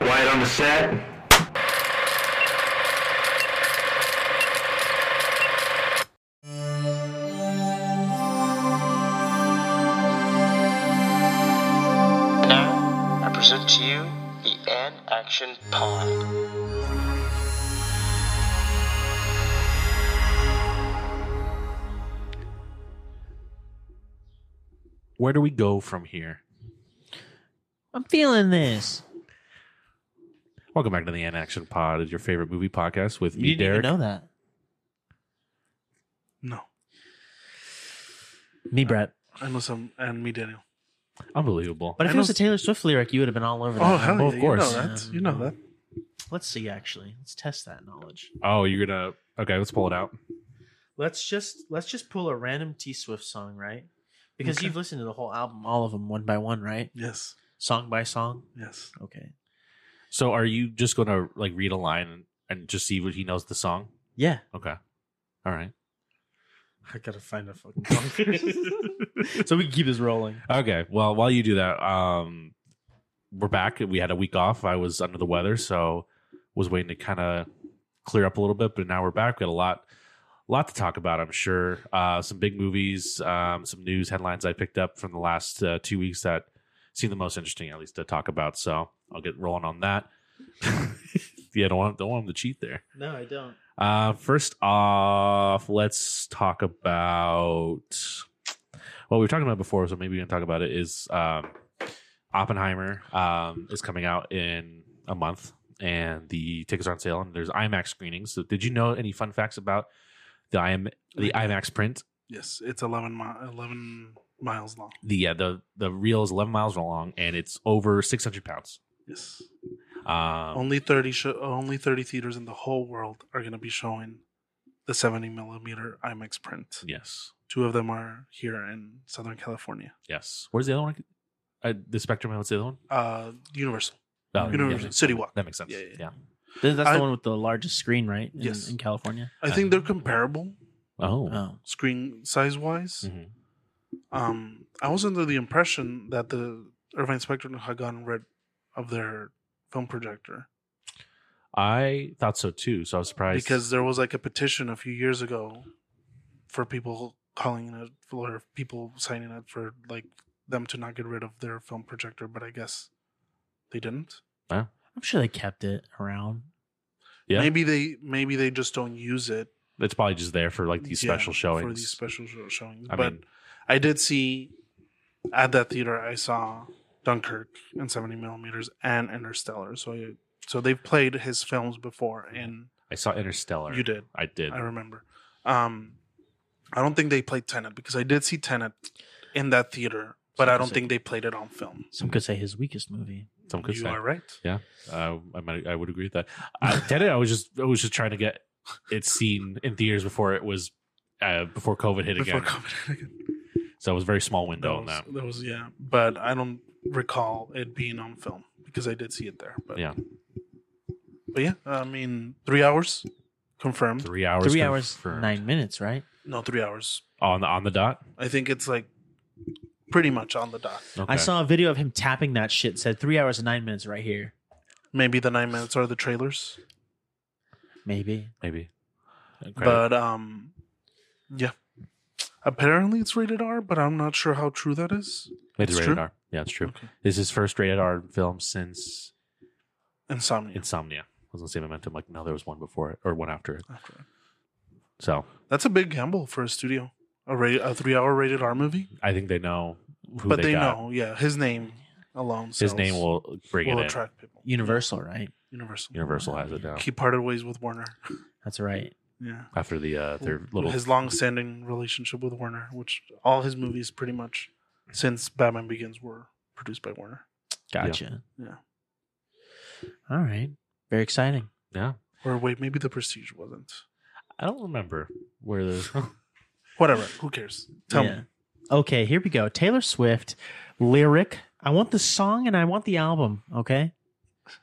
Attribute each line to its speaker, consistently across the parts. Speaker 1: light on the set.
Speaker 2: Now, I present to you the An Action Pod.
Speaker 3: Where do we go from here?
Speaker 4: I'm feeling this.
Speaker 3: Welcome back to the An Action Pod, it's your favorite movie podcast with
Speaker 4: You
Speaker 3: me,
Speaker 4: didn't
Speaker 3: Derek.
Speaker 4: even know that.
Speaker 5: No,
Speaker 4: Me, Brett.
Speaker 5: unless I'm and me, Daniel.
Speaker 3: Unbelievable.
Speaker 4: But if
Speaker 5: I
Speaker 4: it was
Speaker 5: know-
Speaker 4: a Taylor Swift lyric, you would have been all over that.
Speaker 5: Oh hell,
Speaker 3: Well,
Speaker 5: yeah,
Speaker 3: of
Speaker 5: of
Speaker 3: course.
Speaker 5: course. You know that. You know that.
Speaker 4: Let's see, actually. Let's test that knowledge.
Speaker 3: oh, you're gonna okay. Let's pull it out.
Speaker 4: Let's just let's just pull a random T Swift song, right? Because
Speaker 5: Okay.
Speaker 4: you've listened to the whole album, all of them, one by one, right?
Speaker 5: Yes,
Speaker 4: Song by song.
Speaker 5: yes.
Speaker 4: Okay.
Speaker 3: So, are you just gonna like read a line and, and just see what he knows the song?
Speaker 4: Yeah.
Speaker 3: Okay. All right.
Speaker 4: I gotta find a fucking song. so we can keep this rolling.
Speaker 3: Okay. Well, while you do that, um, we're back. We had a week off. I was under the weather, so was waiting to kind of clear up a little bit. But now we're back. We got a lot, lot to talk about. I'm sure. Uh, some big movies, um, some news headlines I picked up from the last uh, two weeks that seem the most interesting, at least to talk about. So I'll get rolling on that. yeah, don't want don't want them to cheat there.
Speaker 4: No, I don't.
Speaker 3: Uh, first off, let's talk about well, we were talking about it before, so maybe we can talk about it. Is um, Oppenheimer um, is coming out in a month, and the tickets are on sale, and there's IMAX screenings. So, did you know any fun facts about the IM the IMAX print?
Speaker 5: Yes, it's 11, mi- 11 miles long.
Speaker 3: The uh, the the reel is 11 miles long, and it's over 600 pounds.
Speaker 5: Yes.
Speaker 3: Um,
Speaker 5: only 30 sho- only 30 theaters in the whole world are going to be showing the 70 millimeter IMAX print.
Speaker 3: yes,
Speaker 5: Two of them are here in Southern California.
Speaker 3: yes. Where's the other one? Uh, the Spectrum. What's the other one?
Speaker 5: Uh Universal.
Speaker 3: Oh,
Speaker 5: Universal City Walk.
Speaker 3: That makes sense.
Speaker 5: Yeah, yeah, yeah.
Speaker 3: yeah.
Speaker 4: That's
Speaker 5: I-
Speaker 4: the one with the largest screen, right? In,
Speaker 5: Yes.
Speaker 4: In California.
Speaker 5: I think they're comparable
Speaker 3: Oh.
Speaker 5: Um,
Speaker 4: Oh.
Speaker 5: screen size wise.
Speaker 3: Mhm.
Speaker 5: Um I was under the impression that the Irvine Spectrum had gotten rid of their film projector
Speaker 3: I thought so too, so I was surprised.
Speaker 5: because there was like a petition a few years ago for people calling it for people signing it for like them to not get rid of their film projector, but I guess they didn't.
Speaker 4: I'm sure they kept it around.
Speaker 3: Yeah.
Speaker 5: Maybe they maybe they just don't use it
Speaker 3: it's probably just there for like these
Speaker 5: yeah,
Speaker 3: special showings.
Speaker 5: for these special show- showings.
Speaker 3: I
Speaker 5: but
Speaker 3: mean-
Speaker 5: I did see at that theater I saw Dunkirk in 70 millimeters and Interstellar. So I, so they've played his films before and
Speaker 3: I saw Interstellar.
Speaker 5: you did.
Speaker 3: I did.
Speaker 5: I remember. Um, I don't think they played Tenet because I did see Tenet in that theater, but I don't think they played it on film.
Speaker 4: Some could say his weakest movie.
Speaker 3: Some could
Speaker 5: you
Speaker 3: say.
Speaker 5: are right.
Speaker 3: Uh, I might. I would agree with that. I did it. I was just. I was just trying to get it seen in theaters before it was. Uh, before COVID hit
Speaker 5: Before
Speaker 3: again,
Speaker 5: COVID again.
Speaker 3: so it was a very small
Speaker 5: That
Speaker 3: window on
Speaker 5: was,
Speaker 3: that.
Speaker 5: that was yeah, but I don't recall it being on film because I did see it there. But
Speaker 3: Yeah.
Speaker 5: but yeah, I mean three hours confirmed.
Speaker 3: Three hours.
Speaker 4: Three hours,
Speaker 3: confirmed.
Speaker 4: nine minutes, right?
Speaker 5: No, three hours.
Speaker 3: on the on the dot.
Speaker 5: I think it's like pretty much on the dot.
Speaker 4: I
Speaker 3: Okay.
Speaker 4: saw a video of him tapping that shit. It Said three hours and nine minutes right here.
Speaker 5: Maybe the nine minutes are the trailers,
Speaker 4: Maybe.
Speaker 3: maybe.
Speaker 5: but um, yeah. Apparently it's rated R, but I'm not sure how true that is.
Speaker 3: it's,
Speaker 5: it's
Speaker 3: rated
Speaker 5: true?
Speaker 3: R. Yeah, it's true.
Speaker 5: Okay.
Speaker 3: This is his first rated R film since
Speaker 5: Insomnia.
Speaker 3: Insomnia. I was gonna say Momentum. Like, no, there was one before it or one after it.
Speaker 5: After it.
Speaker 3: So
Speaker 5: That's a big gamble for a studio. A, ra- a three-hour rated R movie,
Speaker 3: I think they know who
Speaker 5: but
Speaker 3: they,
Speaker 5: they,
Speaker 3: got.
Speaker 5: know, yeah, his name alone.
Speaker 3: His
Speaker 5: sells-
Speaker 3: name will bring
Speaker 5: will
Speaker 3: it in.
Speaker 5: attract people.
Speaker 4: Universal, right?
Speaker 5: Universal.
Speaker 3: Universal has it now
Speaker 5: He parted ways with Warner.
Speaker 4: That's right.
Speaker 5: Yeah.
Speaker 3: after the uh, their little
Speaker 5: His long-standing relationship with Warner, which all his movies pretty much since Batman Begins were produced by Warner.
Speaker 4: Gotcha.
Speaker 5: Yeah.
Speaker 4: All right. Very exciting.
Speaker 3: yeah.
Speaker 5: Or wait, maybe The Prestige wasn't.
Speaker 3: I don't remember where the
Speaker 5: Whatever. Who cares? Tell
Speaker 4: Yeah.
Speaker 5: me.
Speaker 4: Okay, here we go. Taylor Swift lyric. I want the song and I want the album. Okay.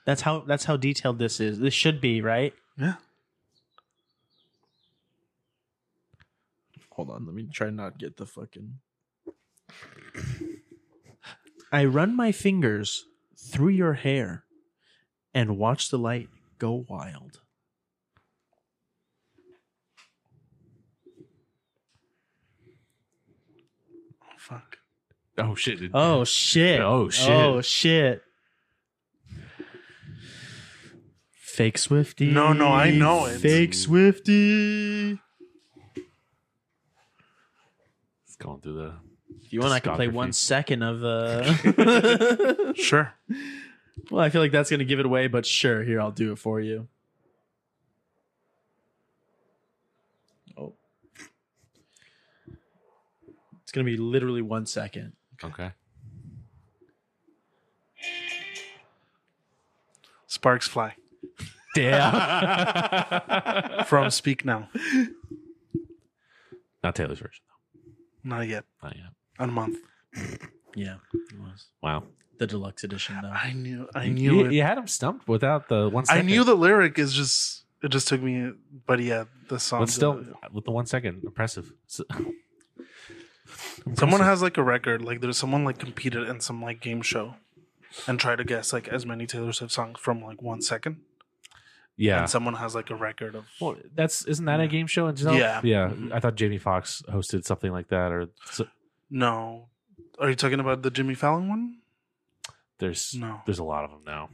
Speaker 4: That's how that's how detailed this is. This should be, right?
Speaker 5: Yeah.
Speaker 4: Hold on, let me try not get the fucking I run my fingers through your hair and watch the light go wild.
Speaker 5: Fuck.
Speaker 3: Oh shit! it-
Speaker 4: Oh shit.
Speaker 3: Oh, shit.
Speaker 4: Oh shit. Fake Swifty.
Speaker 5: No, no, I know it.
Speaker 4: Fake Swifty.
Speaker 3: it's going through the.
Speaker 4: If you want, I can play
Speaker 3: Discography.
Speaker 4: one second of. Uh...
Speaker 5: Sure.
Speaker 4: well, I feel like that's gonna give it away, but sure, here I'll do it for you. Oh, it's gonna be literally one second.
Speaker 3: Okay.
Speaker 5: Sparks fly
Speaker 3: Damn.
Speaker 5: from Speak Now.
Speaker 3: Not Taylor's version.
Speaker 5: Not yet.
Speaker 3: Not yet.
Speaker 5: A month.
Speaker 4: Yeah, it was
Speaker 3: Wow.
Speaker 4: the deluxe edition though.
Speaker 5: I knew. I knew
Speaker 3: you,
Speaker 5: it.
Speaker 3: you had him stumped without the one.
Speaker 5: I
Speaker 3: Second.
Speaker 5: knew the lyric is just. It just took me. But yeah, the song.
Speaker 3: But still, with the one second, impressive. S-
Speaker 5: Someone
Speaker 3: Impressive.
Speaker 5: has like a record, like there's someone like competed in some like game show and tried to guess like as many Taylor Swift songs from like one second.
Speaker 3: Yeah.
Speaker 5: And someone has like a record of
Speaker 3: Well, that's isn't that a game show in itself?
Speaker 5: Yeah.
Speaker 3: Yeah.
Speaker 5: Mhm.
Speaker 3: I thought Jamie Foxx hosted something like that, or so,
Speaker 5: no. Are you talking about the Jimmy Fallon one?
Speaker 3: there's
Speaker 5: No.
Speaker 3: there's a lot of them now.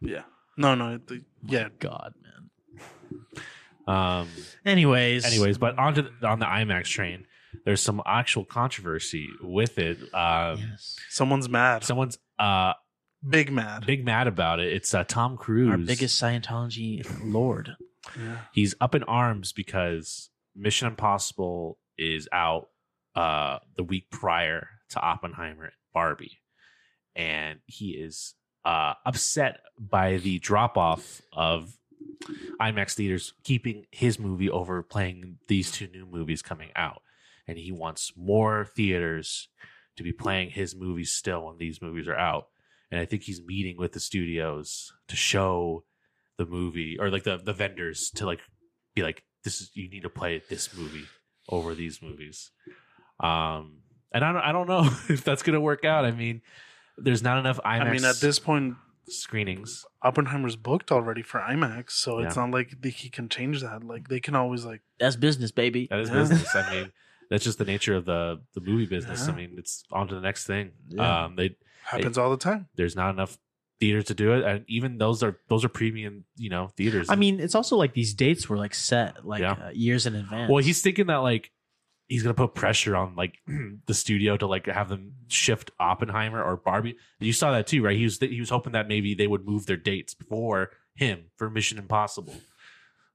Speaker 5: Yeah. No, no. The, yeah.
Speaker 4: God, man.
Speaker 3: Um.
Speaker 4: Anyways,
Speaker 3: Anyways, but onto the, on the IMAX train. There's some actual controversy with it.
Speaker 5: uh,
Speaker 3: Um,
Speaker 4: Yes.
Speaker 5: Someone's mad.
Speaker 3: Someone's uh
Speaker 5: Big mad.
Speaker 3: big mad about it. It's uh, Tom Cruise.
Speaker 4: our biggest Scientology lord.
Speaker 5: yeah.
Speaker 3: he's up in arms because Mission Impossible is out uh, the week prior to Oppenheimer and Barbie, and he is uh, upset by the drop off of IMAX theaters keeping his movie over playing these two new movies coming out, and he wants more theaters to be playing his movies still when these movies are out. And I think he's meeting with the studios to show the movie or like the the vendors to like be like this is you need to play this movie over these movies um and i don't i don't know if that's gonna work out i mean there's not enough IMAX
Speaker 5: I mean, at this point,
Speaker 3: screenings
Speaker 5: Oppenheimer's booked already for IMAX, so it's
Speaker 3: Yeah.
Speaker 5: not like the, he can change that. Like they can always like
Speaker 4: That's business, baby.
Speaker 3: that is
Speaker 5: Yeah.
Speaker 3: business i mean that's just the nature of the the movie business i
Speaker 5: Yeah.
Speaker 3: mean it's on to the next thing
Speaker 4: Yeah.
Speaker 3: um they
Speaker 5: happens all the time.
Speaker 3: there's not enough theaters to do it and even those are those are premium you know theaters
Speaker 4: I mean, it's also like these dates were like set like
Speaker 3: Yeah.
Speaker 4: uh, years in advance.
Speaker 3: Well, he's thinking that like he's gonna put pressure on like the studio to like have them shift Oppenheimer or Barbie. You saw that too, right? He was he was hoping that maybe they would move their dates for him for Mission Impossible,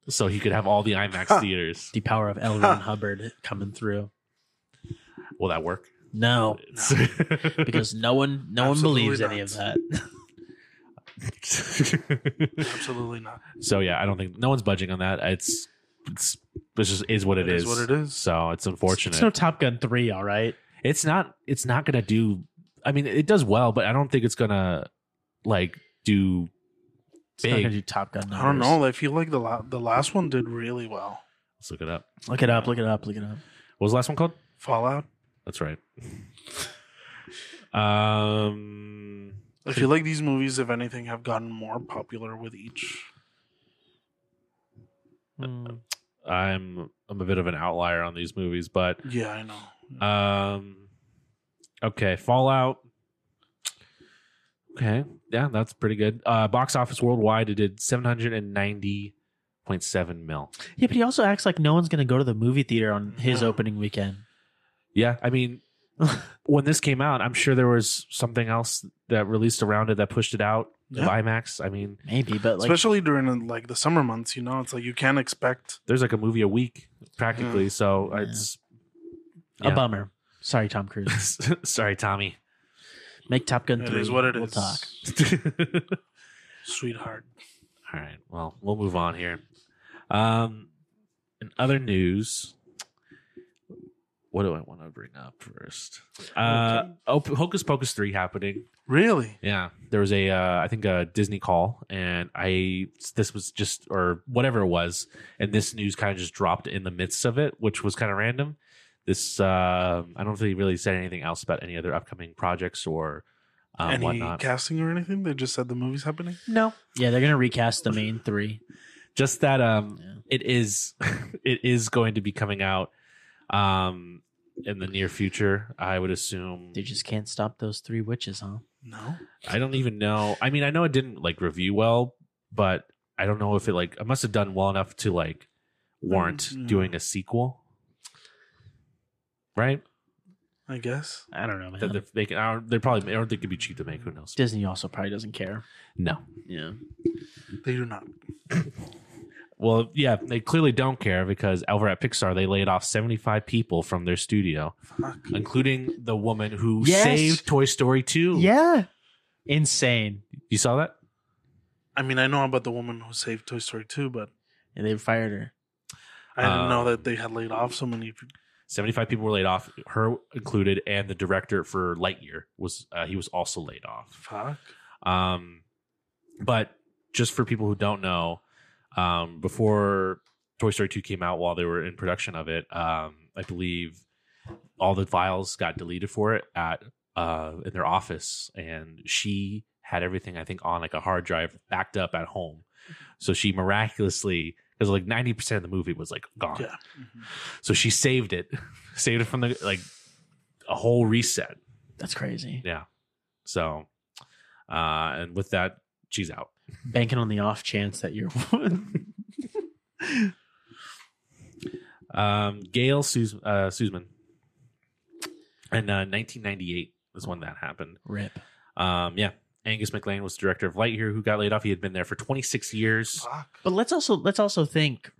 Speaker 3: so he could have all the IMAX
Speaker 5: Huh.
Speaker 3: theaters.
Speaker 4: the power of L. Ron Hubbard coming through.
Speaker 3: Will that work?
Speaker 4: No, because no one, no one
Speaker 5: Absolutely
Speaker 4: believes any of that.
Speaker 5: Absolutely not.
Speaker 3: so yeah, I don't think no one's budging on that. It's it's this just is what
Speaker 5: It is what it is.
Speaker 3: So it's unfortunate.
Speaker 4: It's no Top Gun three, all right.
Speaker 3: it's not it's not gonna do i mean it does well but i don't think it's gonna like do
Speaker 4: It's not gonna
Speaker 3: Big.
Speaker 4: do Top Gun. Numbers.
Speaker 5: I don't know. I feel like the la- the last one did really well.
Speaker 3: let's look it up
Speaker 4: Look it up. Look it up. Look it up.
Speaker 3: what was the last one called
Speaker 5: Fallout.
Speaker 3: that's right um
Speaker 5: I feel like these movies, if anything, have gotten more popular with each.
Speaker 3: i'm i'm a bit of an outlier on these movies but
Speaker 5: Yeah, I know.
Speaker 3: um okay fallout okay yeah that's pretty good uh box office worldwide it did 790.7 mil
Speaker 4: Yeah, but he also acts like no one's gonna go to the movie theater on his
Speaker 5: No.
Speaker 4: opening weekend.
Speaker 3: Yeah, I mean, when this came out, I'm sure there was something else that released around it that pushed it out. of
Speaker 5: Yeah.
Speaker 3: IMAX. I mean,
Speaker 4: Maybe, but like
Speaker 5: Especially during like the summer months, you know, it's like you can't expect.
Speaker 3: there's like a movie a week practically. So it's
Speaker 4: a
Speaker 3: Yeah.
Speaker 4: bummer. Sorry, Tom Cruise.
Speaker 3: sorry, Tommy.
Speaker 4: Make Top Gun
Speaker 5: It
Speaker 4: three.
Speaker 5: is what it is,
Speaker 4: we'll talk.
Speaker 3: All
Speaker 5: sweetheart.
Speaker 3: right. Well, we'll move on here. Um, in other news, what do I want to bring up first? Uh, Op- Hocus Pocus three happening.
Speaker 5: Really?
Speaker 3: Yeah, there was a uh, I think a Disney call, and I this was just or whatever it was, and this news kind of just dropped in the midst of it, which was kind of random. This uh, I don't think they really said anything else about any other upcoming projects or um,
Speaker 5: Any
Speaker 3: whatnot.
Speaker 5: casting or anything? They just said the movie's happening.
Speaker 4: No. Yeah, they're gonna recast the main three.
Speaker 3: Just that um,
Speaker 4: Yeah.
Speaker 3: it is it is going to be coming out um, in the near future. I would assume.
Speaker 4: They just can't stop those three witches, huh?
Speaker 5: No,
Speaker 3: I don't even know. I mean, I know it didn't like review well, but I don't know if it like it must have done well enough to like warrant
Speaker 5: Mm,
Speaker 3: doing a sequel, right?
Speaker 5: I guess.
Speaker 4: I don't know, man.
Speaker 3: That they, they can. I don't- They probably. I don't think it'd be cheap to make. Who knows?
Speaker 4: Disney also probably doesn't care.
Speaker 3: No.
Speaker 4: Yeah.
Speaker 5: They do not.
Speaker 3: Well, yeah, they clearly don't care because over at Pixar, they laid off 75 people from their studio,
Speaker 5: Fuck.
Speaker 3: including the woman who
Speaker 4: Yes.
Speaker 3: saved Toy Story 2.
Speaker 4: Yeah. Insane.
Speaker 3: You saw that?
Speaker 5: I mean, I know about the woman who saved Toy Story 2, but
Speaker 4: And they fired her.
Speaker 5: I didn't know
Speaker 4: Uh,
Speaker 3: Um,
Speaker 5: that they had laid off so many. peop-
Speaker 3: 75 people were laid off, her included, and the director for Lightyear was uh, he was also laid off.
Speaker 5: Fuck.
Speaker 3: Um, but just for people who don't know, um, before Toy Story 2 came out, while they were in production of it, um, I believe all the files got deleted for it at uh, in their office, and she had everything I think on like a hard drive backed up at home. So she miraculously, because like ninety percent of the movie was like gone.
Speaker 5: Yeah. Mhm.
Speaker 3: So she saved it, saved it from the like a whole reset.
Speaker 4: That's crazy.
Speaker 3: Yeah. So, uh, and with that, she's out.
Speaker 4: Banking on the off chance that you're
Speaker 3: Um, Gail Sus- uh, Susman. In uh, 1998 is when that happened.
Speaker 4: Rip.
Speaker 3: Um, yeah. Angus McLean was director of Lightyear, who got laid off. He had been there for 26 years.
Speaker 5: Fuck.
Speaker 4: But let's also let's also think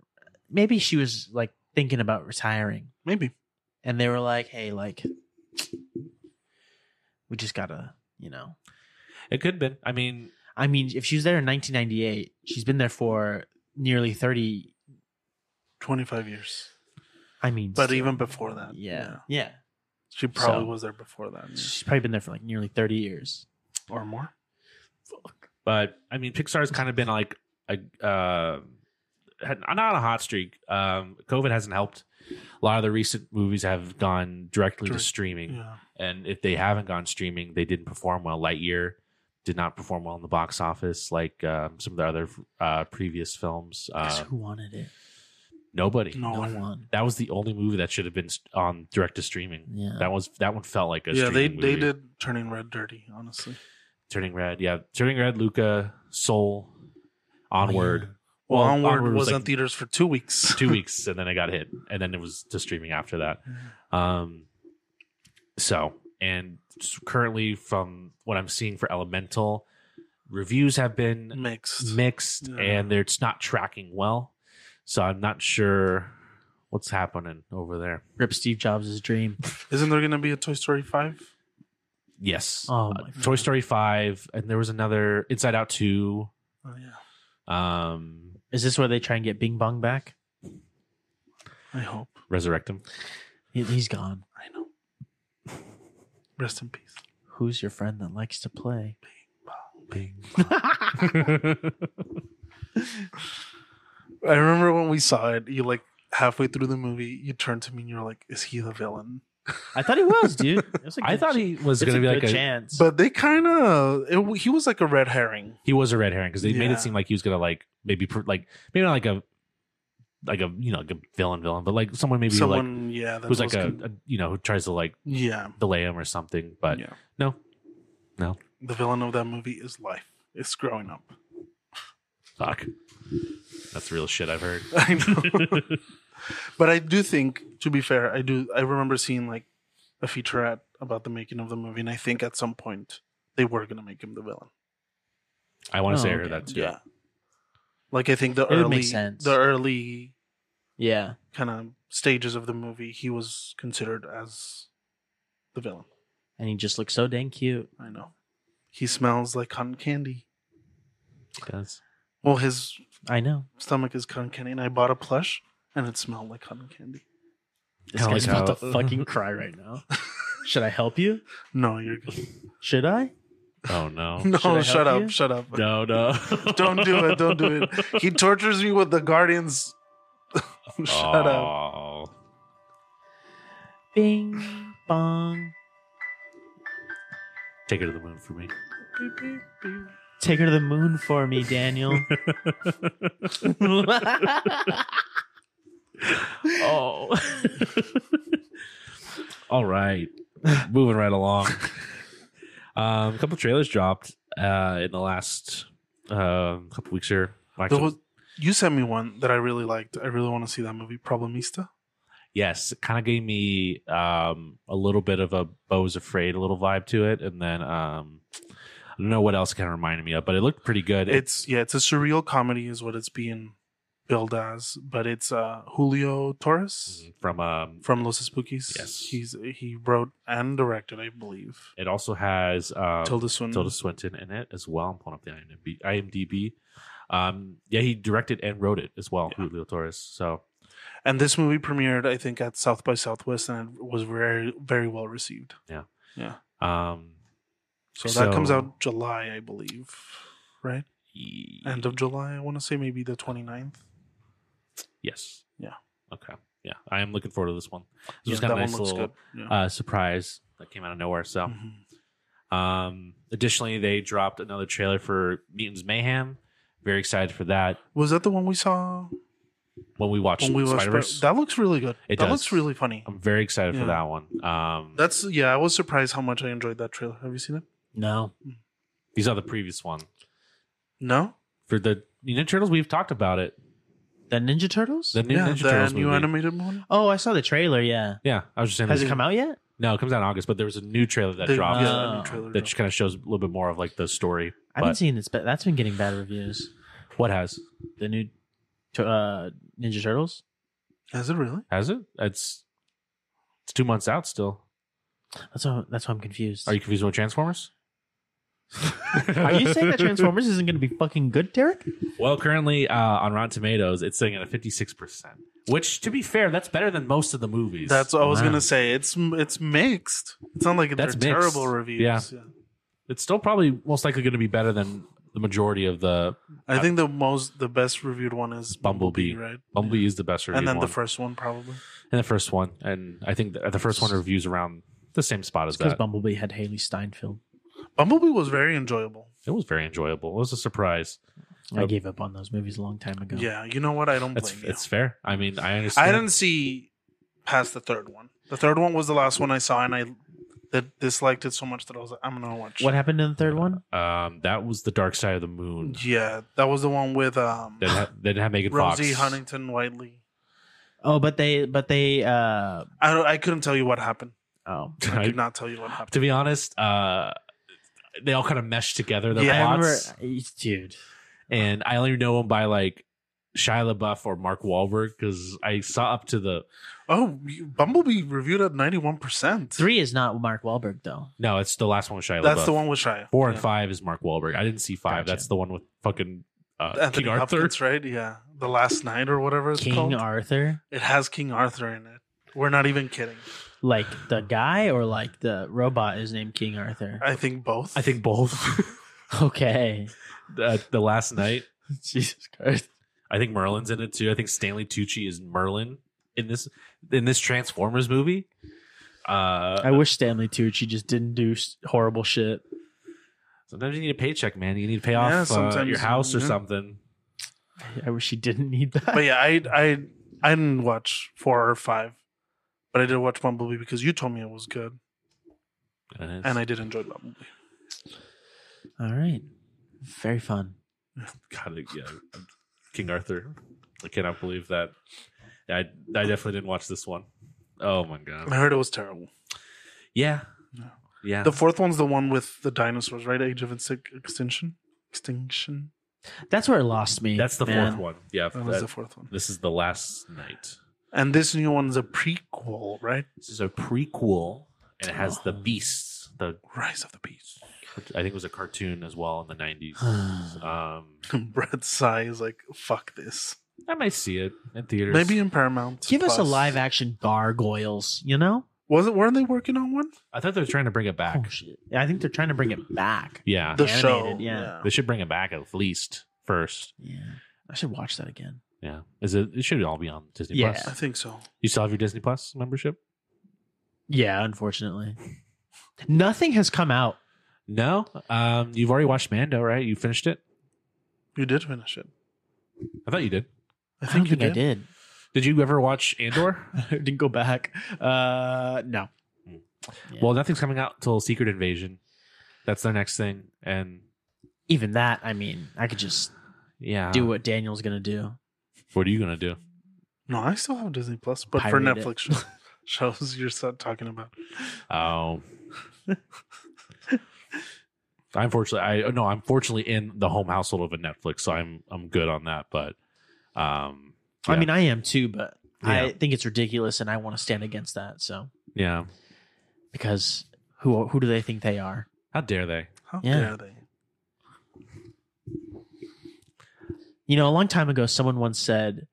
Speaker 4: maybe she was like thinking about retiring
Speaker 5: Maybe.
Speaker 4: and they were like, "Hey, like we just got to, you know.
Speaker 3: It could have been. I mean,
Speaker 4: I mean, if she was there in 1998, she's been there for nearly 30
Speaker 5: 25 years.
Speaker 4: I mean,
Speaker 5: But
Speaker 4: still.
Speaker 5: even before that.
Speaker 4: Yeah. Yeah.
Speaker 5: She probably
Speaker 4: So-
Speaker 5: was there before that. yeah.
Speaker 4: She's probably been there for like nearly 30 years.
Speaker 5: Or more.
Speaker 3: but I mean, Pixar's kind of been like a uh, had, not on a hot streak. Um, COVID hasn't helped. A lot of the recent movies have gone directly to
Speaker 5: Direct-
Speaker 3: streaming.
Speaker 5: Yeah.
Speaker 3: and if they haven't gone streaming, they didn't perform well. Lightyear did not perform well in the box office, like um, some of the other uh, previous films.
Speaker 4: Guess
Speaker 3: Uh,
Speaker 4: who wanted it?
Speaker 3: nobody.
Speaker 5: No,
Speaker 4: No
Speaker 5: one.
Speaker 4: one.
Speaker 3: That was the only movie that should have been st- on direct to streaming.
Speaker 4: Yeah.
Speaker 3: That was that one felt like a
Speaker 5: Yeah, they,
Speaker 3: streaming
Speaker 5: they
Speaker 3: movie.
Speaker 5: did Turning Red Dirty, honestly.
Speaker 3: Turning Red. Yeah, Turning Red. Luca, Soul, Onward.
Speaker 5: Oh, Well,
Speaker 3: Well,
Speaker 5: Onward,
Speaker 3: Onward was
Speaker 5: was in
Speaker 3: like-
Speaker 5: theaters for two weeks.
Speaker 3: Two weeks, and then it got hit, and then it was to streaming after that.
Speaker 5: Mm-hmm.
Speaker 3: Um, so, and s- currently, from what I'm seeing for Elemental, reviews have been
Speaker 5: Mixed.
Speaker 3: mixed
Speaker 5: Yeah.
Speaker 3: and they're, it's not tracking well. So I'm not sure what's happening over there.
Speaker 4: Rip Steve Jobs' dream.
Speaker 5: Isn't there going to be a Toy Story 5?
Speaker 3: Yes. Uh,
Speaker 4: Oh my
Speaker 3: Toy Story 5 and there was another Inside Out 2.
Speaker 5: Oh, yeah.
Speaker 3: Um
Speaker 4: Is this where they try and get Bing Bong back?
Speaker 5: I hope.
Speaker 3: Resurrect 'Em.
Speaker 4: He, he's gone.
Speaker 5: I know. Rest in peace.
Speaker 4: Who's your friend that likes to play?
Speaker 5: I remember when we saw it, you like halfway through the movie, you turned to me and you were like, Is he the villain?
Speaker 4: I thought he was, dude. It was a
Speaker 3: I
Speaker 4: good
Speaker 3: thought
Speaker 4: ch-
Speaker 3: he was
Speaker 4: it's
Speaker 3: going to be
Speaker 4: a good
Speaker 3: like a
Speaker 4: chance.
Speaker 5: But they kind of, he was like a red herring.
Speaker 3: he was a red herring because they made
Speaker 5: Yeah.
Speaker 3: it seem like he was going to like maybe pr- like maybe not like a like a you know like a villain villain but like someone maybe like
Speaker 5: Someone, yeah. That
Speaker 3: who's like
Speaker 5: was
Speaker 3: a,
Speaker 5: con-
Speaker 3: a you know who tries to like
Speaker 5: yeah.
Speaker 3: delay him or something but
Speaker 5: yeah.
Speaker 3: no. No.
Speaker 5: The villain of that movie is life. It's growing up.
Speaker 3: fuck that's real shit I've heard
Speaker 5: I know. but I do think, to be fair, I do. I remember seeing like a featurette about the making of the movie, and I think at some point they were gonna make him the villain.
Speaker 3: I want to
Speaker 4: Oh,
Speaker 3: say I
Speaker 4: okay.
Speaker 3: heard that too
Speaker 5: Like I think the
Speaker 4: It would
Speaker 5: early,
Speaker 4: make sense.
Speaker 5: the early
Speaker 4: yeah.
Speaker 5: kind of stages of the movie, he was considered as the villain.
Speaker 4: And he just looks so dang cute.
Speaker 5: I know. He smells like cotton candy.
Speaker 3: It does.
Speaker 5: Well, his
Speaker 4: I know.
Speaker 5: stomach is cotton candy, and I bought a plush, and it smelled like cotton candy.
Speaker 4: This
Speaker 3: Kinda
Speaker 4: guy's
Speaker 3: like
Speaker 4: about
Speaker 3: how-
Speaker 4: to fucking cry right now. Should I help you?
Speaker 5: No, you're good.
Speaker 4: Should I?
Speaker 3: Oh no.
Speaker 5: No,
Speaker 4: Should I
Speaker 5: shut
Speaker 4: help
Speaker 5: up,
Speaker 4: you?
Speaker 5: shut up.
Speaker 3: no, no.
Speaker 5: Don't do it. Don't do it. He tortures me with the Guardians. Shut up.
Speaker 3: up.
Speaker 4: Bing bong.
Speaker 3: Take her to the moon for me.
Speaker 5: Beep, beep, beep.
Speaker 4: Take her to the moon for me, Daniel. oh.
Speaker 3: All right, moving right along. Um, a couple trailers dropped uh, in the last uh, couple weeks here.
Speaker 5: There
Speaker 3: Actually,
Speaker 5: was, you sent me one that I really liked. I really want to see that movie, Problemista.
Speaker 3: yes, it kind of gave me um, a little bit of a Bo's Afraid, a little vibe to it, and then um, I don't know what else kind of reminded me of, but it looked pretty good.
Speaker 5: It's yeah, it's a surreal comedy, is what it's being billed as. But it's uh, Julio Torres
Speaker 3: from um,
Speaker 5: from Los Spookies.
Speaker 3: Yes.
Speaker 5: he's he wrote and directed, I believe.
Speaker 3: it also has um,
Speaker 5: Tilda Swinton.
Speaker 3: Tilda Swinton in it as well. I'm pulling up the IMDb. IMDb. Um, yeah, he directed and wrote it as well, Julio Torres. So
Speaker 5: And this movie premiered, I think, at South by Southwest, and it was very very well received.
Speaker 3: um,
Speaker 5: So, that comes
Speaker 3: So-
Speaker 5: out July, I believe, right?
Speaker 3: he-
Speaker 5: End of July, I want to say maybe the 29th.
Speaker 3: yes,
Speaker 5: Yeah.
Speaker 3: okay, yeah. I am looking forward to this one. This
Speaker 5: Yeah,
Speaker 3: was kind of a nice little Oh.
Speaker 5: good. Yeah.
Speaker 3: uh, surprise that came out of nowhere. So,
Speaker 5: Mhm.
Speaker 3: um, additionally, they dropped another trailer for Mutants Mayhem. Very excited for that.
Speaker 5: Was that the one we saw
Speaker 3: When we watched
Speaker 5: when we watched?
Speaker 3: Spider Verse,
Speaker 5: that looks really good.
Speaker 3: It
Speaker 5: that
Speaker 3: does.
Speaker 5: looks really funny.
Speaker 3: I'm very excited
Speaker 5: Yeah.
Speaker 3: for that one. Um,
Speaker 5: That's yeah. I was surprised how much I enjoyed that trailer. Have you seen it?
Speaker 4: No.
Speaker 3: you saw the previous one
Speaker 5: No.
Speaker 3: for the Ninja Turtles. We've talked about it.
Speaker 4: The Ninja Turtles?
Speaker 3: The new
Speaker 5: yeah,
Speaker 3: Ninja
Speaker 5: the
Speaker 3: Turtles
Speaker 5: new
Speaker 3: movie.
Speaker 5: animated one.
Speaker 4: oh, I saw the trailer, yeah.
Speaker 3: Yeah, I was just saying.
Speaker 4: Has
Speaker 3: there's-
Speaker 4: it come out yet?
Speaker 3: No, it comes out in August, but there was a new trailer that
Speaker 5: The- uh,
Speaker 3: dropped
Speaker 5: yeah, the new
Speaker 4: Oh.
Speaker 5: trailer
Speaker 3: that
Speaker 5: dropped.
Speaker 3: just kind of shows a little bit more of like the story.
Speaker 4: I
Speaker 3: But-
Speaker 4: haven't seen this, but that's been getting bad reviews.
Speaker 3: What has
Speaker 4: The new tu- uh, Ninja Turtles?
Speaker 5: Is it really?
Speaker 3: has it? It's it's two months out still.
Speaker 4: That's why, that's why I'm confused.
Speaker 3: Are you confused with Transformers?
Speaker 4: Are you saying that Transformers isn't going to be fucking good, Derek?
Speaker 3: Well, currently uh, on Rotten Tomatoes, it's sitting at a fifty-six percent. Which, to be fair, that's better than most of the movies.
Speaker 5: That's what I was
Speaker 4: Wow.
Speaker 5: gonna say. It's it's mixed. It's not like
Speaker 3: That's
Speaker 5: they're
Speaker 3: mixed.
Speaker 5: terrible reviews.
Speaker 3: Yeah. it's still probably most likely going to be better than the majority of the
Speaker 5: I think the most the best reviewed one is
Speaker 3: Bumblebee.
Speaker 5: Bumblebee, right?
Speaker 3: Bumblebee is the best review,
Speaker 5: and then
Speaker 3: one.
Speaker 5: the first one probably.
Speaker 3: and the first one, and I think the, the first one reviews around the same spot as
Speaker 4: Because
Speaker 3: that.
Speaker 4: Bumblebee had Haley Steinfeld.
Speaker 5: Bumblebee was very enjoyable.
Speaker 3: it was very enjoyable. It was a surprise.
Speaker 4: I
Speaker 3: Oh.
Speaker 4: gave up on those movies a long time ago.
Speaker 5: Yeah, you know what? I don't
Speaker 3: That's
Speaker 5: blame you.
Speaker 3: it's fair. I mean, I understand.
Speaker 5: I didn't see past the third one. The third one was the last one I saw, and I that disliked it so much that I was like, I'm gonna watch.
Speaker 4: What happened in the third one?
Speaker 3: Um, that was the Dark Side of the Moon.
Speaker 5: Yeah, that was the one with um
Speaker 3: That ha- that had Megan Fox.
Speaker 5: Rosie Huntington Whiteley.
Speaker 4: Oh, but they, but they, uh,
Speaker 5: I don't, I couldn't tell you what happened.
Speaker 4: oh.
Speaker 5: I
Speaker 3: I-
Speaker 5: could not tell you what happened.
Speaker 3: to be honest, uh, they all kind of meshed together their
Speaker 5: Yeah,
Speaker 4: I remember,
Speaker 3: plots,
Speaker 4: dude.
Speaker 3: and I only know them by like Shia LaBeouf or Mark Wahlberg because I saw up to the
Speaker 5: Oh, you- Bumblebee reviewed at ninety one percent.
Speaker 4: Three is not Mark Wahlberg though.
Speaker 3: no, it's the last one with Shia
Speaker 5: That's
Speaker 3: LaBeouf.
Speaker 5: the one with Shia.
Speaker 3: Four and
Speaker 5: Yeah.
Speaker 3: five is Mark Wahlberg. I didn't see five.
Speaker 4: Gotcha.
Speaker 3: That's the one with fucking uh,
Speaker 5: Anthony
Speaker 3: King Arthur.
Speaker 5: Hopkins, right? Yeah, the Last Night or whatever it's
Speaker 4: King
Speaker 5: called.
Speaker 4: Arthur,
Speaker 5: it has King Arthur in it. We're not even kidding.
Speaker 4: like the guy or like the robot is named King Arthur.
Speaker 5: I think both.
Speaker 3: I think both.
Speaker 4: Okay.
Speaker 3: uh, the last night.
Speaker 4: Jesus Christ.
Speaker 3: I think Merlin's in it too. I think Stanley Tucci is Merlin in this in this Transformers movie. Uh,
Speaker 4: I wish Stanley Tucci just didn't do s- horrible shit.
Speaker 3: sometimes you need a paycheck, man. You need to pay
Speaker 5: Yeah,
Speaker 3: off uh,
Speaker 5: sometimes,
Speaker 3: your house or
Speaker 5: yeah.
Speaker 3: something.
Speaker 4: I wish he didn't need that.
Speaker 5: but yeah, I I I didn't watch four or five, but I did watch Bumblebee because you told me it was good,
Speaker 3: And it's-
Speaker 5: and I did enjoy Bumblebee.
Speaker 4: All right. Very fun.
Speaker 3: God, yeah, King Arthur. I cannot believe that. I I definitely didn't watch this one. Oh my
Speaker 5: I
Speaker 3: god.
Speaker 5: heard it was terrible.
Speaker 3: Yeah.
Speaker 5: No.
Speaker 3: Yeah.
Speaker 5: The fourth one's the one with the dinosaurs, right? Age of Extin- Extinction. Extinction.
Speaker 4: That's where it lost me.
Speaker 3: That's the fourth
Speaker 4: man.
Speaker 3: one. Yeah.
Speaker 5: That was
Speaker 3: that-
Speaker 5: the fourth one.
Speaker 3: this is the last night.
Speaker 5: And this new one's a prequel, right?
Speaker 3: This is a prequel, and it has the
Speaker 4: Oh.
Speaker 3: beasts. The
Speaker 5: Rise of the Beast.
Speaker 3: I think it was a cartoon as well in the nineties. um,
Speaker 5: Brad Sai is like, fuck this.
Speaker 3: I might see it in theaters.
Speaker 5: Maybe in Paramount.
Speaker 4: Give us a
Speaker 5: Plus.
Speaker 4: live action gargoyles, you know?
Speaker 5: Was it? Weren't they working on one?
Speaker 3: I thought they were trying to bring it back.
Speaker 4: Oh, shit. I think they're trying to bring it back.
Speaker 3: yeah,
Speaker 5: The
Speaker 4: Animated,
Speaker 5: show.
Speaker 4: yeah.
Speaker 3: they should bring it back at least first.
Speaker 4: Yeah. I should watch that again.
Speaker 3: Yeah, is it? It should all be on Disney
Speaker 4: Yeah.
Speaker 5: I
Speaker 3: Plus.
Speaker 5: think so.
Speaker 3: You still have your Disney Plus membership?
Speaker 4: Yeah, unfortunately. Nothing has come out.
Speaker 3: No, um, you've already watched Mando, right? You finished it.
Speaker 5: You did finish it.
Speaker 3: I thought you did.
Speaker 5: I
Speaker 4: I,
Speaker 5: think
Speaker 4: don't
Speaker 5: you
Speaker 4: think
Speaker 5: did.
Speaker 4: I did.
Speaker 3: Did you ever watch Andor?
Speaker 4: Didn't go back. Uh, no. Yeah.
Speaker 3: Well, nothing's coming out till Secret Invasion. That's their next thing, and
Speaker 4: Even that, I mean, I could just
Speaker 3: yeah,
Speaker 4: do what Daniel's gonna do.
Speaker 3: What are you gonna do?
Speaker 5: No, I still have Disney Plus, but for
Speaker 4: Pirate it.
Speaker 5: Netflix shows, shows you're so- talking about.
Speaker 3: Oh. I'm fortunately I no, I'm fortunately in the home household of a Netflix, so I'm I'm good on that. But um
Speaker 4: I
Speaker 3: Yeah.
Speaker 4: mean, I am too, but I
Speaker 3: Yeah.
Speaker 4: think it's ridiculous, and I want to stand against that. So
Speaker 3: yeah.
Speaker 4: because who who do they think they are?
Speaker 3: How dare they?
Speaker 5: How
Speaker 4: Yeah.
Speaker 5: dare they?
Speaker 4: You know, a long time ago, someone once said,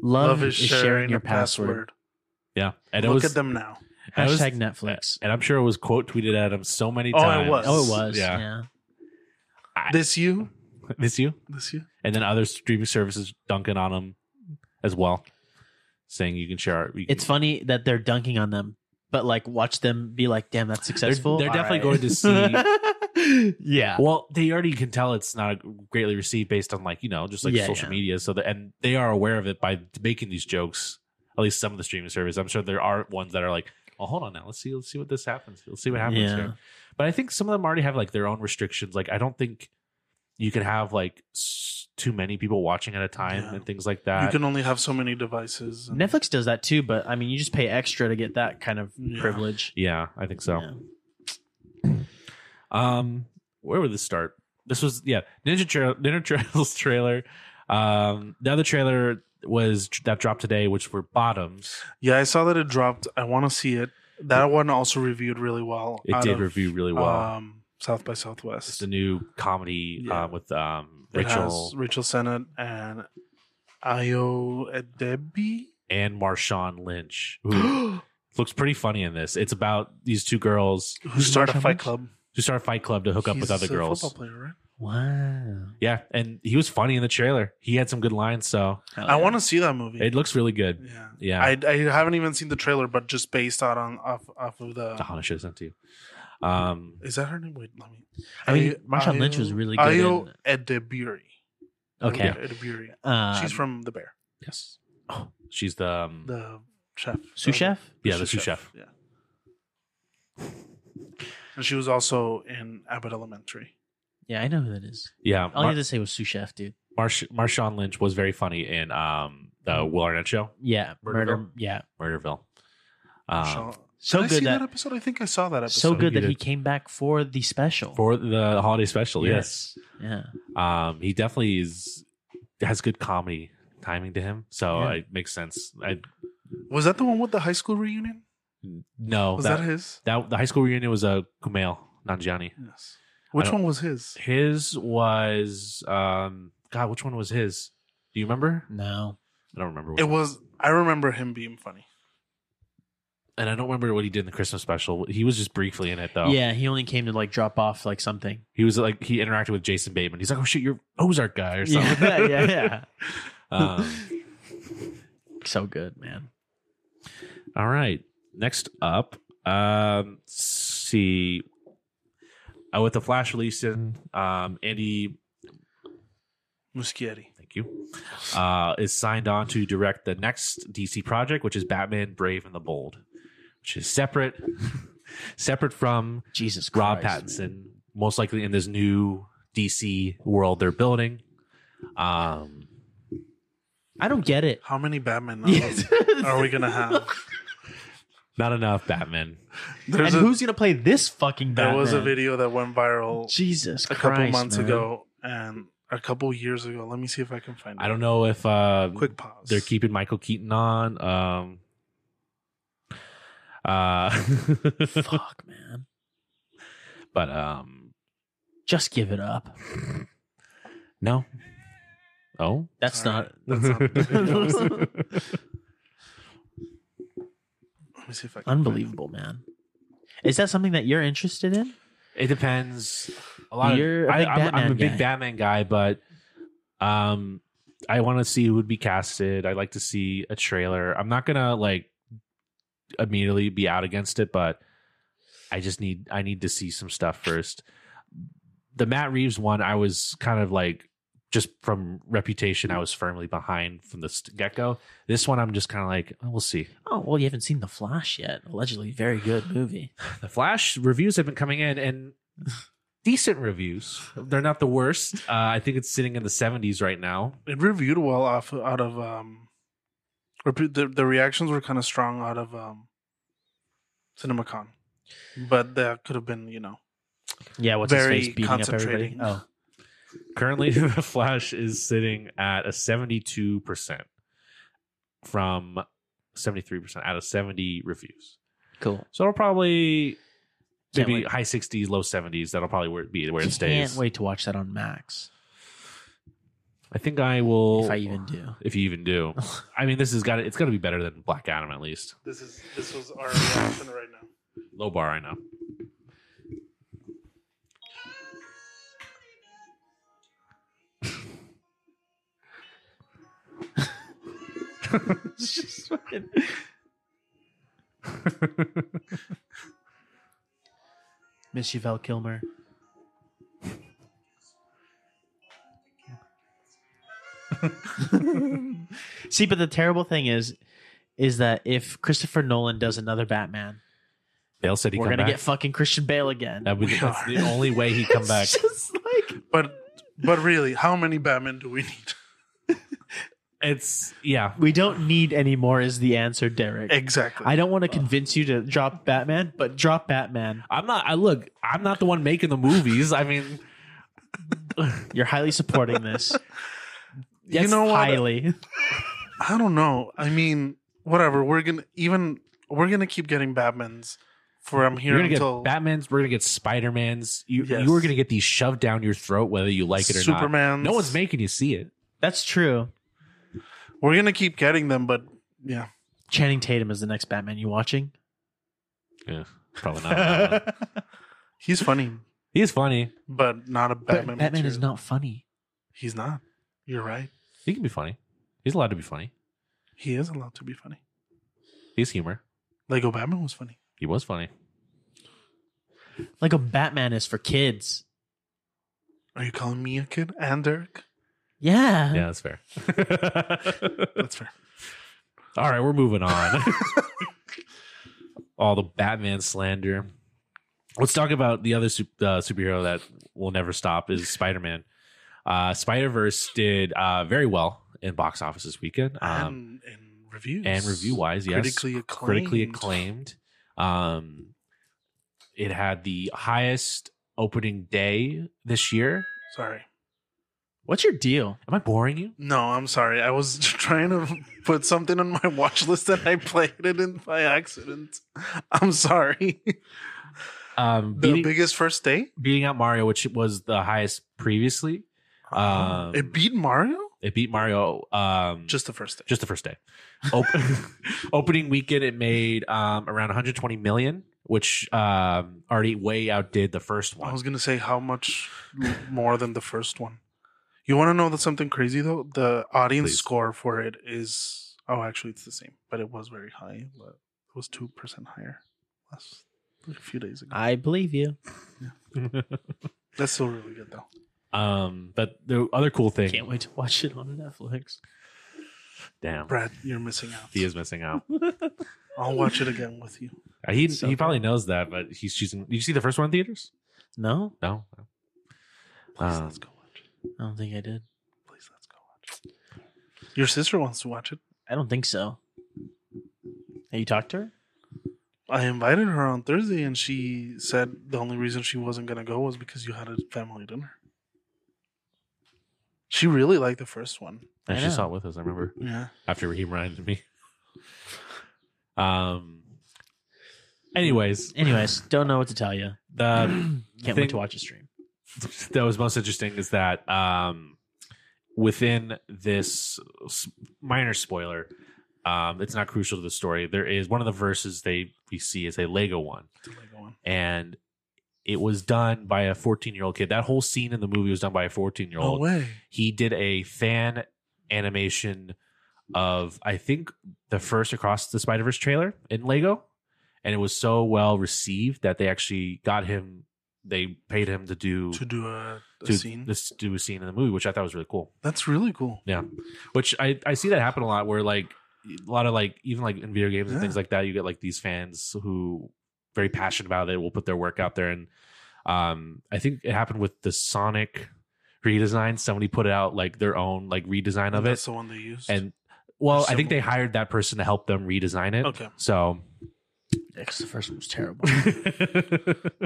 Speaker 4: "Love, is, sharing, your password."
Speaker 3: Yeah. And
Speaker 5: Look
Speaker 3: it was
Speaker 5: at them now.
Speaker 3: I was-
Speaker 4: Hashtag Netflix.
Speaker 3: and I'm sure it was quote tweeted at him so many
Speaker 5: Oh, it
Speaker 3: times.
Speaker 5: was.
Speaker 4: Oh, it was. Yeah.
Speaker 3: Yeah.
Speaker 5: This you,
Speaker 3: This Oh, you?
Speaker 5: this you.
Speaker 3: And then other streaming services dunking on him as well. Saying you can share our you can-
Speaker 4: It's funny that they're dunking on them, but like, watch them be like, "Damn, that's successful."
Speaker 3: they're
Speaker 4: All
Speaker 3: definitely going
Speaker 4: right.
Speaker 3: to see-
Speaker 4: yeah.
Speaker 3: Well, they already can tell it's not greatly received based on like you know just like
Speaker 4: Yeah,
Speaker 3: social
Speaker 4: yeah.
Speaker 3: media. So the, and they are aware of it by making these jokes. At least some of the streaming services. I'm sure there are ones that are like, oh, hold on now, let's see, let's see what this happens. Let's see what happens
Speaker 4: Yeah.
Speaker 3: here. But I think some of them already have like their own restrictions. Like I don't think you can have like s- too many people watching at a time
Speaker 5: Yeah.
Speaker 3: and things like that.
Speaker 5: you can only have so many devices. and-
Speaker 4: Netflix does that too, but I mean, you just pay extra to get that kind of
Speaker 5: Yeah.
Speaker 4: privilege.
Speaker 3: yeah, I think so.
Speaker 4: Yeah.
Speaker 3: Um, where would this start? This was yeah, Ninja Trail, Ninja Trails trailer. Um, the other trailer was that dropped today, which were bottoms.
Speaker 5: Yeah, I saw that it dropped. I want to see it. That one also reviewed really well.
Speaker 3: It
Speaker 5: out
Speaker 3: did
Speaker 5: of,
Speaker 3: review really well.
Speaker 5: Um, South by
Speaker 3: it's
Speaker 5: Southwest.
Speaker 3: the new comedy
Speaker 5: Yeah.
Speaker 3: um, with um,
Speaker 5: It has
Speaker 3: Rachel
Speaker 5: Rachel Sennett, and Ayo Adebi.
Speaker 3: and Marshawn Lynch, who looks pretty funny in this. It's about these two girls
Speaker 5: Who started a
Speaker 4: Marshawn
Speaker 5: fight
Speaker 4: Lynch?
Speaker 5: club?
Speaker 3: who start a fight club to hook up with
Speaker 5: He's
Speaker 3: other
Speaker 5: a
Speaker 3: girls.
Speaker 5: Football player, right?
Speaker 4: wow.
Speaker 3: Yeah, and he was funny in the trailer. He had some good lines, so
Speaker 5: I want to see that movie.
Speaker 3: Oh, it looks really good.
Speaker 5: yeah.
Speaker 3: Yeah,
Speaker 5: I, I haven't even seen the trailer, but just based out on off off of the
Speaker 4: Uh-huh.
Speaker 3: I should have sent to you. Um,
Speaker 5: is that her name? Wait, let me.
Speaker 4: I mean, Marshawn Lynch was really good
Speaker 5: Ayo Edebiri.
Speaker 4: Okay.
Speaker 5: Edebiri.
Speaker 4: Uh,
Speaker 5: She's from The Bear,
Speaker 3: yes, she's the, um,
Speaker 5: the chef,
Speaker 4: sous chef.
Speaker 3: yeah the sous chef.
Speaker 5: Yeah. And she was also in Abbott Elementary.
Speaker 4: Yeah, I know who that is.
Speaker 3: Yeah,
Speaker 5: Oh,
Speaker 4: All you
Speaker 3: Mar-
Speaker 4: had to say was sous chef, dude.
Speaker 3: Marsh- Marshawn Lynch was very funny in um, the
Speaker 5: Mm-hmm.
Speaker 3: Will Arnett show,
Speaker 4: Yeah,
Speaker 3: Murderville?
Speaker 4: murder. Yeah,
Speaker 3: Murderville. Um,
Speaker 5: Shaw-
Speaker 4: so
Speaker 5: Did I
Speaker 4: good
Speaker 5: see
Speaker 4: that-
Speaker 5: that, episode. I think I saw that episode.
Speaker 4: so good
Speaker 3: he
Speaker 4: that he
Speaker 3: did.
Speaker 4: came back for the special.
Speaker 3: for the holiday special. Yes,
Speaker 4: Yeah.
Speaker 3: um, he definitely is has good comedy timing to him, so
Speaker 4: Yeah.
Speaker 3: it makes sense. I
Speaker 5: Was that the one with the high school reunion?
Speaker 3: no
Speaker 5: Was
Speaker 3: that,
Speaker 5: that, his?
Speaker 3: that- the high school reunion was a uh, Kumail Nanjiani.
Speaker 5: Yes. Which
Speaker 3: don't-
Speaker 5: one was his?
Speaker 3: His was um, God, which one was his? Do you remember?
Speaker 4: No.
Speaker 3: I don't remember. Which
Speaker 5: It was. I remember him being funny.
Speaker 3: and I don't remember what he did in the Christmas special. He was just briefly in it though.
Speaker 4: Yeah, he only came to like drop off like something.
Speaker 3: He was like he interacted with Jason Bateman. He's like, oh shit, you're Ozark guy or something.
Speaker 4: Yeah, yeah, yeah.
Speaker 3: um,
Speaker 4: So good, man.
Speaker 3: all right. Next up, um, let's see, uh, with the Flash release in um, Andy,
Speaker 5: Muschietti.
Speaker 3: thank you, uh, is signed on to direct the next DC project, which is Batman: Brave and the Bold, which is separate, separate from
Speaker 4: Jesus
Speaker 3: Rob
Speaker 4: Christ.
Speaker 3: Pattinson, most likely in this new DC world they're building. Um,
Speaker 4: I don't get it.
Speaker 5: How many Batman novels
Speaker 4: and
Speaker 5: are we gonna have?
Speaker 3: not enough Batman.
Speaker 5: There's a,
Speaker 4: who's gonna play this fucking
Speaker 5: there
Speaker 4: Batman?
Speaker 5: was a video that went viral
Speaker 4: Jesus
Speaker 5: a couple
Speaker 4: Christ,
Speaker 5: months
Speaker 4: man.
Speaker 5: ago and a couple years ago. Let me see if I can find it.
Speaker 3: I don't know if uh,
Speaker 5: Quick pause.
Speaker 3: they're keeping Michael Keaton on. Um, uh,
Speaker 4: Fuck, man.
Speaker 3: but um,
Speaker 4: Just give it up.
Speaker 3: no. Oh,
Speaker 4: That's
Speaker 5: All
Speaker 4: not.
Speaker 5: right. That's not the video. Let me see if I can find it.
Speaker 4: Unbelievable, man. Is that something that you're interested in?
Speaker 3: It depends. A lot.
Speaker 4: You're
Speaker 3: of,
Speaker 4: a
Speaker 3: I,
Speaker 4: big
Speaker 3: I'm, I'm a
Speaker 4: Batman
Speaker 3: big
Speaker 4: guy.
Speaker 3: Batman guy, but um, I want to see who would be casted. I like to see a trailer. I'm not gonna like immediately be out against it, but I just need I need to see some stuff first. the Matt Reeves one, I was kind of like just from reputation, I was firmly behind from the get go. This one, I'm just kind of like, oh, we'll see.
Speaker 4: Oh well, you haven't seen The Flash yet. Allegedly, very good movie.
Speaker 3: The Flash reviews have been coming in and decent reviews. They're not the worst. Uh, I think it's sitting in the 70s right now.
Speaker 5: It reviewed well off out of um, repu- the the reactions were kind of strong out of um, CinemaCon, but that could have been you know
Speaker 4: Yeah, what's
Speaker 5: Very
Speaker 4: his face beating up everybody?
Speaker 5: concentrating.
Speaker 4: Oh,
Speaker 3: Currently, The Flash is sitting at a 72% from 73% out of 70 reviews.
Speaker 4: cool.
Speaker 3: So it'll probably
Speaker 4: Can't
Speaker 3: maybe
Speaker 4: wait.
Speaker 3: high 60s, low 70s. That'll probably where- be where it
Speaker 4: Can't
Speaker 3: stays.
Speaker 4: wait to watch that on Max.
Speaker 3: I think I will.
Speaker 4: If I even do.
Speaker 3: If you even do. I mean, this has got to, it's got to be better than Black Adam at least.
Speaker 5: This is this was our reaction right now.
Speaker 3: Low bar, I know.
Speaker 4: Miss you, Val Kilmer. See, but the terrible thing is, is that if Christopher Nolan does another Batman,
Speaker 3: Bale said he
Speaker 4: we're
Speaker 3: come
Speaker 4: gonna
Speaker 3: back.
Speaker 4: get fucking Christian Bale again.
Speaker 3: That would-
Speaker 5: We
Speaker 3: that's
Speaker 5: are.
Speaker 3: the only way he come back.
Speaker 4: It's just like
Speaker 5: But but really, how many Batman do we need?
Speaker 3: It's yeah.
Speaker 4: we don't need any more. Is the answer, Derek?
Speaker 5: Exactly.
Speaker 4: I don't want to convince you to drop Batman, but drop Batman.
Speaker 3: I'm not. I look. I'm not the one making the movies. I mean,
Speaker 4: You're highly supporting this. Yes,
Speaker 5: you know what?
Speaker 4: Highly.
Speaker 5: I don't know. I mean, whatever. We're gonna even we're gonna keep getting Batmans from here
Speaker 3: you're gonna
Speaker 5: until
Speaker 3: get Batman's. We're gonna get Spider Man's. You
Speaker 5: Yes.
Speaker 3: you are gonna get these shoved down your throat, whether you like it or not.
Speaker 5: Superman's.
Speaker 3: No one's making you see it.
Speaker 4: That's true.
Speaker 5: we're gonna keep getting them. But yeah,
Speaker 4: Channing Tatum is the next Batman. You watching?
Speaker 3: Yeah, probably not.
Speaker 5: he's funny,
Speaker 3: He's funny.
Speaker 5: but not a Batman.
Speaker 4: Batman, Batman
Speaker 5: material.
Speaker 4: is not funny.
Speaker 5: He's not. You're right.
Speaker 3: He can be funny. He's allowed to be funny.
Speaker 5: He is allowed to be funny.
Speaker 3: He's humor.
Speaker 5: Lego Batman was funny.
Speaker 3: He was funny.
Speaker 4: Like a Batman is for kids.
Speaker 5: Are you calling me a kid and Derek?
Speaker 4: Yeah.
Speaker 3: Yeah, that's fair.
Speaker 5: That's fair.
Speaker 3: All right, we're moving on. All the Batman slander. Let's talk about the other su- uh, superhero that will never stop is Spider Man. Uh, Spider Verse did uh, very well in box office this weekend, um,
Speaker 5: and, and reviews
Speaker 3: and review wise, yes,
Speaker 5: critically acclaimed.
Speaker 3: critically acclaimed. Um, it had the highest opening day this year.
Speaker 5: Sorry.
Speaker 4: What's your deal?
Speaker 3: Am I boring you?
Speaker 5: No, I'm sorry. I was trying to put something on my watch list and I played it in by accident. I'm sorry.
Speaker 3: Um,
Speaker 5: the
Speaker 3: beating,
Speaker 5: biggest first day?
Speaker 3: beating out Mario, which was the highest previously. Um,
Speaker 5: it beat Mario?
Speaker 3: It beat Mario. Um,
Speaker 5: Just the first day.
Speaker 3: just the first day. Op- opening weekend, it made um, around 120 million, which um, already way outdid the first
Speaker 5: I
Speaker 3: one.
Speaker 5: was going to say how much l- more than the first one. You want to know that something crazy though? The audience
Speaker 3: Please.
Speaker 5: score for it is oh, actually it's the same, but it was very high. It was 2% higher last like a few days ago.
Speaker 4: I believe you.
Speaker 5: That's still really good though.
Speaker 3: um, but the other cool thing,
Speaker 4: Can't wait to watch it on Netflix.
Speaker 3: damn,
Speaker 5: Brad, you're missing out.
Speaker 3: he is missing out.
Speaker 5: I'll watch it again with you.
Speaker 3: Uh, he
Speaker 4: So
Speaker 3: he probably knows that, but he's choosing. Did you see the first one in theaters?
Speaker 4: No,
Speaker 3: No.
Speaker 5: Please,
Speaker 3: Um,
Speaker 5: let's go watch it.
Speaker 4: I don't think I did.
Speaker 5: Please, let's go watch it. Your sister wants to watch it.
Speaker 4: I don't think so. Have you talked to her?
Speaker 5: I invited her on Thursday, and she said the only reason she wasn't gonna go was because you had a family dinner. She really liked the first one.
Speaker 3: And
Speaker 4: I
Speaker 3: she
Speaker 4: know.
Speaker 3: saw it with us. I remember
Speaker 5: Yeah,
Speaker 3: after he reminded me. Um. Anyways,
Speaker 4: Anyways, don't know what to tell you.
Speaker 5: Uh,
Speaker 3: the
Speaker 4: Can't
Speaker 3: thing-
Speaker 4: wait to watch a stream.
Speaker 3: that was most interesting is that um, within this s- minor spoiler, um, it's not crucial to the story. There is one of the verses they we see is a Lego one,
Speaker 5: it's a Lego one.
Speaker 3: and it was done by a 14 year old kid. That whole scene in the movie was done by a 14 year
Speaker 5: No
Speaker 3: old.
Speaker 5: way.
Speaker 3: He did a fan animation of I think the first Across the Spider Verse trailer in Lego, and it was so well received that they actually got him they paid him to do
Speaker 5: to do a, a
Speaker 3: to
Speaker 5: scene.
Speaker 3: this do a scene in the movie, which I thought was really cool.
Speaker 5: That's really cool.
Speaker 3: Which I I see that happen a lot, where like a lot of like even like in video games and things like that, you get like these fans who very passionate about it will put their work out there, and um I think it happened with the Sonic redesign. Somebody put out like their own like redesign of
Speaker 5: And That's
Speaker 3: it,
Speaker 5: the one they used.
Speaker 3: and well, I think they
Speaker 5: Similar.
Speaker 3: hired that person to help them redesign it.
Speaker 5: okay,
Speaker 3: So
Speaker 4: Because the first one was terrible.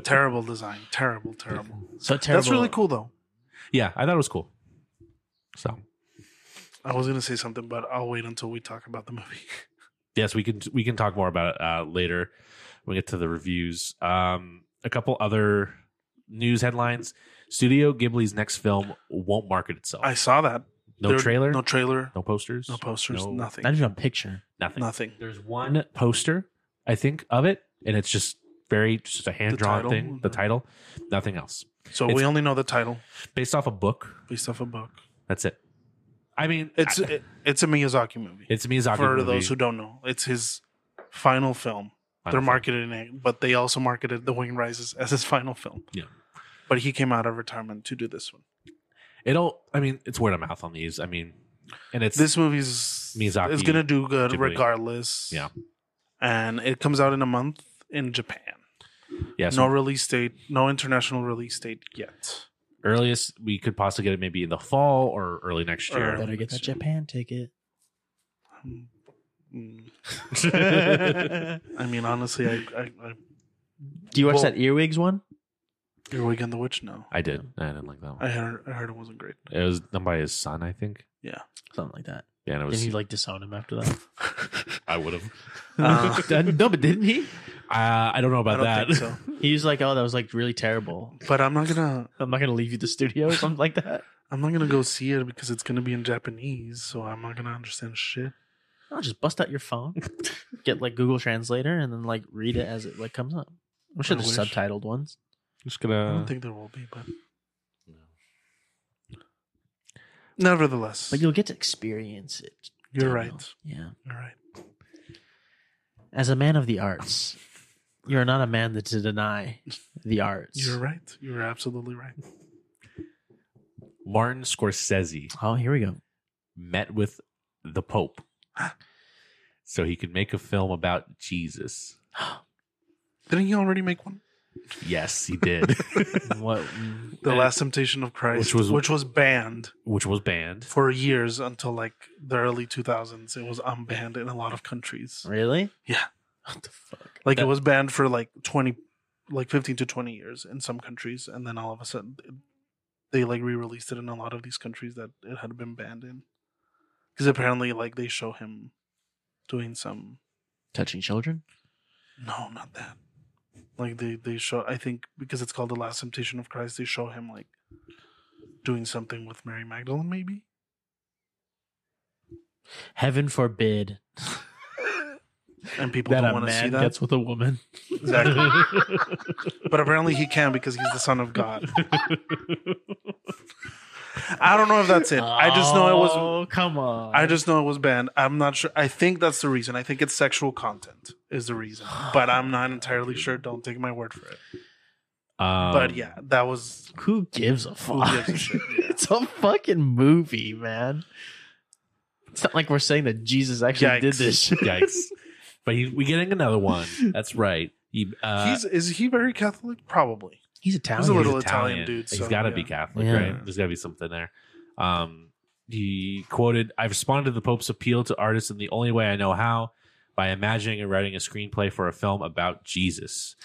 Speaker 5: terrible design. Terrible, terrible.
Speaker 4: So terrible.
Speaker 5: That's really cool though.
Speaker 3: yeah, I thought it was cool. So
Speaker 5: I was gonna say something, but I'll wait until we talk about the movie.
Speaker 3: yes, we can we can talk more about it uh, later when we get to the reviews. Um, a couple other news headlines: Studio Ghibli's next film won't market itself.
Speaker 5: I saw that.
Speaker 3: no
Speaker 5: There-
Speaker 3: trailer,
Speaker 5: No
Speaker 3: no,
Speaker 5: trailer.
Speaker 3: posters,
Speaker 5: No posters.
Speaker 3: no-
Speaker 5: nothing.
Speaker 4: Not even a picture.
Speaker 3: nothing.
Speaker 5: Nothing.
Speaker 3: There's one poster, I think, of it, and it's just very just a hand drawn
Speaker 5: title?
Speaker 3: thing. The title, nothing else,
Speaker 5: So
Speaker 3: It's-
Speaker 5: we only know the title
Speaker 3: based off a book.
Speaker 5: based off a book.
Speaker 3: That's it. I mean,
Speaker 5: It's
Speaker 3: I-
Speaker 5: it, it's a Miyazaki movie.
Speaker 3: it's a Miyazaki
Speaker 5: For
Speaker 3: movie.
Speaker 5: those who don't know, it's his final film.
Speaker 3: Final
Speaker 5: They're
Speaker 3: film.
Speaker 5: marketing it, but they also marketed The Wing Rises as his final film.
Speaker 3: Yeah.
Speaker 5: But he came out of retirement to do this one.
Speaker 3: It'll. I mean, it's word of mouth on these. I mean, and it's
Speaker 5: This movie's
Speaker 3: Miyazaki,
Speaker 5: is gonna do good
Speaker 3: Ghibli.
Speaker 5: regardless.
Speaker 3: Yeah.
Speaker 5: And it comes out in a month in Japan.
Speaker 3: yeah, so
Speaker 5: No release date, no international release date yet.
Speaker 3: earliest we could possibly get it maybe in the fall or early next year.
Speaker 5: Or-
Speaker 4: Better get that Japan ticket.
Speaker 5: Mm.
Speaker 4: Do
Speaker 5: I mean, honestly, I, I, I
Speaker 4: you watch
Speaker 5: Well-
Speaker 4: that earwigs one?
Speaker 5: Your Weekend the Witch. No,
Speaker 3: I did. I didn't like that
Speaker 5: I
Speaker 3: one.
Speaker 5: heard I heard it wasn't great.
Speaker 3: It was done by his son, I think.
Speaker 4: Something like that.
Speaker 3: Yeah, and it
Speaker 4: Didn't
Speaker 3: was.
Speaker 4: he like disown him after that?
Speaker 3: I would have.
Speaker 5: Uh,
Speaker 4: no, but didn't he?
Speaker 3: Uh, I don't know
Speaker 5: I
Speaker 3: about
Speaker 5: don't
Speaker 3: that.
Speaker 5: think so.
Speaker 4: He was like, "Oh, that was like really terrible.
Speaker 5: But I'm not gonna
Speaker 4: I'm not gonna leave you the studio or something like that."
Speaker 5: I'm not gonna go see it because it's gonna be in Japanese, so I'm not gonna understand shit.
Speaker 4: I'll just bust out your phone, get like Google Translator, and then like read it as it like comes up. I'm sure
Speaker 5: I
Speaker 4: there's
Speaker 5: wish.
Speaker 4: subtitled ones.
Speaker 3: Just
Speaker 5: I
Speaker 3: gonna.
Speaker 5: don't think there will be, but nevertheless,
Speaker 4: But you'll get to experience it.
Speaker 5: you're
Speaker 4: Daniel.
Speaker 5: right.
Speaker 4: Yeah.
Speaker 5: You're right.
Speaker 4: As a man of the arts, you're not a man that to deny the arts.
Speaker 5: You're right. You're absolutely right.
Speaker 3: Martin Scorsese
Speaker 4: Oh, here we go.
Speaker 3: met with the Pope, so he could make a film about Jesus.
Speaker 5: Didn't he already make one?
Speaker 3: Yes, he did,
Speaker 4: what?
Speaker 5: The
Speaker 3: And-
Speaker 5: Last Temptation of Christ,
Speaker 3: Which was-
Speaker 5: which was banned
Speaker 3: which was banned.
Speaker 5: for years until like the early 2000s. It was unbanned in a lot of countries.
Speaker 4: Really?
Speaker 5: Yeah.
Speaker 4: What the fuck?
Speaker 5: Like
Speaker 3: That-
Speaker 5: it was banned for like 20 like 15 to 20 years in some countries and then all of a sudden they like re-released it in a lot of these countries that it had been banned in. Cuz apparently like they show him doing some
Speaker 4: Touching children?
Speaker 5: no, not that. Like they they show I think because it's called The Last Temptation of Christ they show him like doing something with Mary Magdalene maybe.
Speaker 4: Heaven forbid
Speaker 5: And people don't want to see that.
Speaker 4: with a woman.
Speaker 5: Exactly. but apparently he can because he's the son of God. I don't know if that's it. I just know it was.
Speaker 4: Oh, come on.
Speaker 5: I just know it was banned. I'm not sure. I think that's the reason. I think it's sexual content is the reason, but I'm not entirely sure. Don't take my word for it.
Speaker 3: Um,
Speaker 5: But yeah, that was.
Speaker 4: Who gives a
Speaker 5: Who
Speaker 4: fuck?
Speaker 5: gives a shit? Yeah.
Speaker 4: it's a fucking movie, man. It's not like we're saying that Jesus actually did
Speaker 5: Yikes.
Speaker 4: this. shit.
Speaker 3: yikes! But he, we're getting another one. That's right. He, uh,
Speaker 5: He's is he very Catholic? Probably.
Speaker 4: He's
Speaker 5: He's a
Speaker 4: Italian.
Speaker 5: little- Italian dude,
Speaker 3: Oh, He's
Speaker 5: so,
Speaker 3: got to
Speaker 5: yeah.
Speaker 3: be Catholic,
Speaker 4: Yeah.
Speaker 3: right? There's got to be something there. Um, he quoted, "I've responded to the Pope's appeal to artists in the only way I know how by imagining and writing a screenplay for a film about Jesus."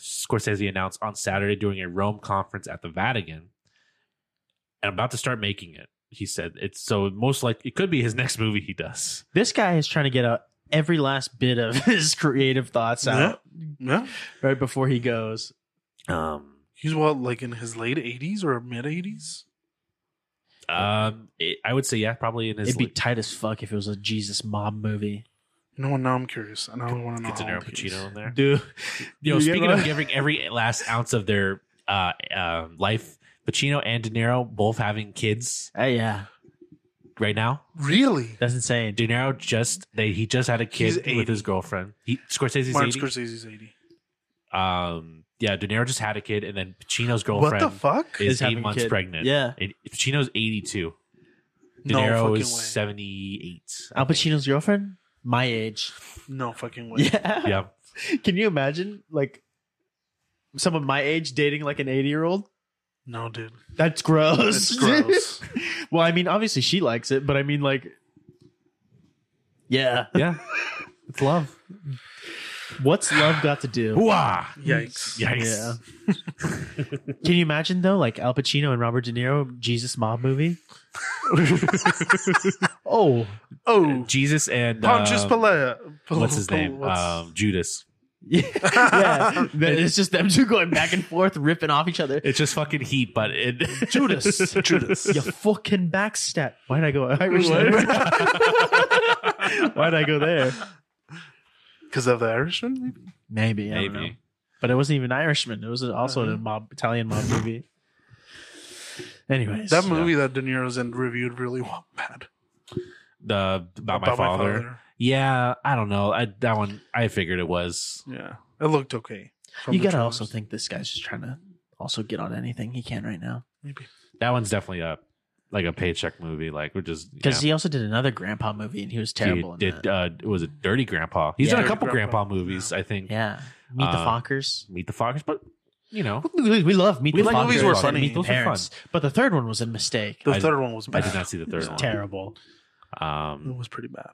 Speaker 3: Scorsese announced on Saturday during a Rome conference at the Vatican, and I'm about to start making it. He said, "It's so most like it could be his next movie he does."
Speaker 4: This guy is trying to get out every last bit of his creative thoughts out
Speaker 5: Yeah,
Speaker 4: right before he goes.
Speaker 3: Um,
Speaker 5: he's what like in his late 80s or mid 80s.
Speaker 3: um, it- I would say yeah, probably in his
Speaker 4: It'd be
Speaker 3: like,
Speaker 4: tight as fuck if it was a Jesus mob movie.
Speaker 5: You know what? Now I'm curious. And I want to know.
Speaker 3: gets an
Speaker 5: how
Speaker 3: Al
Speaker 5: old he is.
Speaker 3: Pacino in there.
Speaker 4: Dude.
Speaker 3: Yo,
Speaker 4: You get
Speaker 3: speaking
Speaker 4: what-
Speaker 3: of giving every last ounce of their uh, um life, Pacino and De Niro both having kids
Speaker 4: Uh, yeah.
Speaker 3: right now.
Speaker 5: Really?
Speaker 4: That's insane.
Speaker 3: De Niro just they he just had a
Speaker 5: He's
Speaker 3: kid
Speaker 5: 80.
Speaker 3: with his girlfrise's girlfriend. He Scorsese's
Speaker 5: Martin
Speaker 3: 80.
Speaker 5: Scorsese's 80.
Speaker 3: um yeah, De Niro just had a kid, and then Pacino's
Speaker 5: What
Speaker 3: girlfriend
Speaker 5: the fuck?
Speaker 3: is
Speaker 4: Is having
Speaker 3: eight
Speaker 4: a
Speaker 3: months
Speaker 4: kid.
Speaker 3: pregnant.
Speaker 4: Yeah.
Speaker 3: It, Pacino's 82. De
Speaker 5: No
Speaker 3: Niro
Speaker 5: fucking
Speaker 3: is
Speaker 5: way.
Speaker 3: 78. I
Speaker 4: Al
Speaker 3: think.
Speaker 4: Pacino's girlfriend, my age.
Speaker 5: No fucking way.
Speaker 4: Yeah.
Speaker 3: Yeah.
Speaker 4: Can you imagine like someone my age dating like an 80 year old?
Speaker 5: No, dude.
Speaker 4: That's gross.
Speaker 5: It's gross.
Speaker 4: well, I mean, obviously she likes it, but I mean, like, yeah.
Speaker 3: Yeah. it's love.
Speaker 4: What's love got to do?
Speaker 3: Wah!
Speaker 5: Yikes.
Speaker 3: Yikes.
Speaker 4: Can you imagine though, like Al Pacino and Robert De Niro, Jesus Mob movie? oh,
Speaker 5: Oh,
Speaker 3: Uh, Jesus and
Speaker 5: Pontius
Speaker 3: um,
Speaker 5: Pilate. Oh,
Speaker 3: What's his name?
Speaker 5: What's-
Speaker 3: Um, Judas.
Speaker 4: yeah. yeah. Then it's just them two going back and forth, ripping off each other.
Speaker 3: It's just fucking heat, but it
Speaker 4: Judas,
Speaker 5: Judas.
Speaker 4: you fucking backstep. Why'd I go Irish? there? Why'd I go there?
Speaker 5: Because of the Irishman? Maybe?
Speaker 4: Maybe, I don't know.
Speaker 3: Maybe.
Speaker 4: but it wasn't even Irishman. It was also a mob Italian mob movie. Anyways,
Speaker 5: That movie that De Niro's in reviewed really well, bad.
Speaker 3: The about, my, father. Yeah, I don't know. I that one I figured it was.
Speaker 5: Yeah. It looked okay. from
Speaker 4: you
Speaker 5: the
Speaker 4: gotta
Speaker 5: trailers.
Speaker 4: also think this guy's just trying to also get on anything he can right now.
Speaker 5: Maybe.
Speaker 3: That one's definitely a like a paycheck movie. Like we're just
Speaker 4: Because he also did another grandpa movie and he was
Speaker 3: yeah.
Speaker 4: terrible.
Speaker 3: He
Speaker 4: in
Speaker 3: did
Speaker 4: that.
Speaker 3: uh was it Dirty Grandpa. He's
Speaker 4: Yeah.
Speaker 3: done a
Speaker 5: Dirty
Speaker 3: couple grandpa,
Speaker 5: Grandpa.
Speaker 3: movies, I think.
Speaker 4: Yeah, Meet the
Speaker 3: Uh,
Speaker 4: Fockers.
Speaker 3: Meet the Fox, but you know,
Speaker 4: We, we love Meet
Speaker 3: We
Speaker 4: the
Speaker 3: like
Speaker 4: Fockers.
Speaker 5: movies were
Speaker 4: and
Speaker 5: funny.
Speaker 4: Meet the
Speaker 3: Those were
Speaker 4: Parents. But the third one was a mistake.
Speaker 5: The
Speaker 3: I-
Speaker 5: third one was
Speaker 3: I
Speaker 5: bad.
Speaker 3: did not see the
Speaker 4: It
Speaker 3: third
Speaker 4: was
Speaker 3: one.
Speaker 4: terrible.
Speaker 5: It
Speaker 3: Um
Speaker 5: was pretty bad.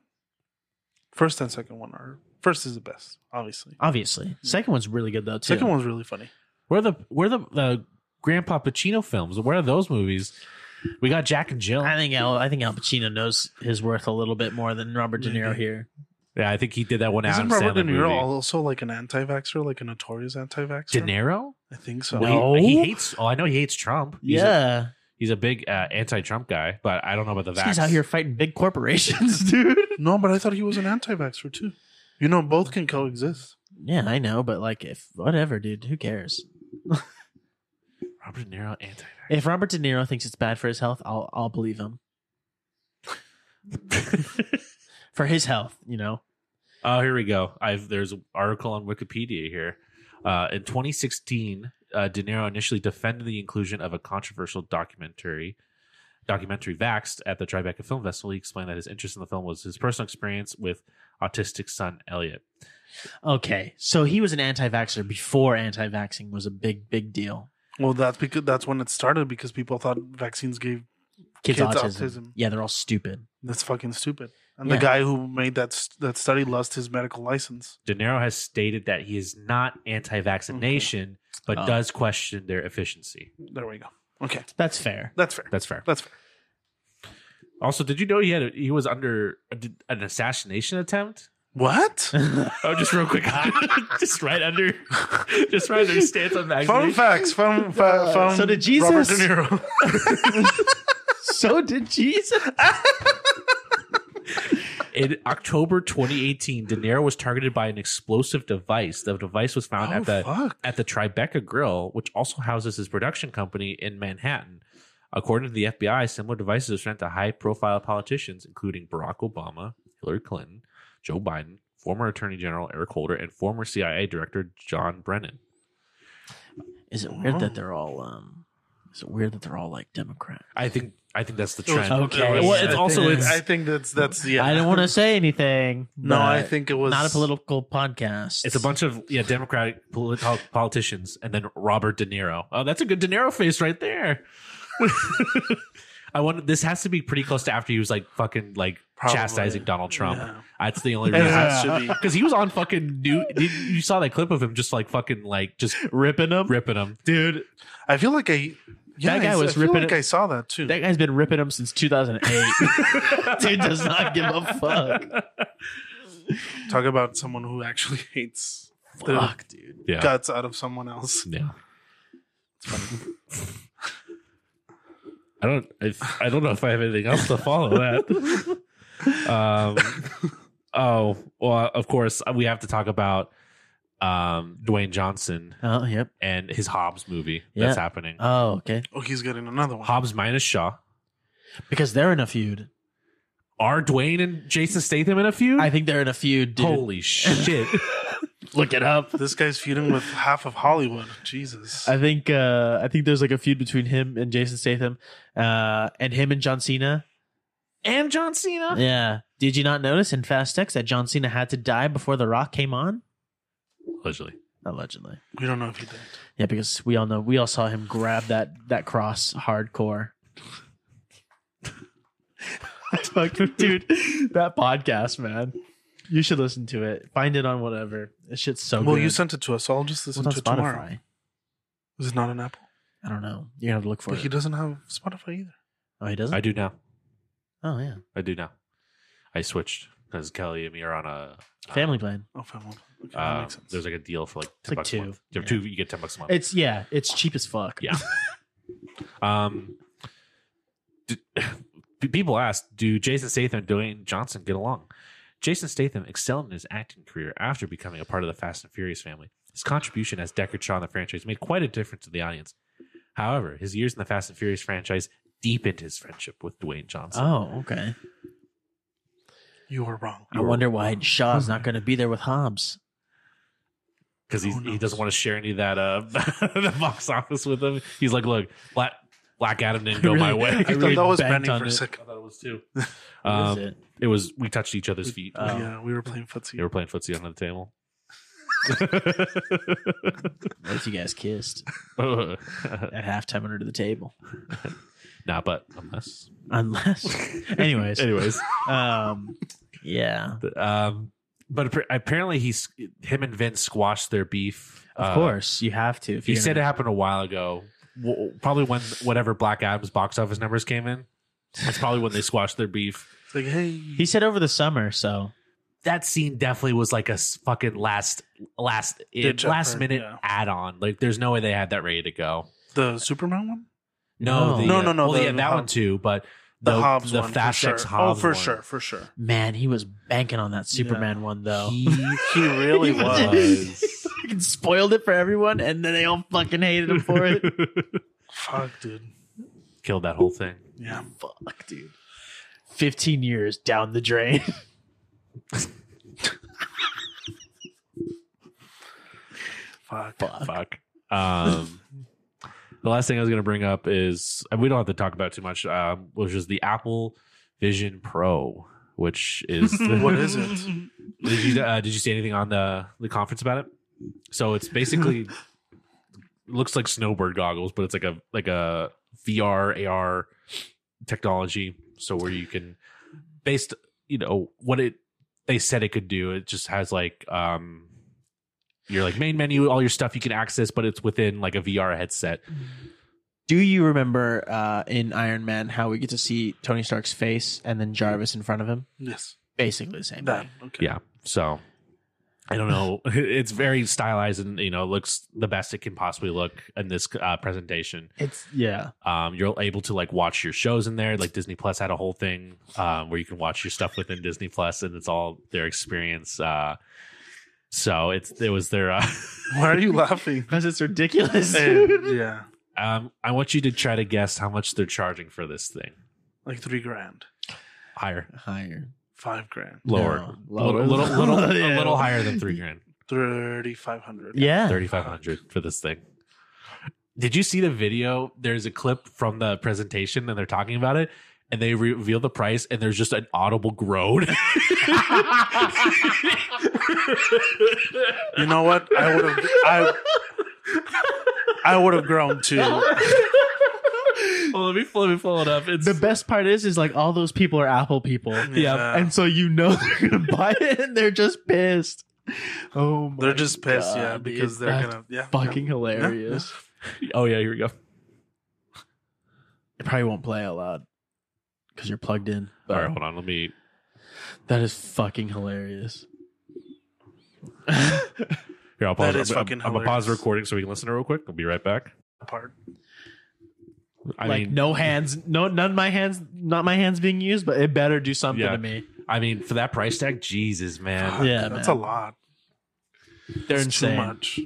Speaker 5: First and second one are. First is the best, obviously.
Speaker 4: Obviously, second one's really good though too.
Speaker 5: Second one's really funny.
Speaker 3: where are the where are the the Grandpa Pacino films? Where are those movies? We got Jack and Jill.
Speaker 4: I think Al, I think Al Pacino knows his worth a little bit more than Robert De Niro
Speaker 5: Maybe.
Speaker 4: here.
Speaker 3: Yeah, I think he did that one out
Speaker 5: Isn't
Speaker 3: in
Speaker 5: Robert De
Speaker 3: Sandler
Speaker 5: Niro
Speaker 3: movie.
Speaker 5: also like an anti-vaxxer, like a notorious anti-vaxxer?
Speaker 3: De Niro?
Speaker 5: I think so.
Speaker 4: No.
Speaker 3: Well, he, he hates. Oh, I know he hates Trump. He's a,
Speaker 4: yeah,
Speaker 3: he's a big uh, anti-Trump guy, but I don't know about the
Speaker 4: This
Speaker 3: vax.
Speaker 4: guy's out here fighting big corporations, dude.
Speaker 5: No, but I thought he was an anti-vaxxer too. You know, both can coexist.
Speaker 4: Yeah, I know, but like, if whatever, dude, who cares?
Speaker 3: Robert De Niro anti-vax.
Speaker 4: If Robert De Niro thinks it's bad for his health, I'll I'll believe him. for his health, you know.
Speaker 3: Oh, here we go. I've there's an article on Wikipedia here. Uh, in 2016, uh, De Niro initially defended the inclusion of a controversial documentary, documentary Vaxxed, at the Tribeca Film Festival. He explained that his interest in the film was his personal experience with autistic son Elliot.
Speaker 4: Okay, so he was an anti-vaxxer before anti-vaxxing was a big big deal.
Speaker 5: Well, that's because that's when it started because people thought vaccines gave
Speaker 4: Kids,
Speaker 5: Kids
Speaker 4: autism.
Speaker 5: autism.
Speaker 4: Yeah, they're all stupid.
Speaker 5: that's fucking stupid. And
Speaker 4: Yeah.
Speaker 5: the guy who made that s- that study lost his medical license.
Speaker 3: De Niro has stated that he is not anti-vaccination, but
Speaker 4: Oh.
Speaker 3: does question their efficiency.
Speaker 5: There we go. Okay,
Speaker 4: That's fair.
Speaker 5: that's fair.
Speaker 3: That's fair.
Speaker 5: That's fair.
Speaker 3: Also, did you know he had a, he was under an assassination attempt?
Speaker 5: What?
Speaker 3: Oh, just real quick, just right under, just right under his stance on
Speaker 5: fun
Speaker 3: vaccination.
Speaker 5: facts. Fun. Fa- fun
Speaker 4: So did
Speaker 5: Robert
Speaker 4: Jesus.
Speaker 5: De Niro.
Speaker 4: so did Jesus.
Speaker 3: In October 2018, De Niro was targeted by an explosive device. The device was found
Speaker 5: oh
Speaker 3: at the
Speaker 5: fuck!
Speaker 3: at the Tribeca Grill, which also houses his production company in Manhattan. According to the FBI, similar devices are sent to high-profile politicians, including Barack Obama, Hillary Clinton, Joe Biden, former Attorney General Eric Holder, and former CIA Director John Brennan.
Speaker 4: Is it weird that they're all um? Is it weird that they're all like Democrat?
Speaker 3: I think I think that's the
Speaker 5: It was-
Speaker 3: trend.
Speaker 4: Okay.
Speaker 5: it was-
Speaker 3: Well, it's
Speaker 5: I
Speaker 3: also-
Speaker 5: think-
Speaker 3: it's-
Speaker 5: I think that's that's yeah.
Speaker 4: I don't want to say anything.
Speaker 5: No, I
Speaker 4: but-
Speaker 5: think it was
Speaker 4: not a political podcast.
Speaker 3: It's a bunch of yeah Democratic polit- politicians and then Robert De Niro. Oh, that's a good De Niro face right there. I wonder. This has to be pretty close to after he was like fucking like
Speaker 5: Probably.
Speaker 3: chastising Donald Trump.
Speaker 5: Yeah.
Speaker 3: That's the only
Speaker 5: It
Speaker 3: reason.
Speaker 5: has to be.
Speaker 3: Because he was on fucking new. did- You saw that clip of him just like fucking like just
Speaker 4: ripping them,
Speaker 3: ripping him, dude.
Speaker 5: I feel like I. Yeah,
Speaker 4: That guy
Speaker 5: I,
Speaker 4: was
Speaker 5: I feel
Speaker 4: ripping
Speaker 5: Like
Speaker 4: it-
Speaker 5: I saw that too.
Speaker 4: That guy's been ripping him since 2008. Dude does not give a fuck.
Speaker 5: Talk about someone who actually hates the
Speaker 4: Fuck, dude.
Speaker 3: Yeah,
Speaker 5: guts out of someone else.
Speaker 3: yeah. I don't. If, I don't know if I have anything else to follow that. Um. Oh well, of course uh, we have to talk about um Dwayne Johnson
Speaker 4: Oh, yep.
Speaker 3: and his Hobbs movie
Speaker 4: Yeah.
Speaker 3: that's happening.
Speaker 4: Oh, okay.
Speaker 5: Oh, he's getting another one.
Speaker 3: Hobbs minus Shaw.
Speaker 4: Because they're in a feud.
Speaker 3: Are Dwayne and Jason Statham in a feud?
Speaker 4: I think they're in a feud, dude.
Speaker 3: Holy shit!
Speaker 1: Look it up.
Speaker 5: This guy's feuding with half of Hollywood. Jesus.
Speaker 1: I think uh, I think there's like a feud between him and Jason Statham, uh, and him and John Cena.
Speaker 5: and John Cena.
Speaker 1: Yeah.
Speaker 4: Did you not notice in Fast X that John Cena had to die before The Rock came on?
Speaker 3: Allegedly.
Speaker 4: Allegedly.
Speaker 5: We don't know if he did.
Speaker 4: Yeah, because we all know we all saw him grab that that cross hardcore.
Speaker 1: Fucking dude, that podcast, man. You should listen to it. Find it on whatever. This shit's so
Speaker 5: well,
Speaker 1: good.
Speaker 5: you sent it to us, so I'll just
Speaker 4: It's
Speaker 5: listen
Speaker 4: on
Speaker 5: to it tomorrow.
Speaker 4: Spotify.
Speaker 5: Is it not an Apple?
Speaker 4: I don't know. You have to look for
Speaker 5: But
Speaker 4: it.
Speaker 5: he doesn't have Spotify either.
Speaker 4: oh, he doesn't.
Speaker 3: I do now.
Speaker 4: oh yeah,
Speaker 3: I do now. I switched because Kelly and me are on a
Speaker 4: Family Plan.
Speaker 5: Oh, fine. well, Okay, that
Speaker 3: Uh,
Speaker 5: makes sense.
Speaker 3: there's like a deal for like ten
Speaker 4: like
Speaker 3: bucks
Speaker 4: two.
Speaker 3: a month. You have
Speaker 4: Yeah.
Speaker 3: two, you get ten bucks a month.
Speaker 4: It's yeah, it's cheap as fuck.
Speaker 3: Yeah. um, d- p- people ask, do Jason Statham and Dwayne Johnson get along? Jason Statham excelled in his acting career after becoming a part of the Fast and Furious family. His contribution as Deckard Shaw in the franchise made quite a difference to the audience. However, his years in the Fast and Furious franchise deepened his friendship with Dwayne Johnson.
Speaker 4: Oh okay.
Speaker 5: you were wrong.
Speaker 4: I wonder why Shaw's not going to be there with Hobbs.
Speaker 3: because he
Speaker 5: Who
Speaker 3: he
Speaker 5: knows?
Speaker 3: doesn't want to share any of that uh the box office with him. He's like, look, Black Black Adam didn't go my
Speaker 4: really-
Speaker 3: way.
Speaker 5: I
Speaker 4: I
Speaker 5: thought
Speaker 4: really
Speaker 5: that was
Speaker 4: banked
Speaker 5: Benny
Speaker 4: on
Speaker 5: for a
Speaker 4: it.
Speaker 5: second.
Speaker 3: thought it was too.
Speaker 4: What is
Speaker 3: Um,
Speaker 4: it?
Speaker 3: it was we touched each other's feet.
Speaker 4: Oh.
Speaker 5: yeah, we were playing footsie.
Speaker 3: They were playing footsie under the table.
Speaker 4: What if you guys kissed at halftime under the table?
Speaker 3: nah, but unless,
Speaker 4: Unless, anyways,
Speaker 3: anyways,
Speaker 4: um, yeah,
Speaker 3: But, um, but appa- apparently he's him and Vince squashed their beef.
Speaker 4: of
Speaker 3: uh,
Speaker 4: course you have to. If
Speaker 3: He
Speaker 4: you're
Speaker 3: said it
Speaker 4: gonna-
Speaker 3: happened a while ago, w- probably when whatever Black Adam's box office numbers came in. That's probably when they squashed their beef.
Speaker 5: It's like, hey,
Speaker 4: he said over the summer. So
Speaker 3: that scene definitely was like a s- fucking last last
Speaker 5: Ditch
Speaker 3: last
Speaker 5: effort,
Speaker 3: minute
Speaker 5: yeah.
Speaker 3: add on. Like there's no way they had that ready to go.
Speaker 5: the Superman one,
Speaker 3: No,
Speaker 4: No.
Speaker 3: the,
Speaker 5: No,
Speaker 3: uh,
Speaker 5: no, no,
Speaker 3: Well,
Speaker 5: the-
Speaker 3: yeah,
Speaker 5: the
Speaker 3: that one
Speaker 5: Hobbs-
Speaker 3: too, but
Speaker 5: the,
Speaker 3: the,
Speaker 5: Hobbs
Speaker 3: the
Speaker 5: one,
Speaker 3: Fast
Speaker 5: for
Speaker 3: X
Speaker 5: sure.
Speaker 3: Hobbs.
Speaker 5: Oh, for
Speaker 3: one.
Speaker 5: sure, for sure.
Speaker 4: man, he was banking on that Superman one though.
Speaker 3: He
Speaker 5: He really
Speaker 4: He
Speaker 5: was.
Speaker 3: was.
Speaker 4: fucking spoiled it for everyone, and then they all fucking hated him for it.
Speaker 5: Fuck, dude.
Speaker 3: Killed that whole thing.
Speaker 5: Yeah,
Speaker 4: Fuck, dude. 15 years down the drain.
Speaker 5: fuck.
Speaker 3: Fuck. Um, the last thing I was going to bring up is and we don't have to talk about it too much, um, which is the Apple Vision Pro, which is the,
Speaker 5: What is it?
Speaker 3: did you uh, did you see anything on the the conference about it? So it's basically looks like snowbird goggles, but it's like a like a VR AR technology. So where you can based you know what it they said it could do. It just has like um your like main menu, all your stuff you can access, but it's within like a VR headset.
Speaker 4: Do you remember uh, in Iron Man how we get to see Tony Stark's face and then Jarvis in front of him?
Speaker 5: Yes,
Speaker 4: Basically the same.
Speaker 5: that.
Speaker 4: thing.
Speaker 5: Okay.
Speaker 3: Yeah. So I don't know. It's very stylized and you know looks the best it can possibly look in this uh, presentation.
Speaker 4: It's yeah.
Speaker 3: Um, you're able to like watch your shows in there. Like Disney Plus had a whole thing um, where you can watch your stuff within Disney Plus, and it's all their experience. Uh, so it's it was their. Uh,
Speaker 5: Why are you laughing?
Speaker 4: Because it's ridiculous.
Speaker 5: Hey, yeah,
Speaker 3: um, I want you to try to guess how much they're charging for this thing.
Speaker 5: like three grand,
Speaker 3: Higher,
Speaker 4: Higher.
Speaker 5: five grand,
Speaker 3: lower,
Speaker 4: No,
Speaker 3: lower.
Speaker 4: lower.
Speaker 3: little, little, little,
Speaker 4: Yeah.
Speaker 3: a little higher than three grand,
Speaker 5: thirty five hundred.
Speaker 4: Yeah.
Speaker 3: thirty five hundred for this thing. Did you see the video? There's a clip from the presentation, and they're talking about it, and they reveal the price, and there's just an audible groan.
Speaker 5: You know what? I would have. I, I would have grown too.
Speaker 3: well, let me let me pull it up. It's
Speaker 4: The best part is, is like all those people are Apple people.
Speaker 5: Yeah.
Speaker 4: And so you know they're going to buy it and they're just pissed. Oh my
Speaker 5: They're just pissed, yeah,
Speaker 4: God,
Speaker 5: because
Speaker 4: dude.
Speaker 5: they're
Speaker 4: That's
Speaker 5: gonna yeah.
Speaker 4: Fucking hilarious.
Speaker 3: oh yeah, here we go.
Speaker 4: It probably won't play out loud because you're plugged in.
Speaker 3: All right, hold on. Let me.
Speaker 4: That is fucking hilarious.
Speaker 3: Here, I'll pause.
Speaker 5: That is
Speaker 3: I'm,
Speaker 5: fucking
Speaker 3: I'm, I'm gonna pause the
Speaker 5: hilarious.
Speaker 3: recording so we can listen to it real quick. I'll be right back.
Speaker 5: yeah, part.
Speaker 3: I
Speaker 4: like
Speaker 3: mean,
Speaker 4: no hands, no none of my hands, not my hands being used, but it better do something
Speaker 3: Yeah.
Speaker 4: to me.
Speaker 3: I mean, for that price tag, Jesus, man.
Speaker 5: Fuck,
Speaker 4: yeah,
Speaker 5: that's
Speaker 4: man.
Speaker 5: a lot.
Speaker 4: They're
Speaker 5: It's
Speaker 4: insane.
Speaker 5: too much.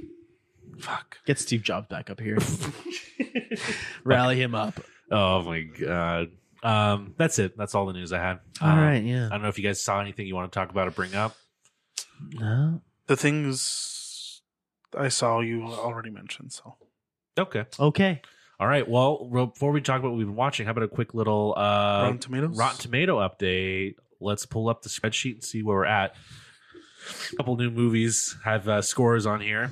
Speaker 5: Fuck.
Speaker 4: Get Steve Jobs back up here. Rally him up.
Speaker 3: Oh my god. Um, that's it. That's all the news I had.
Speaker 4: All
Speaker 3: Um,
Speaker 4: right,
Speaker 3: I
Speaker 4: Uh, yeah.
Speaker 3: don't know if you guys saw anything you want to talk about or bring up.
Speaker 4: No.
Speaker 5: the things I saw you already mentioned. So
Speaker 3: Okay.
Speaker 4: Okay.
Speaker 3: All right. Well, re- before we talk about what we've been watching, how about a quick little uh,
Speaker 5: Rotten Tomatoes,
Speaker 3: Rotten Tomato update? Let's pull up the spreadsheet and see where we're at. A couple new movies have uh, scores on here.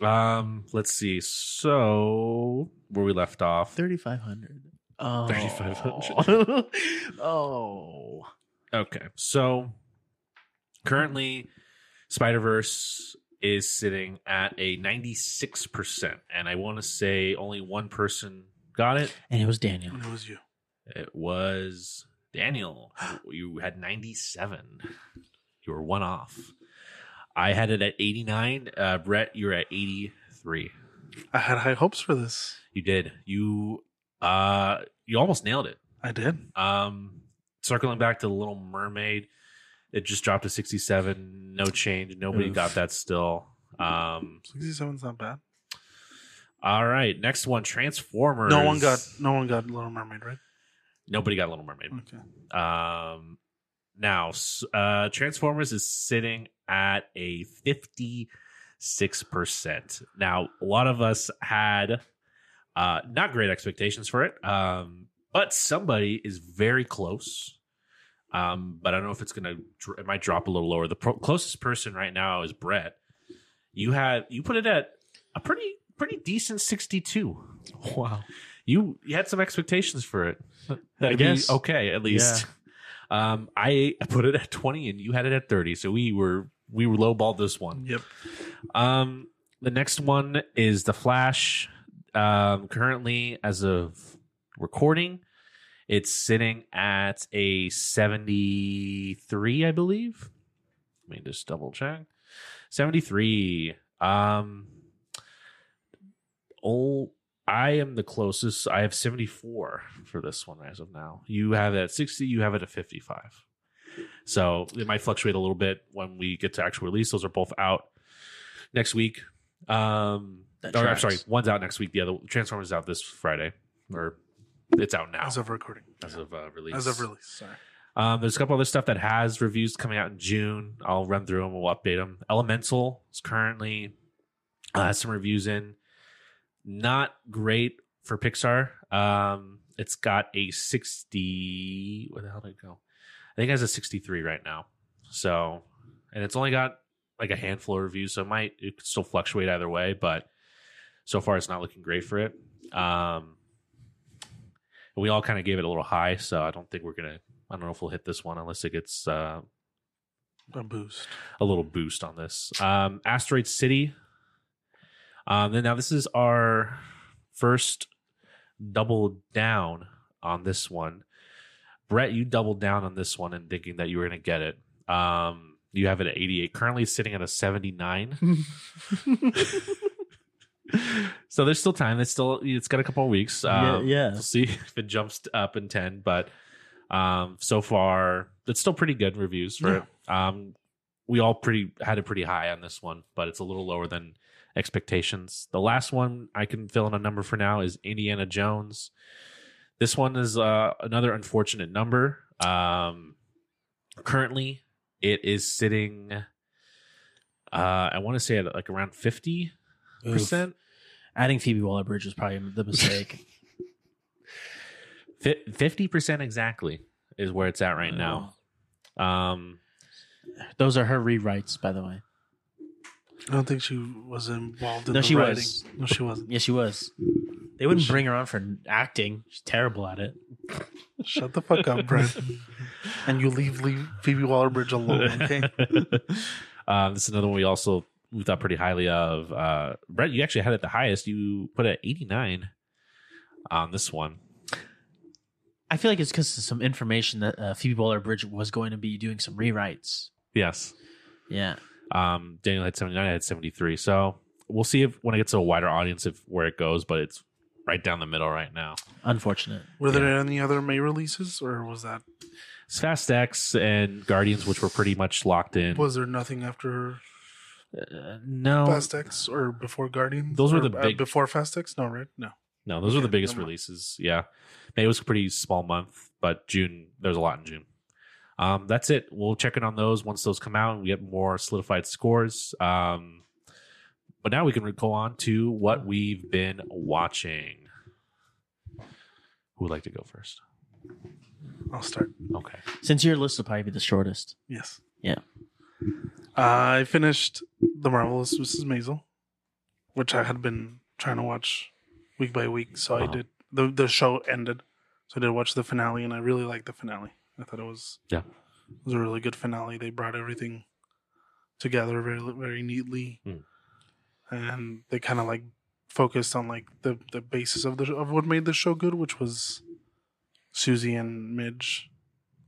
Speaker 3: Um, let's see. So where we left off.
Speaker 1: 3,500. Oh.
Speaker 3: 3,500.
Speaker 1: oh.
Speaker 3: Okay. So currently, Spider Verse is sitting at a 96%. And I want to say only one person got it.
Speaker 4: And it was Daniel.
Speaker 5: And it was you.
Speaker 3: It was Daniel. You had 97. You were one off. I had it at 89. Uh, Brett, you're at 83.
Speaker 5: I had high hopes for this.
Speaker 3: You did. You uh you almost nailed it.
Speaker 5: I did.
Speaker 3: Um, circling back to the Little Mermaid, it just dropped to sixty-seven. No change. Nobody
Speaker 5: Oof.
Speaker 3: got that still. Um,
Speaker 5: 67's not bad.
Speaker 3: all right, next one, Transformers.
Speaker 5: No one got no one got Little Mermaid, right?
Speaker 3: Nobody got Little Mermaid.
Speaker 5: Okay.
Speaker 3: Um, now, s- uh, Transformers is sitting at a fifty-six percent. Now, a lot of us had uh, not great expectations for it, um, but somebody is very close. Um, but I don't know if it's gonna. dr- It might drop a little lower. The pro- closest person right now is Brett. You had you put it at a pretty pretty decent sixty-two.
Speaker 1: Wow.
Speaker 3: You you had some expectations for it.
Speaker 1: I
Speaker 3: It'd be
Speaker 1: guess.
Speaker 3: Uh, okay at least. Um, I put it at twenty, and you had it at thirty, so we were we were lowballed this one.
Speaker 5: Yep.
Speaker 3: Um, the next one is the Flash. Um, currently, as of recording, it's sitting at a seventy-three, I believe. Let me just double check. Seventy-three. Um, oh, I am the closest. I have 74 for this one as of now. You have it at 60, you have it at 55. So it might fluctuate a little bit when we get to actual release. Those are both out next week. Um,
Speaker 4: That
Speaker 3: or, I'm
Speaker 4: tracks.
Speaker 3: sorry, one's out next week. The other Transformers is out this Friday, or it's out now
Speaker 5: As of recording.
Speaker 3: as of uh, release.
Speaker 5: As of release. Sorry.
Speaker 3: Um, there's a couple other stuff that has reviews coming out in June. I'll run through them. We'll update them. Elemental is currently uh, has some reviews in. Not great for Pixar. Um, it's got a 60. Where the hell did it go? I think it has a 63 right now. So, and it's only got like a handful of reviews, so it might it could still fluctuate either way. But so far, it's not looking great for it. Um, we all kind of gave it a little high, so I don't think we're gonna I don't know if we'll hit this one unless it gets uh,
Speaker 5: A boost.
Speaker 3: a little boost on this. Um, Asteroid City. Um, then now this is our first double down on this one. Brett, you doubled down on this one and thinking that you were going to get it. Um, you have it at 88. Currently it's sitting at a 79. so there's still time. It's still it's got a couple of weeks.
Speaker 4: Yeah,
Speaker 3: Um,
Speaker 4: yeah.
Speaker 3: We'll see if it jumps up in 10, but um, so far it's still pretty good reviews for it. Um, we all pretty had it pretty high on this one, but it's a little lower than expectations. The last one I can fill in a number for now is Indiana Jones. This one is uh, another unfortunate number. Um, currently, it is sitting. Uh, I want to say at like around fifty percent.
Speaker 4: Adding Phoebe Waller Bridge was probably the mistake.
Speaker 3: Fifty percent exactly is where it's at right now. Um,
Speaker 4: Those are her rewrites, by the way.
Speaker 5: I don't think she was involved in
Speaker 4: No,
Speaker 5: the
Speaker 4: she
Speaker 5: writing.
Speaker 4: was.
Speaker 5: No, she wasn't.
Speaker 4: Yes, she was. They wouldn't bring her on for acting. She's terrible at it.
Speaker 5: Shut the fuck up, Brent. and you leave leave Phoebe Waller Bridge alone, okay?
Speaker 3: um, this is another one we also we thought pretty highly of. Uh, Brett, you actually had it the highest. You put it at 89 on this one.
Speaker 4: I feel like it's because of some information that uh, Phoebe Waller Bridge was going to be doing some rewrites.
Speaker 3: Yes.
Speaker 4: Yeah.
Speaker 3: Um, Daniel had 79. I had 73. So we'll see if when it gets to a wider audience if where it goes, but it's right down the middle right now.
Speaker 4: Unfortunate.
Speaker 5: Were there any other May releases or was that
Speaker 3: It's Fast X and Guardians, which were pretty much locked in.
Speaker 5: was there nothing after
Speaker 3: uh, no,
Speaker 5: Fast X or before Guardians?
Speaker 3: Those were
Speaker 5: Or,
Speaker 3: the
Speaker 5: uh,
Speaker 3: big-
Speaker 5: before Fast X? No, right? No.
Speaker 3: no, those were the
Speaker 5: Okay,
Speaker 3: biggest
Speaker 5: never mind.
Speaker 3: releases. Yeah, May was a pretty small month, but June there was a lot in June. Um, that's it. We'll check in on those once those come out and we get more solidified scores. Um, but now we can go on to what we've been watching. Who would like to go first?
Speaker 5: I'll start.
Speaker 3: Okay.
Speaker 4: Since your list will probably be the shortest.
Speaker 5: Yes.
Speaker 4: Yeah.
Speaker 5: I finished The Marvelous Mrs. Maisel, which I had been trying to watch week by week. So I
Speaker 3: Wow.
Speaker 5: did. The, the show ended. So I did watch the finale, and I really liked the finale. I thought it was
Speaker 3: Yeah.
Speaker 5: it was a really good finale. They brought everything together very very neatly,
Speaker 3: Mm.
Speaker 5: and they kind of like focused on like the the basis of the of what made the show good, which was Susie and Midge,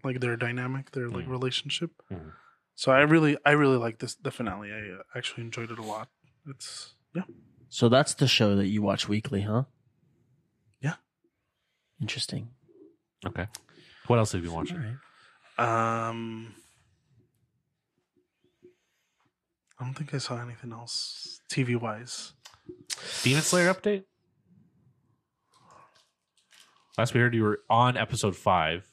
Speaker 5: like their dynamic, their like
Speaker 3: Mm.
Speaker 5: relationship.
Speaker 3: Mm.
Speaker 5: So I really I really like this the finale. I uh, actually enjoyed it a lot. It's yeah
Speaker 4: So that's the show that you watch weekly, huh?
Speaker 5: Yeah.
Speaker 4: Interesting.
Speaker 3: Okay. What else have you been watching?
Speaker 4: right.
Speaker 5: Um, I don't think I saw anything else TV wise.
Speaker 3: Demon Slayer update? Last we heard you were on episode five.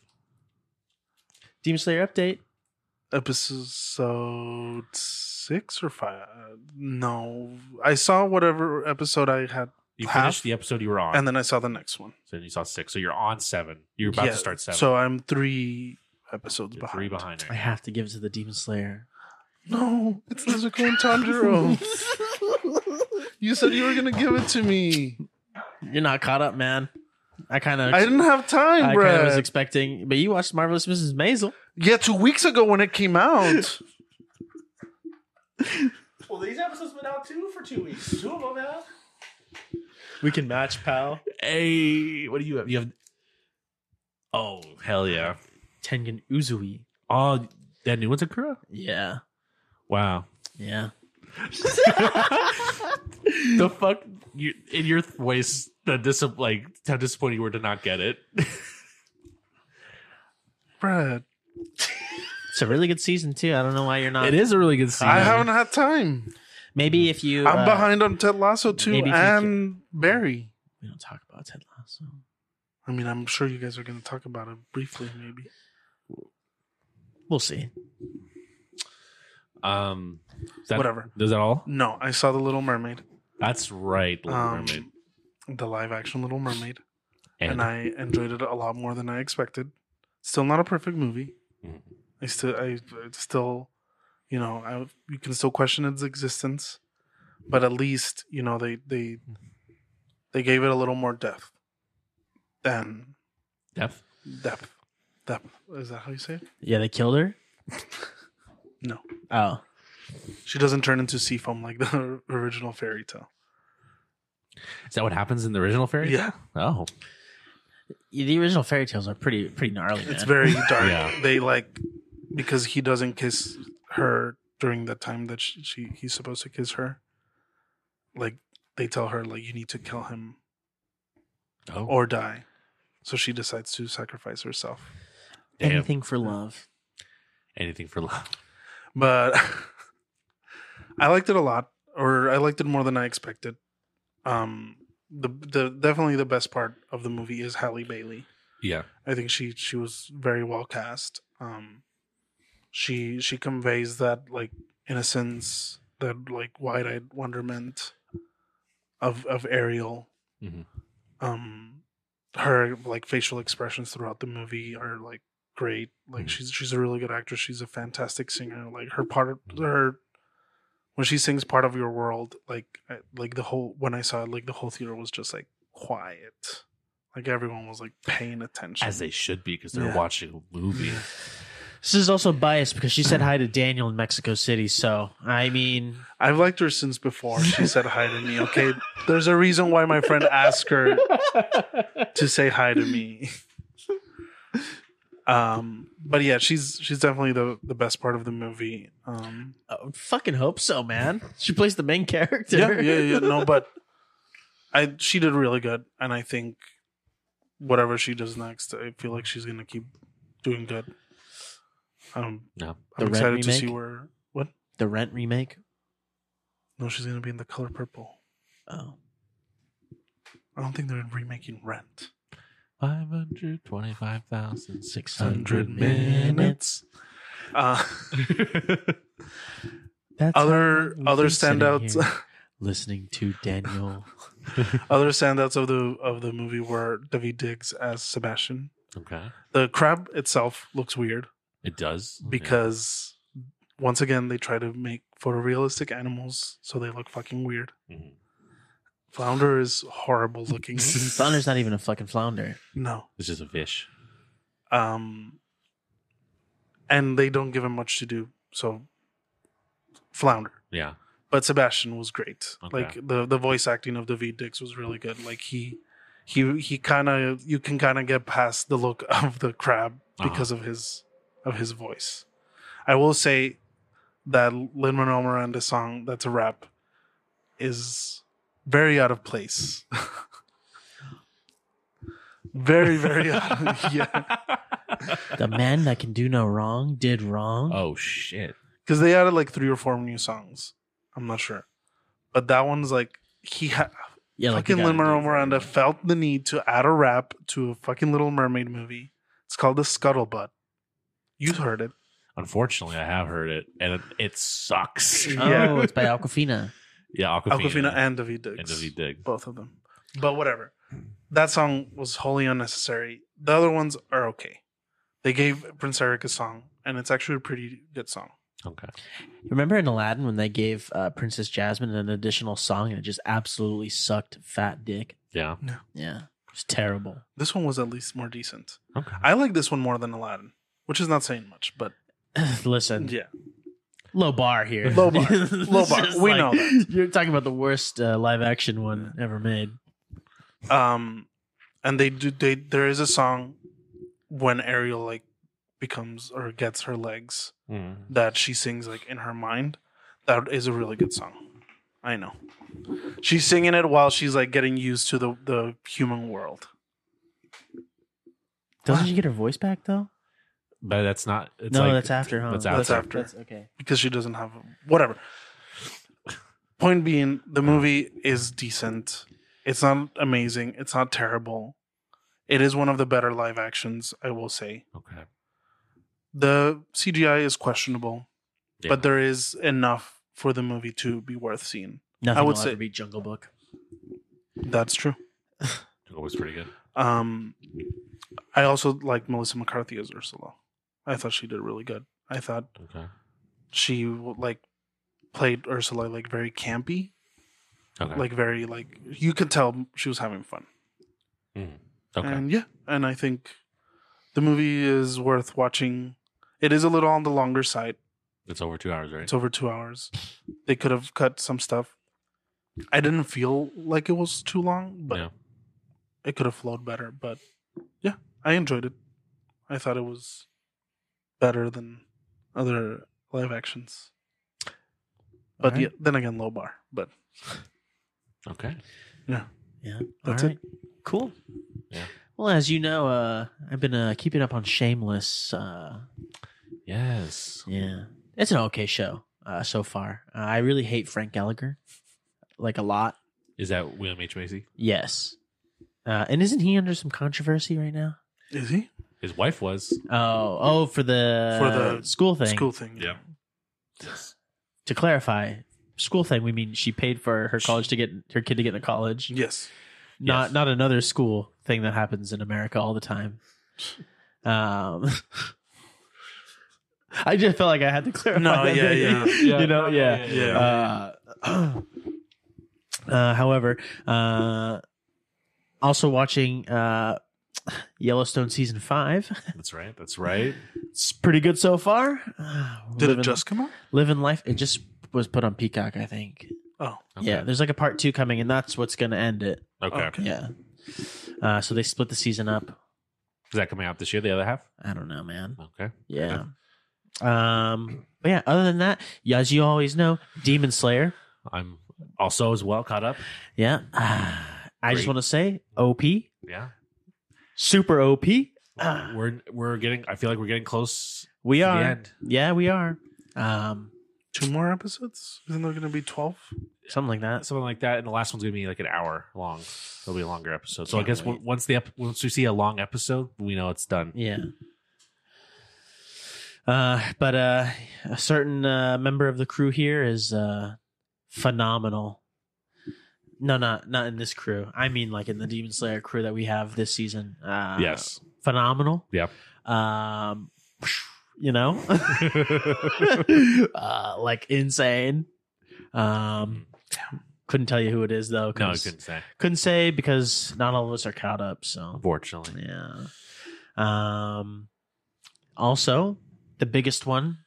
Speaker 4: Demon Slayer update.
Speaker 5: Episode six or five? No, I saw whatever episode I had,
Speaker 3: You
Speaker 5: Half?
Speaker 3: finished the episode you were on,
Speaker 5: and then I saw the next one.
Speaker 3: so you saw six. So you're on seven. You're about
Speaker 5: Yeah,
Speaker 3: to start seven.
Speaker 5: So I'm three episodes
Speaker 3: You're
Speaker 5: behind.
Speaker 3: three behind.
Speaker 4: I
Speaker 3: There.
Speaker 4: have to give it to the Demon Slayer.
Speaker 5: No, it's Nezuko and Tanjiro. you said you were gonna give it to me.
Speaker 4: You're not caught up, man. I kind of
Speaker 5: I didn't have time,
Speaker 4: I kind of
Speaker 5: bro.
Speaker 4: was expecting, but you watched Marvelous Mrs. Maisel.
Speaker 5: yeah, two weeks ago when it came out.
Speaker 1: Well, these episodes been out too for two weeks. Two of them have. We can match, pal.
Speaker 3: Hey, what do you have? You have. Oh hell yeah!
Speaker 4: Tengen Uzui.
Speaker 3: Oh, that new one's Akira.
Speaker 4: Yeah,
Speaker 3: Wow.
Speaker 4: yeah.
Speaker 3: The fuck you in your voice? The dis like how disappointed you were to not get it.
Speaker 5: Brad,
Speaker 4: It's a really good season too. I don't know why you're not.
Speaker 3: is a really good
Speaker 5: I haven't had time.
Speaker 4: Maybe if you,
Speaker 5: I'm
Speaker 4: uh,
Speaker 5: behind on Ted Lasso too
Speaker 4: maybe if you
Speaker 5: and Barry.
Speaker 4: We don't talk about Ted Lasso.
Speaker 5: I mean, I'm sure you guys are going to talk about it briefly, maybe.
Speaker 4: We'll see.
Speaker 3: Um, that,
Speaker 5: Whatever.
Speaker 3: Is that all?
Speaker 5: No, I saw The Little Mermaid,
Speaker 3: That's right, Little
Speaker 5: Um,
Speaker 3: Mermaid.
Speaker 5: the live action Little Mermaid,
Speaker 3: And,
Speaker 5: and I enjoyed it a lot more than I expected. Still not a perfect movie.
Speaker 3: Mhm.
Speaker 5: I still, I it's still, you know, I you can still question its existence, but at least you know they they they gave it a little more depth than
Speaker 3: depth.
Speaker 5: depth. Depth is that how you say it?
Speaker 4: Yeah, they killed her.
Speaker 5: No.
Speaker 4: Oh,
Speaker 5: She doesn't turn into sea foam like the original fairy tale.
Speaker 3: Is that what happens in the original fairy?
Speaker 5: Yeah,
Speaker 3: Oh,
Speaker 4: the original fairy tales are pretty pretty gnarly.
Speaker 5: it's
Speaker 4: man.
Speaker 5: very dark.
Speaker 3: Yeah.
Speaker 5: They like because he doesn't kiss her during the time that she, she he's supposed to kiss her. Like they tell her like you need to kill him
Speaker 3: oh,
Speaker 5: or die. So she decides to sacrifice herself.
Speaker 3: damn.
Speaker 4: anything for love.
Speaker 3: anything for love.
Speaker 5: But I liked it a lot or I liked it more than I expected. Um the the definitely the best part of the movie is Halle Bailey.
Speaker 3: Yeah,
Speaker 5: I think she she was very well cast. Um, she she conveys that like innocence, that like wide eyed wonderment of of Ariel.
Speaker 3: Mhm.
Speaker 5: Um, her like facial expressions throughout the movie are like great. Like
Speaker 3: Mhm.
Speaker 5: she's she's a really good actress. She's a fantastic singer. Like her part her when she sings "Part of Your World," like I, like the whole when I saw it, like the whole theater was just like quiet. Like everyone was like paying attention.
Speaker 3: as they should be because they're
Speaker 5: Yeah.
Speaker 3: watching a movie.
Speaker 4: This is also biased because she said hi to Daniel in Mexico City. So I mean,
Speaker 5: I've liked her since before she said hi to me. Okay, there's a reason why my friend asked her to say hi to me. Um, but yeah, she's she's definitely the the best part of the movie. Um,
Speaker 4: I would fucking hope so, man. She plays the main character.
Speaker 5: yeah, yeah, yeah. No, but I she did really good, and I think whatever she does next, I feel like she's gonna keep doing good. Um,
Speaker 3: Yeah.
Speaker 5: I'm
Speaker 4: The Red
Speaker 5: excited to see
Speaker 4: remake?
Speaker 5: where what.
Speaker 4: The Rent remake.
Speaker 5: No, she's gonna be in the color purple.
Speaker 4: Oh,
Speaker 5: I don't think they're remaking Rent.
Speaker 3: Five hundred twenty-five thousand six
Speaker 5: 600
Speaker 3: hundred
Speaker 5: minutes.
Speaker 3: minutes.
Speaker 5: Uh,
Speaker 4: That's how
Speaker 5: other
Speaker 4: long we've
Speaker 5: other
Speaker 4: been sitting
Speaker 5: standouts,
Speaker 4: here listening to Daniel.
Speaker 5: other standouts of the of the movie were David Diggs as Sebastian.
Speaker 3: Okay,
Speaker 5: The crab itself looks weird
Speaker 3: it does Oh, Yeah.
Speaker 5: because once again they try to make photorealistic animals, so they look fucking weird.
Speaker 3: Mhm.
Speaker 5: Flounder is horrible looking.
Speaker 4: Flounder's not even a fucking flounder.
Speaker 5: no,
Speaker 3: it's just a fish.
Speaker 5: um, and they don't give him much to do, so Flounder.
Speaker 3: Yeah,
Speaker 5: but Sebastian was great.
Speaker 3: Okay.
Speaker 5: Like the the voice acting of David Dix was really good. Like he he he kind of you can kind of get past the look of the crab
Speaker 3: Uh-huh.
Speaker 5: because of his of his voice. I will say that Lin Manuel Miranda song that's a rap is very out of place. very very out. yeah.
Speaker 4: The man that can do no wrong did wrong.
Speaker 5: Uh,
Speaker 3: Oh shit.
Speaker 5: because they added like three or four new songs. I'm not sure, but that one's like he ha-
Speaker 4: yeah, like you
Speaker 5: fucking
Speaker 4: gotta
Speaker 5: Lin Manuel
Speaker 4: do-
Speaker 5: Miranda felt the need to add a rap to a fucking Little Mermaid movie. It's called the Scuttlebutt. You've heard it.
Speaker 3: Unfortunately, I have heard it, and it, it sucks.
Speaker 4: Oh,
Speaker 5: Yeah.
Speaker 4: it's by Aquafina.
Speaker 3: Yeah, Aquafina,
Speaker 5: Aquafina and David Diggs.
Speaker 3: and David Diggs.
Speaker 5: Both of them. But whatever. That song was wholly unnecessary. The other ones are okay. They gave Prince Eric a song, and it's actually a pretty good song.
Speaker 3: Okay.
Speaker 4: Remember in Aladdin when they gave uh, Princess Jasmine an additional song and it just absolutely sucked fat dick?
Speaker 3: Yeah.
Speaker 4: Yeah. It was terrible.
Speaker 5: This one was at least more decent.
Speaker 3: Okay.
Speaker 5: I like this one more than Aladdin, which is not saying much, but
Speaker 4: Listen,
Speaker 5: yeah.
Speaker 4: low bar here.
Speaker 5: Low bar.
Speaker 4: This
Speaker 5: Low
Speaker 4: is
Speaker 5: bar.
Speaker 4: just
Speaker 5: We know that.
Speaker 4: You're talking about the worst uh, live action one ever made.
Speaker 5: um and they do they there is a song when ariel like becomes or gets her legs
Speaker 3: Mm.
Speaker 5: that she sings like in her mind that is a really good song i know she's singing it while she's like getting used to the the human world
Speaker 4: Doesn't she get her voice back though?
Speaker 3: But that's not. It's
Speaker 4: no,
Speaker 3: like-
Speaker 4: that's after, huh?
Speaker 3: that's
Speaker 5: That's after.
Speaker 4: That's- okay.
Speaker 5: because she doesn't have whatever point being the movie is decent it's not amazing it's not terrible it is one of the better live actions i will say
Speaker 3: Okay.
Speaker 5: the cgi is questionable
Speaker 3: Yeah.
Speaker 5: but there is enough for the movie to be worth seeing.
Speaker 4: Nothing
Speaker 5: would
Speaker 4: will
Speaker 5: say-
Speaker 4: ever be Jungle Book.
Speaker 5: That's true.
Speaker 3: it was pretty good.
Speaker 5: Um, I also liked Melissa McCarthy as Ursula. I thought she did really good. I thought
Speaker 3: Okay.
Speaker 5: she like played Ursula like very campy,
Speaker 3: Okay.
Speaker 5: like very like you could tell she was having fun.
Speaker 3: Mm. Okay.
Speaker 5: And yeah, and I think the movie is worth watching. It is a little on the longer side.
Speaker 3: it's over two hours, right?
Speaker 5: It's over two hours. They could have cut some stuff. I didn't feel like it was too long, but
Speaker 3: yeah.
Speaker 5: it could have flowed better, but yeah, I enjoyed it. I thought it was better than other live actions. But
Speaker 4: Alright.
Speaker 5: yeah, then again, low bar. But
Speaker 3: Okay.
Speaker 4: Yeah.
Speaker 5: That's
Speaker 4: All right. Cool.
Speaker 3: Yeah.
Speaker 4: Well, as you know, uh, I've been uh, keeping up on Shameless. Uh,
Speaker 3: Yes.
Speaker 4: yeah. It's an okay show uh, so far. Uh, I really hate Frank Gallagher, like a lot.
Speaker 3: Is that William H Macy?
Speaker 4: Yes. Uh, and isn't he under some controversy right now?
Speaker 5: is he
Speaker 3: His wife was.
Speaker 4: Oh, oh, for the
Speaker 5: For the
Speaker 4: school thing.
Speaker 5: school thing?
Speaker 3: Yeah.
Speaker 4: To clarify, school thing. We mean she paid for her college to get her kid to get into college.
Speaker 5: Yes.
Speaker 4: not
Speaker 3: Yes.
Speaker 4: not another school thing that happens in America all the time. Um, I just felt like I had to clarify.
Speaker 5: No,
Speaker 4: that
Speaker 5: yeah,
Speaker 4: thing.
Speaker 3: yeah.
Speaker 4: you know, yeah.
Speaker 5: Yeah.
Speaker 4: Uh, uh, however, uh, also watching uh, Yellowstone season five.
Speaker 3: That's right. That's right.
Speaker 4: It's pretty good so far. Uh,
Speaker 5: Did
Speaker 4: living,
Speaker 5: it just come out?
Speaker 4: living life? It just was put on Peacock, I think.
Speaker 5: Oh,
Speaker 3: Okay.
Speaker 4: Yeah, there's like a part two coming, and that's what's going to end it.
Speaker 3: Okay.
Speaker 5: okay.
Speaker 4: Yeah. Uh, so they split the season up.
Speaker 3: Is that coming out this year? The other half?
Speaker 4: I don't know, man.
Speaker 3: Okay.
Speaker 4: Yeah. Um. But yeah. Other than that, yeah, as you always know, Demon Slayer.
Speaker 3: I'm also as well caught up.
Speaker 4: Yeah. Ah, I just
Speaker 3: Great.
Speaker 4: want to say, OP,
Speaker 3: Yeah.
Speaker 4: super OP. Ah.
Speaker 3: We're we're getting. I feel like we're getting close
Speaker 4: We
Speaker 3: to
Speaker 4: are.
Speaker 3: the end.
Speaker 4: Yeah, we are. Um.
Speaker 5: two more episodes? Isn't there going to be 12?
Speaker 4: something like that.
Speaker 3: something like that. And the last one's gonna be like an hour long. It'll be a longer episode. So I
Speaker 4: Can't
Speaker 3: guess
Speaker 4: wait.
Speaker 3: w- once the ep- once we see a long episode, we know it's done.
Speaker 4: Yeah. Uh, but uh, a certain uh, member of the crew here is uh, phenomenal. No, not not in this crew. I mean, like in the Demon Slayer crew that we have this season. Uh,
Speaker 3: yes.
Speaker 4: phenomenal.
Speaker 3: Yep.
Speaker 4: Um, you know, uh, like insane. Um, couldn't tell you who it is though.
Speaker 3: No, I
Speaker 4: 'cause-
Speaker 3: couldn't say.
Speaker 4: couldn't say because not all of us are caught up. So
Speaker 3: Unfortunately.
Speaker 4: yeah. Um. Also, the biggest one,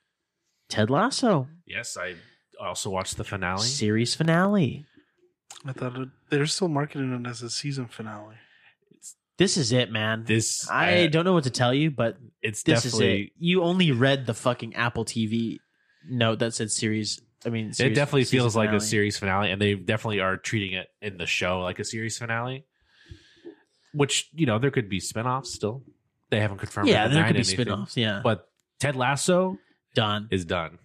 Speaker 4: Ted Lasso
Speaker 3: Yes, I also watched the finale.
Speaker 4: series finale.
Speaker 5: I thought it, they're still marketing it as a season finale.
Speaker 4: This is it, man.
Speaker 3: This
Speaker 4: I don't know what to tell you, but
Speaker 3: It's
Speaker 4: this is it.
Speaker 3: definitely.
Speaker 4: You only read the fucking Apple TV note that said series. I mean,
Speaker 3: It
Speaker 4: series-
Speaker 3: definitely
Speaker 4: season
Speaker 3: feels like a
Speaker 4: finale.
Speaker 3: series finale, and they definitely are treating it in the show like a series finale. Which you know there could be spinoffs still. They haven't confirmed.
Speaker 4: Yeah,
Speaker 3: or
Speaker 4: there
Speaker 3: denied
Speaker 4: could be
Speaker 3: anything.
Speaker 4: spin-offs. Yeah,
Speaker 3: But Ted Lasso
Speaker 4: done.
Speaker 3: is done.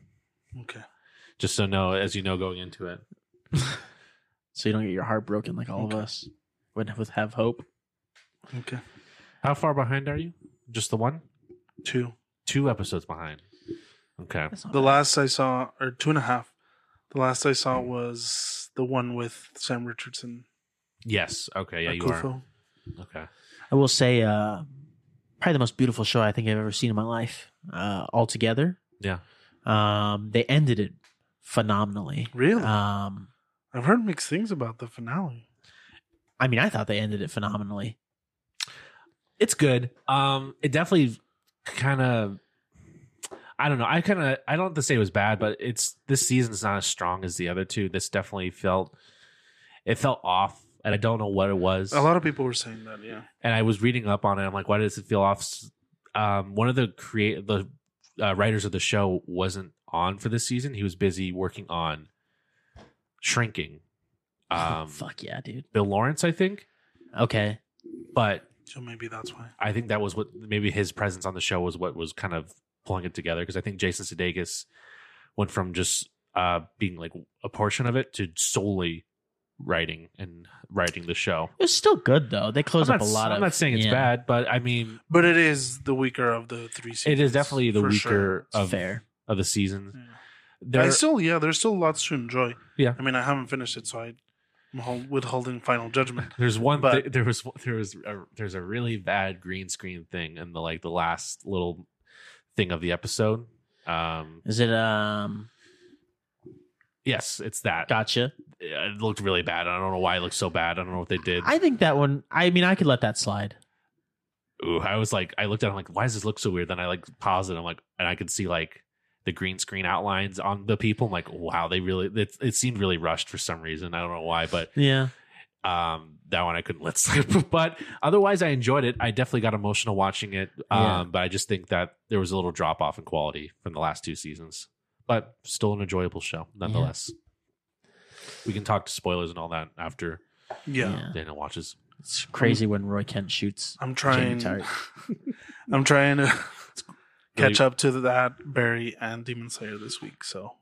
Speaker 5: Okay.
Speaker 3: Just so know, as you know, going into it.
Speaker 4: So you don't get your heart broken like all of us. Would with have hope.
Speaker 5: Okay.
Speaker 3: How far behind are you? Just the one?
Speaker 5: Two.
Speaker 3: Two episodes behind. Okay.
Speaker 4: That's not
Speaker 5: The
Speaker 4: bad.
Speaker 5: last I saw, or two and a half. The last I saw was the one with Sam Richardson.
Speaker 3: Yes. Okay. Yeah, you are.
Speaker 5: Akufo.
Speaker 3: Okay.
Speaker 4: I will say, uh, probably the most beautiful show I think I've ever seen in my life uh, altogether.
Speaker 3: Yeah.
Speaker 4: Um, they ended it phenomenally.
Speaker 5: Really?
Speaker 3: Uh,
Speaker 4: Um,
Speaker 5: I've heard mixed things about the finale.
Speaker 4: I mean, I thought they ended it phenomenally.
Speaker 3: It's good. Um, it definitely kind of. I don't know. I kind of. I don't have to say it was bad, but it's this season's not as strong as the other two. This definitely felt. It felt off, and I don't know what it was.
Speaker 5: A lot of people were saying that, yeah.
Speaker 3: and I was reading up on it. I'm like, why does it feel off? S- Um, one of the create the uh, writers of the show wasn't on for this season. He was busy working on shrinking. Um,
Speaker 4: Oh, Fuck yeah, dude.
Speaker 3: Bill Lawrence, I think,
Speaker 4: Okay.
Speaker 3: but
Speaker 5: So maybe that's why.
Speaker 3: I think that was what maybe his presence on the show was what was kind of pulling it together because I think Jason Sudeikis went from just uh, being like a portion of it to solely writing and writing the show.
Speaker 4: It was still good, though. They
Speaker 3: I'm
Speaker 4: closed
Speaker 3: not,
Speaker 4: up a lot
Speaker 3: I'm
Speaker 4: of.
Speaker 3: not saying it's
Speaker 4: yeah,
Speaker 3: bad, but I mean,
Speaker 5: But it is the weaker of the three seasons.
Speaker 3: it is definitely the
Speaker 5: for
Speaker 3: weaker
Speaker 5: sure.
Speaker 3: of
Speaker 4: Fair.
Speaker 3: of the season.
Speaker 5: Yeah. I
Speaker 3: There,
Speaker 5: still, yeah, there's still lots to enjoy.
Speaker 3: Yeah.
Speaker 5: I mean, I haven't finished it, so I, I'm hol- withholding final judgment.
Speaker 3: there's one.
Speaker 5: but-
Speaker 3: thi- there was there was a, there's a really bad green screen thing in the like the last little thing of the episode. Um,
Speaker 4: Is it? Um.
Speaker 3: yes, it's that.
Speaker 4: Gotcha.
Speaker 3: It looked really bad. I don't know why it looked so bad. I don't know what they did.
Speaker 4: I think that one. I mean, I could let that slide.
Speaker 3: Ooh, I was like, I looked at. it, I'm like, why does this look so weird? Then I like paused it. I'm like, and I could see like the green screen outlines on the people. I'm like, wow, they really. It, it seemed really rushed for some reason. I don't know why, but
Speaker 4: Yeah.
Speaker 3: um that one i couldn't let slip but otherwise i enjoyed it i definitely got emotional watching it um
Speaker 4: Yeah.
Speaker 3: but i just think that there was a little drop off in quality from the last two seasons but still an enjoyable show nonetheless we can talk to spoilers and all that after
Speaker 5: Yeah.
Speaker 3: dana watches
Speaker 4: It's crazy when Roy Kent shoots.
Speaker 5: I'm
Speaker 4: Jamie
Speaker 5: trying.
Speaker 4: Tart.
Speaker 5: I'm trying to
Speaker 3: Really-
Speaker 5: catch up to that Barry and Demon Slayer this week. So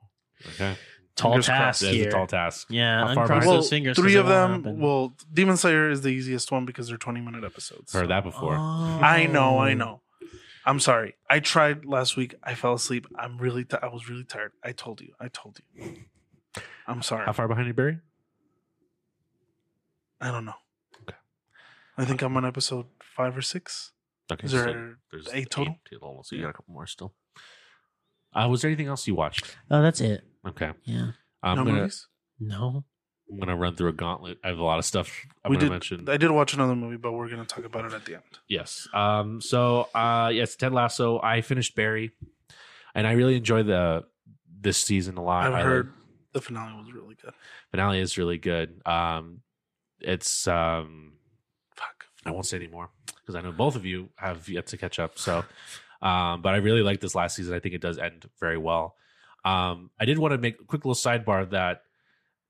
Speaker 3: okay
Speaker 4: Tall
Speaker 5: Fingers crossed.
Speaker 4: task
Speaker 3: that's
Speaker 4: here.
Speaker 3: a tall task
Speaker 4: Yeah,
Speaker 3: How far
Speaker 4: uncross
Speaker 3: behind?
Speaker 4: those fingers. 'cause
Speaker 5: three
Speaker 4: it
Speaker 5: of
Speaker 4: won't
Speaker 5: them.
Speaker 4: happen.
Speaker 5: Well, Demon Slayer is the easiest one because they're 20 minute episodes.
Speaker 3: heard that before
Speaker 5: Oh.
Speaker 4: Oh.
Speaker 5: I know, I know. I'm sorry. I tried last week. I fell asleep. I'm really. T- I was really tired. I told you. I told you. I'm sorry.
Speaker 3: how far behind you barry
Speaker 5: I don't know.
Speaker 3: Okay.
Speaker 5: I think I'm on episode five or six.
Speaker 3: okay
Speaker 5: Is
Speaker 3: so
Speaker 5: there
Speaker 3: there's
Speaker 5: eight total?
Speaker 3: total so you got a couple more still uh was there anything else you watched
Speaker 4: Oh, that's it.
Speaker 3: okay
Speaker 4: Yeah.
Speaker 3: i'm
Speaker 5: no
Speaker 3: gonna
Speaker 5: movies.
Speaker 4: No.
Speaker 3: i'm gonna run through a gauntlet i have a lot of stuff i'm
Speaker 5: we
Speaker 3: gonna
Speaker 5: did.
Speaker 3: mention
Speaker 5: I did watch another movie, but we're gonna talk about it at the end.
Speaker 3: Yes. Um. So, uh, yes, Ted Lasso. I finished Barry, and I really enjoy the this season a lot.
Speaker 5: I've
Speaker 3: I like-
Speaker 5: heard the finale was really good.
Speaker 3: finale is really good. Um, it's um,
Speaker 5: Fuck.
Speaker 3: I won't say anymore because I know both of you have yet to catch up. So, um, but I really like this last season. I think it does end very well. Um, I did want to make a quick little sidebar that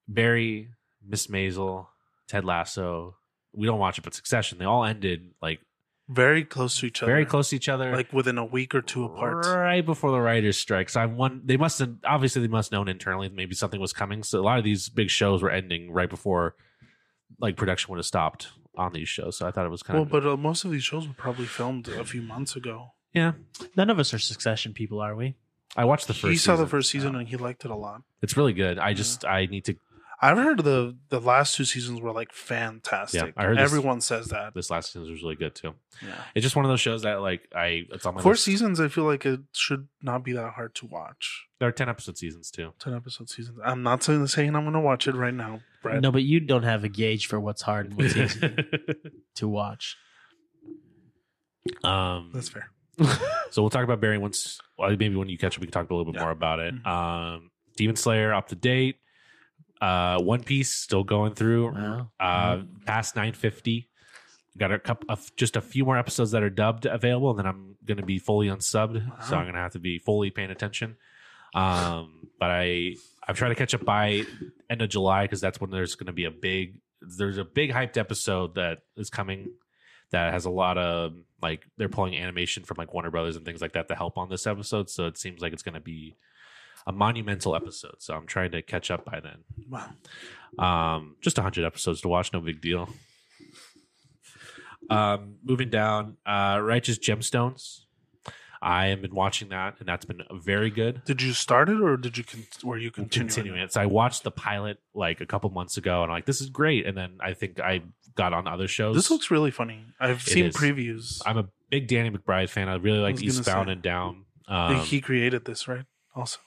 Speaker 3: Barry, Miss Maisel, Ted Lasso. We don't watch it, but Succession. They all ended like
Speaker 5: very close to each other.
Speaker 3: very close to each other,
Speaker 5: like within a week or two apart.
Speaker 3: right before the writers' strikes. I one they must have obviously they must have known internally that maybe something was coming. So a lot of these big shows were ending right before like production would have stopped on these shows. So I thought it was kind
Speaker 5: Well,
Speaker 3: of
Speaker 5: but uh, most of these shows were probably filmed a few months ago.
Speaker 3: yeah.
Speaker 4: None of us are Succession people, are we?
Speaker 3: I watched the
Speaker 5: he
Speaker 3: first.
Speaker 5: saw the
Speaker 3: season.
Speaker 5: first season
Speaker 3: Uh,
Speaker 5: and he liked it a lot.
Speaker 3: It's really good. I just I need to.
Speaker 5: I've heard the the last two seasons were like fantastic.
Speaker 3: I heard this-
Speaker 5: everyone says that.
Speaker 3: This last season was really good too.
Speaker 5: Yeah.
Speaker 3: It's just one of those shows that like I it's on my
Speaker 5: Four
Speaker 3: list.
Speaker 5: seasons, I feel like it should not be that hard to watch.
Speaker 3: There are ten episode seasons too.
Speaker 5: Ten episode seasons. I'm not saying saying I'm going to watch it right now, Brad.
Speaker 4: No, but you don't have a gauge for what's hard and what's easy to watch.
Speaker 3: um,
Speaker 5: That's fair.
Speaker 3: so we'll talk about Barry once. Well, maybe when you catch up, we can talk a little bit
Speaker 5: Yeah.
Speaker 3: more about it.
Speaker 5: Mhm.
Speaker 3: Um, Demon Slayer up to date. Uh, One Piece still going through.
Speaker 4: Wow.
Speaker 3: Uh, past nine fifty. Got a couple of just a few more episodes that are dubbed available, and then I'm gonna be fully unsubbed, so
Speaker 5: Wow.
Speaker 3: I'm gonna have to be fully paying attention. Um, but I I'm trying to catch up by end of July because that's when there's gonna be a big there's a big hyped episode that is coming that has a lot of like they're pulling animation from like Warner Brothers and things like that to help on this episode, so it seems like it's gonna be a monumental episode. So I'm trying to catch up by then.
Speaker 5: Wow.
Speaker 3: Um, just 100 episodes to watch, no big deal. Um, moving down, uh, Righteous Gemstones. I have been watching that, and that's been very good.
Speaker 5: Did you start it or did you con- were you continuing?
Speaker 3: Continuing it. So I watched the pilot like a couple months ago, and I'm like, this is great. And then I think I got on other shows.
Speaker 5: This looks really funny. I've
Speaker 3: It
Speaker 5: seen
Speaker 3: is.
Speaker 5: previews.
Speaker 3: I'm a big Danny McBride fan. I really like
Speaker 5: was gonna
Speaker 3: Eastbound
Speaker 5: say.
Speaker 3: and Down.
Speaker 5: I think
Speaker 3: Um,
Speaker 5: he created this, right? Also,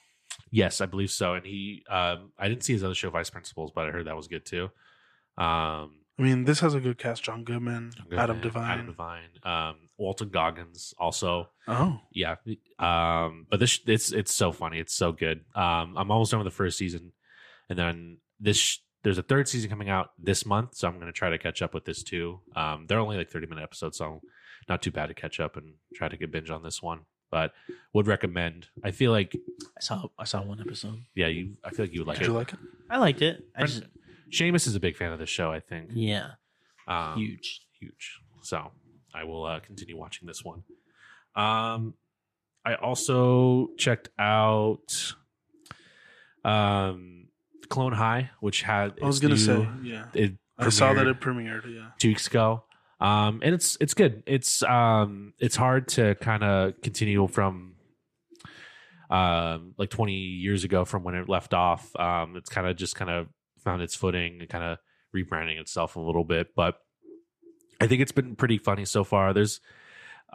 Speaker 3: Yes, I believe so. And he, um, I didn't see his other show, Vice Principals, but I heard that was good too. Um,
Speaker 5: I mean, this has a good cast: John Goodman,
Speaker 3: Goodman,
Speaker 5: Adam Devine.
Speaker 3: Adam Devine, um, Walton Goggins, also.
Speaker 5: Oh,
Speaker 3: Yeah, um, but this it's it's so funny. It's so good. Um, I'm almost done with the first season, and then this there's a third season coming out this month, so I'm gonna try to catch up with this too. Um, they're only like 30 minute episodes, so not too bad to catch up and try to get binge on this one. But would recommend. I feel like
Speaker 4: I saw I saw one episode.
Speaker 3: yeah, you. I feel like you would like
Speaker 5: did
Speaker 3: it.
Speaker 5: you like it?
Speaker 4: I liked it. I just,
Speaker 3: Friend- Seamus is a big fan of the show. I think.
Speaker 4: yeah,
Speaker 3: Um,
Speaker 4: huge.
Speaker 3: huge. So I will uh, continue watching this one. Um, I also checked out um, Clone High, which had
Speaker 5: I was
Speaker 3: its
Speaker 5: gonna
Speaker 3: new-
Speaker 5: say, yeah.
Speaker 3: it
Speaker 5: I saw that
Speaker 3: premiered
Speaker 5: it premiered. Yeah,
Speaker 3: two weeks ago. Um, and it's it's good. It's um it's hard to kind of continue from um like 20 years ago from when it left off. Um, it's kind of just kind of found its footing and kind of rebranding itself a little bit, but I think it's been pretty funny so far. There's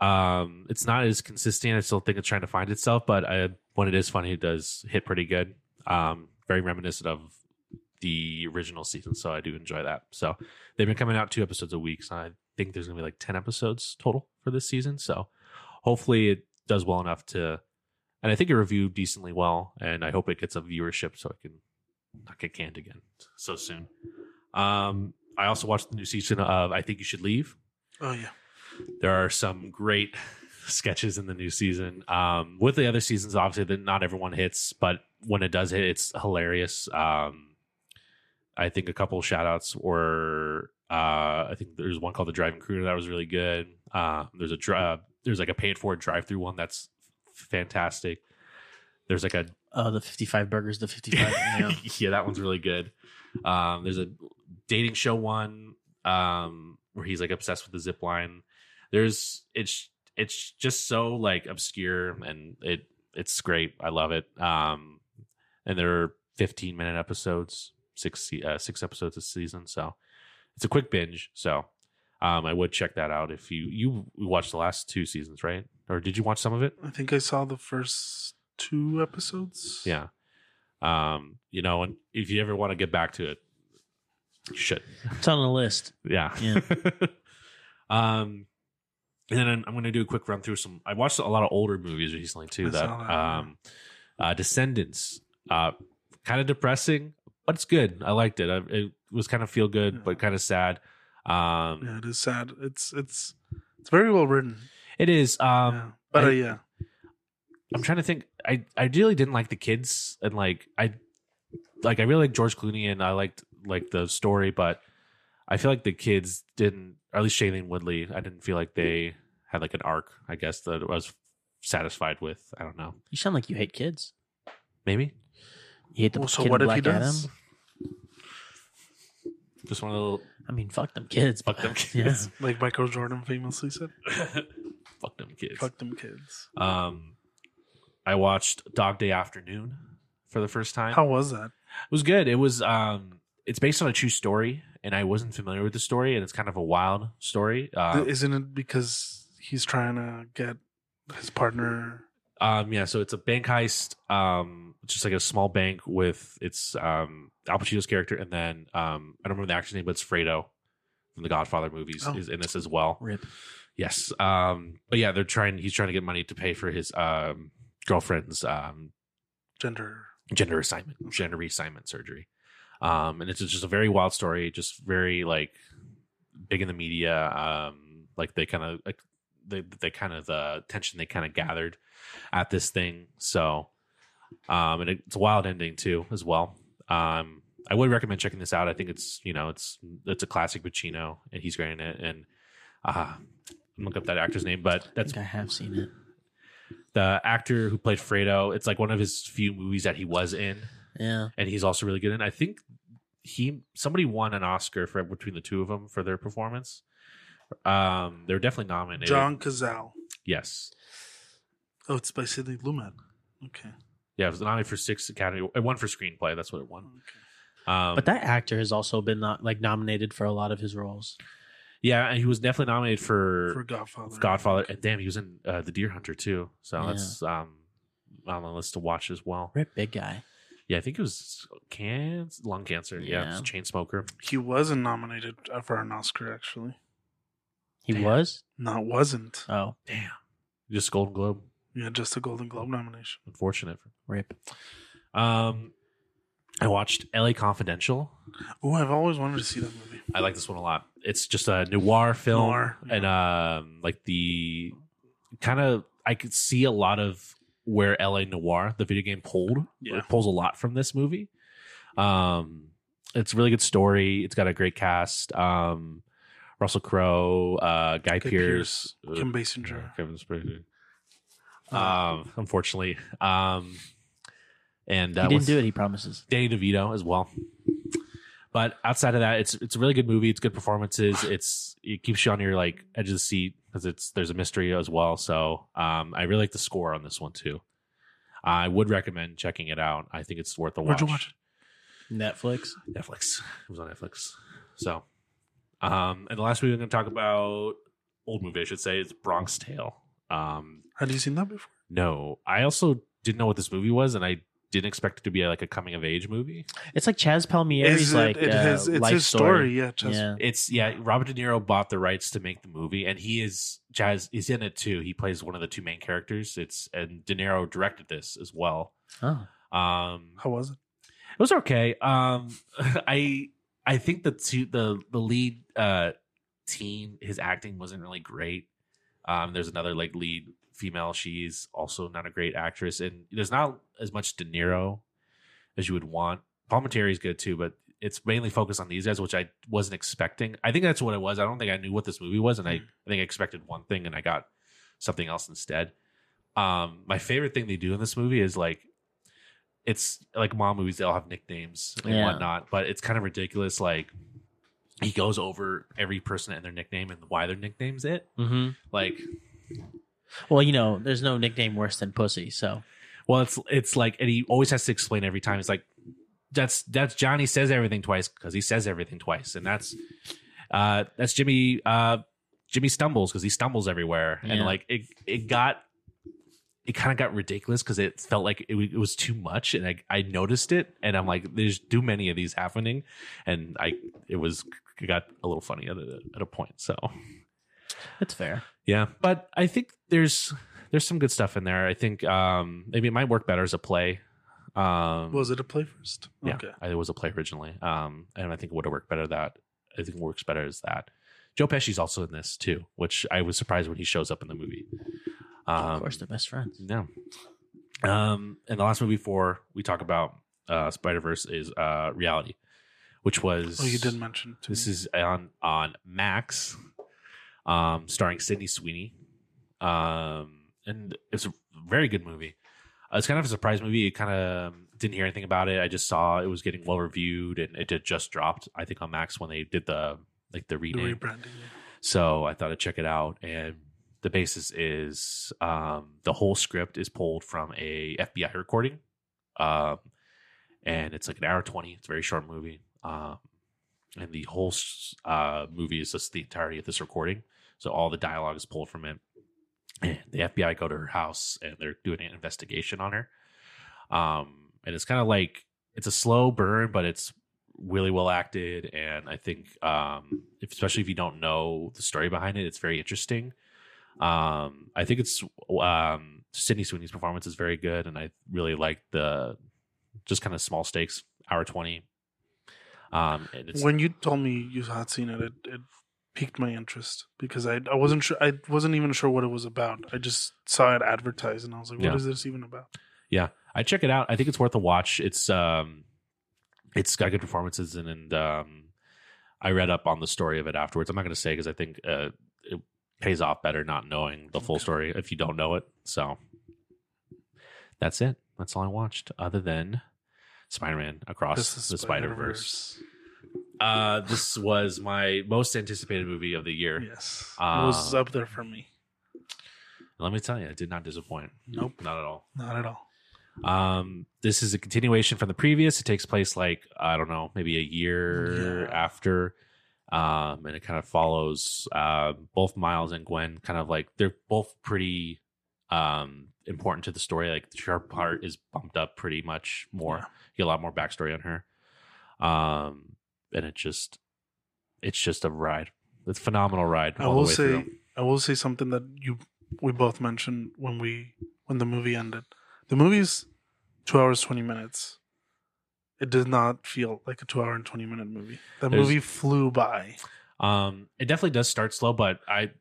Speaker 3: um it's not as consistent. I still think it's trying to find itself, but I, when it is funny, it does hit pretty good. Um, very reminiscent of the original season, so I do enjoy that. So they've been coming out two episodes a week, so I think there's gonna be like ten episodes total for this season. So hopefully it does well enough to, and I think it reviewed decently well, and I hope it gets a viewership so I can not get canned again so soon. Um, I also watched the new season of I Think You Should Leave,
Speaker 5: oh yeah.
Speaker 3: there are some great sketches in the new season. Um, with the other seasons, obviously, that not everyone hits, but when it does hit, it's hilarious. Um, I think a couple shout outs were, uh, I think there's one called the driving crew that was really good. Uh, there's a, dri- uh, there's like a paid for drive through one that's f- fantastic. There's like a
Speaker 4: Oh, the fifty-five burgers, the fifty-five. yeah.
Speaker 3: yeah, that one's really good. Um, there's a dating show one um, where he's like obsessed with the zip line. There's it's it's just so like obscure and it it's great. I love it. Um, and there are 15 minute episodes, six se- uh, six episodes a season, so it's a quick binge. So um, I would check that out if you you watched the last two seasons, right? Or did you watch some of it?
Speaker 5: I think I saw the first two episodes.
Speaker 3: Yeah. Um, you know, and if you ever want to get back to it, you should.
Speaker 4: It's on the list.
Speaker 3: Yeah.
Speaker 4: Yeah.
Speaker 3: um, and then I'm, I'm going to do a quick run through some. I watched a lot of older movies recently too.
Speaker 5: I
Speaker 3: that,
Speaker 5: saw that, yeah.
Speaker 3: um, uh, Descendants, uh, kind of depressing, but it's good. I liked it. I, it was kind of feel good,
Speaker 5: Yeah.
Speaker 3: but kind of sad. Um,
Speaker 5: Yeah, it is sad. It's it's it's very well written.
Speaker 3: it is. Um,
Speaker 5: yeah. But uh,
Speaker 3: I-
Speaker 5: yeah,
Speaker 3: I'm trying to think. I I really didn't like the kids, and like I like I really like George Clooney, and I liked like the story, but I feel like the kids didn't, or at least Shailene Woodley, I didn't feel like they had like an arc. I guess that I was satisfied with. I don't know.
Speaker 4: You sound like you hate kids.
Speaker 3: Maybe
Speaker 4: You hate the
Speaker 5: Well, so
Speaker 4: kid
Speaker 5: what
Speaker 4: in
Speaker 5: if he
Speaker 4: Black Adam.
Speaker 5: does?
Speaker 3: just one of the little
Speaker 4: I mean, fuck them kids.
Speaker 3: Fuck
Speaker 4: but-
Speaker 3: them kids.
Speaker 5: Like Michael Jordan famously said,
Speaker 3: fuck them kids.
Speaker 5: "Fuck them kids."
Speaker 3: Um, I watched Dog Day Afternoon for the first time.
Speaker 5: How was that?
Speaker 3: It was good. It was um it's based on a true story and I wasn't familiar with the story and it's kind of a wild story. Um,
Speaker 5: not it because he's trying to get his partner?
Speaker 3: um, yeah, so it's a bank heist, um just like a small bank with its um Al Pacino's character and then um I don't remember the actor's name, but it's Fredo from the Godfather movies
Speaker 5: Oh.
Speaker 3: is in this as well.
Speaker 4: Rip.
Speaker 3: Yes. Um but yeah, they're trying he's trying to get money to pay for his um girlfriend's um
Speaker 5: Gender.
Speaker 3: gender assignment, gender reassignment surgery. Um, and it's just a very wild story, just very like big in the media. Um, like they kind of like the the kind of the tension they kind of gathered at this thing. So, um, and it's a wild ending too as well. Um, I would recommend checking this out. I think it's you know it's it's a classic Pacino, and he's great in it. And uh, look up that actor's name, but
Speaker 4: I
Speaker 3: that's
Speaker 4: think I have seen it.
Speaker 3: the actor who played Fredo. It's like one of his few movies that he was in
Speaker 4: Yeah.
Speaker 3: and he's also really good. And I think he somebody won an Oscar for between the two of them for their performance. Um, they were definitely nominated.
Speaker 5: John Cazale.
Speaker 3: yes,
Speaker 5: Oh, it's by Sidney Lumet. Okay.
Speaker 3: yeah, it was nominated for six Academy. It won for screenplay. That's what it won.
Speaker 5: okay.
Speaker 3: Um,
Speaker 4: But that actor has also been not, like nominated for a lot of his roles.
Speaker 3: yeah, and he was definitely nominated for,
Speaker 5: For Godfather.
Speaker 3: Godfather. And damn, he was in uh, The Deer Hunter too. So
Speaker 4: Yeah.
Speaker 3: that's um on the list to watch as well.
Speaker 4: Rip, big guy.
Speaker 3: Yeah, I think it was cancer, lung cancer. Yeah,
Speaker 4: Yeah.
Speaker 3: it's chain smoker.
Speaker 5: He wasn't nominated for an Oscar, actually.
Speaker 4: He
Speaker 3: Damn.
Speaker 4: was.
Speaker 5: No, it wasn't.
Speaker 4: Oh,
Speaker 3: Damn, just Golden Globe.
Speaker 5: Yeah, just a Golden Globe nomination.
Speaker 3: Unfortunate.
Speaker 4: rip.
Speaker 3: Um, I watched L.A. Confidential.
Speaker 5: Oh, I've always wanted to see that movie.
Speaker 3: I like this one a lot. It's just a noir film,
Speaker 5: Noir, yeah.
Speaker 3: and um, like the kind of I could see a lot of where LA Noir, the video game, pulled.
Speaker 5: Yeah.
Speaker 3: It pulls a lot from this movie. Um, it's a really good story. It's got a great cast. Um, Russell Crowe, uh, Guy,
Speaker 5: Guy
Speaker 3: Pearce,
Speaker 5: Pearce, Uh, Kim Basinger.
Speaker 3: Kevin Spacey. Um, unfortunately, um, and
Speaker 4: He
Speaker 3: uh,
Speaker 4: didn't
Speaker 3: what's-
Speaker 4: do it. He promises.
Speaker 3: Danny DeVito as well. But outside of that, it's it's a really good movie. It's good performances. It's it keeps you on your like edge of the seat because it's there's a mystery as well. So um, I really like the score on this one too. I would recommend checking it out. I think it's worth a
Speaker 5: Where'd
Speaker 3: watch.
Speaker 5: you watch it?
Speaker 4: Netflix.
Speaker 3: Netflix. It was on Netflix. So, um, and the last movie I'm going to talk about old movie I should say is Bronx Tale. Um,
Speaker 5: Had you seen that before?
Speaker 3: no, I also didn't know what this movie was, and I didn't expect it to be like a coming of age movie.
Speaker 4: It's like Chaz Palmieri's
Speaker 5: Is it-
Speaker 4: like
Speaker 5: it
Speaker 4: uh,
Speaker 5: has- it's
Speaker 4: life
Speaker 5: his
Speaker 4: story.
Speaker 5: story. Yeah, Chaz-
Speaker 4: Yeah.
Speaker 3: It's yeah, Robert De Niro bought the rights to make the movie, and he is Jazz is in it too. He plays one of the two main characters. It's and De Niro directed this as well.
Speaker 4: Oh,
Speaker 3: Um,
Speaker 5: How was it?
Speaker 3: it was okay. Um, I I think the two the the lead uh teen his acting wasn't really great. Um, there's another like lead female. She's also not a great actress, and there's not as much De Niro as you would want. Paul Materi is good too, but it's mainly focused on these guys, which I wasn't expecting. I think that's what it was. I don't think I knew what this movie was, and I, I think I expected one thing, and I got something else instead. Um, my favorite thing they do in this movie is like it's like mom movies, they all have nicknames and
Speaker 4: Yeah.
Speaker 3: whatnot, but it's kind of ridiculous. Like he goes over every person and their nickname and why their nickname's it.
Speaker 4: mm-hmm.
Speaker 3: Like,
Speaker 4: well, you know, there's no nickname worse than pussy. So
Speaker 3: well, it's it's like, and he always has to explain every time. It's like that's that's Johnny says everything twice because he says everything twice, and that's uh that's Jimmy uh Jimmy stumbles because he stumbles everywhere, and
Speaker 4: Yeah.
Speaker 3: like it it got. It kind of got ridiculous because it felt like it, w- it was too much, and I, I noticed it, and I'm like, "There's too many of these happening," and I it was it got a little funny at a, at a point. So
Speaker 4: that's fair.
Speaker 3: Yeah, but I think there's there's some good stuff in there. I think um, maybe it might work better as a play. Um,
Speaker 5: Was it a play first?
Speaker 3: Yeah,
Speaker 5: Okay.
Speaker 3: I- it was a play originally, um, and I think it would have worked better that. I think it works better as that. Joe Pesci's also in this too, which I was surprised when he shows up in the movie. Um,
Speaker 4: of course, they're best friends.
Speaker 3: no. Um, and the last movie for we talk about uh, Spider Verse is uh, Reality, which was
Speaker 5: Oh, you did mention it to
Speaker 3: this
Speaker 5: me.
Speaker 3: is on on Max, um, starring Sydney Sweeney, um, and it's a very good movie. Uh, It's kind of a surprise movie. It kind of didn't hear anything about it. I just saw it was getting well reviewed, and it had just dropped. I think on Max when they did the like the
Speaker 5: the
Speaker 3: rename.
Speaker 5: rebranding.
Speaker 3: So I thought I'd check it out. And the basis is um, the whole script is pulled from a FBI recording, um, and it's like an hour twenty. It's a very short movie, um, and the whole s- uh, movie is just the entirety of this recording. So all the dialogue is pulled from it. And the FBI go to her house and they're doing an investigation on her. Um, and it's kind of like it's a slow burn, but it's really well acted and i think um if, especially if you don't know the story behind it it's very interesting um i think it's um sydney sweeney's performance is very good and i really like the just kind of small stakes hour 20 um and it's
Speaker 5: When you told me you had seen it, it, it piqued my interest because I, I wasn't sure I wasn't even sure what it was about. I just saw it advertised and I was like,
Speaker 3: Yeah.
Speaker 5: what is this even about?
Speaker 3: i check it out i think it's worth a watch it's um it's got good performances and and um i read up on the story of it afterwards i'm not going to say because i think uh it pays off better not knowing the full
Speaker 5: Okay.
Speaker 3: story if you don't know it so that's it that's all i watched other than spider-man across
Speaker 5: This is
Speaker 3: the spider-verse uh this was my most anticipated movie of the year
Speaker 5: Yes.
Speaker 3: Uh,
Speaker 5: it was up there for me.
Speaker 3: let me tell you it did not disappoint
Speaker 5: Nope.
Speaker 3: not at all
Speaker 5: Not at all.
Speaker 3: Um, this is a continuation from the previous. It takes place like I don't know, maybe a year
Speaker 5: Yeah.
Speaker 3: after, um, and it kind of follows uh, both Miles and Gwen. Kind of like they're both pretty um important to the story. Like her part is bumped up pretty much more.
Speaker 5: Yeah.
Speaker 3: You get a lot more backstory on her, um, and it just it's just a ride. It's a phenomenal ride.
Speaker 5: I
Speaker 3: all the
Speaker 5: will
Speaker 3: way
Speaker 5: say
Speaker 3: through.
Speaker 5: I will say something that you we both mentioned when we when the movie ended. The movie's two hours twenty minutes. It does not feel like a two hour and twenty minute movie. That
Speaker 3: There's-
Speaker 5: movie flew by.
Speaker 3: Um, it definitely does start slow, but I,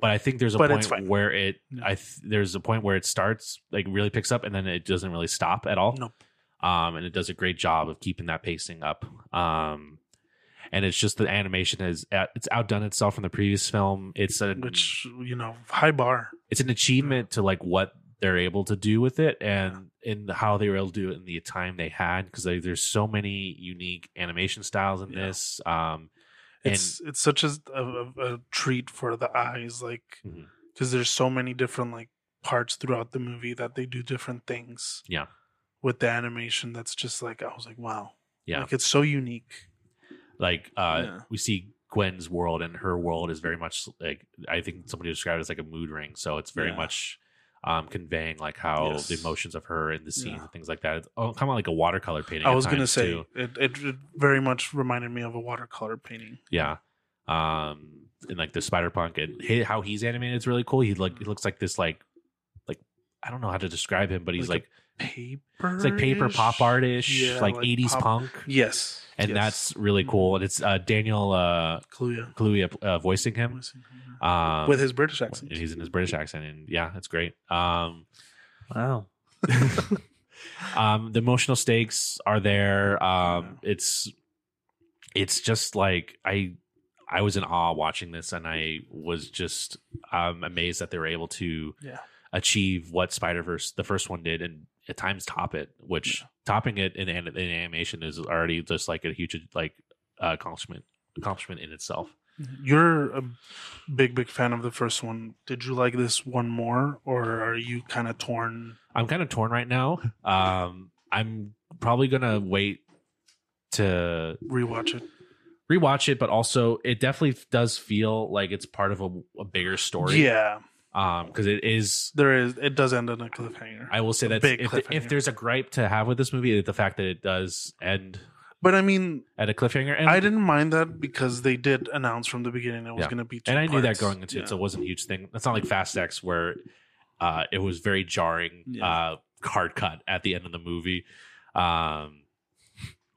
Speaker 3: but I think there's a
Speaker 5: But it's
Speaker 3: point
Speaker 5: fine.
Speaker 3: where it,
Speaker 5: Yeah.
Speaker 3: I th- there's a point where it starts like really picks up, and then it doesn't really stop at all.
Speaker 5: Nope.
Speaker 3: Um, and it does a great job of keeping that pacing up. Um, and it's just the animation is at, it's outdone itself from the previous film. It's a
Speaker 5: Which you know, high bar.
Speaker 3: it's an achievement to like what they're able to do with it and in how they were able to do it in the time they had because there's so many unique animation styles in
Speaker 5: Yeah.
Speaker 3: this. Um, and
Speaker 5: It's it's such a, a, a treat for the eyes, like
Speaker 3: Mhm.
Speaker 5: because there's so many different like parts throughout the movie that they do different things.
Speaker 3: Yeah.
Speaker 5: With the animation, that's just like I was like, wow.
Speaker 3: Yeah.
Speaker 5: Like it's so unique.
Speaker 3: like uh
Speaker 5: Yeah.
Speaker 3: we see Gwen's world and her world is very much like I think somebody described it as like a mood ring. So it's very
Speaker 5: Yeah.
Speaker 3: much um conveying like how
Speaker 5: Yes.
Speaker 3: the emotions of her and the scenes
Speaker 5: Yeah.
Speaker 3: and things like that. It's oh, kind of like a watercolor painting.
Speaker 5: I
Speaker 3: at
Speaker 5: was gonna
Speaker 3: times,
Speaker 5: say
Speaker 3: too.
Speaker 5: it, it. It very much reminded me of a watercolor painting.
Speaker 3: yeah. Um and like the spider punk and hi- how he's animated is really cool. He like
Speaker 5: Mm.
Speaker 3: he looks like this like like I don't know how to describe him, but he's
Speaker 5: Like
Speaker 3: like,
Speaker 5: Paper.
Speaker 3: it's like paper pop artish,
Speaker 5: Yeah,
Speaker 3: like
Speaker 5: like
Speaker 3: eighties
Speaker 5: pop-
Speaker 3: punk,
Speaker 5: Yes.
Speaker 3: and
Speaker 5: yes. Mm-hmm.
Speaker 3: that's really cool. And it's uh, Daniel uh,
Speaker 5: Kaluuya.
Speaker 3: Kaluuya uh, voicing him. Um,
Speaker 5: With his British accent.
Speaker 3: And he's in his British accent, and yeah, it's great. Um,
Speaker 4: Wow.
Speaker 3: um, the emotional stakes are there. Um, It's it's just like I I was in awe watching this, and I was just um, amazed that they were able to
Speaker 5: Yeah.
Speaker 3: achieve what Spider Verse the first one did, and at times top it. Which topping it in, an- in animation is already just like a huge like accomplishment accomplishment in itself.
Speaker 5: You're a big, big fan of the first one. Did you like this one more, or are you kind of torn?
Speaker 3: I'm kind of torn right now. Um, I'm probably gonna wait to
Speaker 5: Rewatch it.
Speaker 3: rewatch it, but also it definitely does feel like it's part of a, a bigger story.
Speaker 5: Yeah,
Speaker 3: Um, because it is.
Speaker 5: there is. It does end on a cliffhanger.
Speaker 3: I will say
Speaker 5: A
Speaker 3: that
Speaker 5: big
Speaker 3: if,
Speaker 5: cliffhanger.
Speaker 3: if there's a gripe to have with this movie, the fact that it does end
Speaker 5: but I mean,
Speaker 3: at a cliffhanger, and
Speaker 5: I didn't mind that because they did announce from the beginning it was
Speaker 3: Yeah.
Speaker 5: going to be. Two
Speaker 3: and I knew that
Speaker 5: parts.
Speaker 3: going into it,
Speaker 5: Yeah.
Speaker 3: so it wasn't a huge thing. That's not like Fast X where uh, it was very jarring
Speaker 5: Yeah.
Speaker 3: uh, card cut at the end of the movie. Um,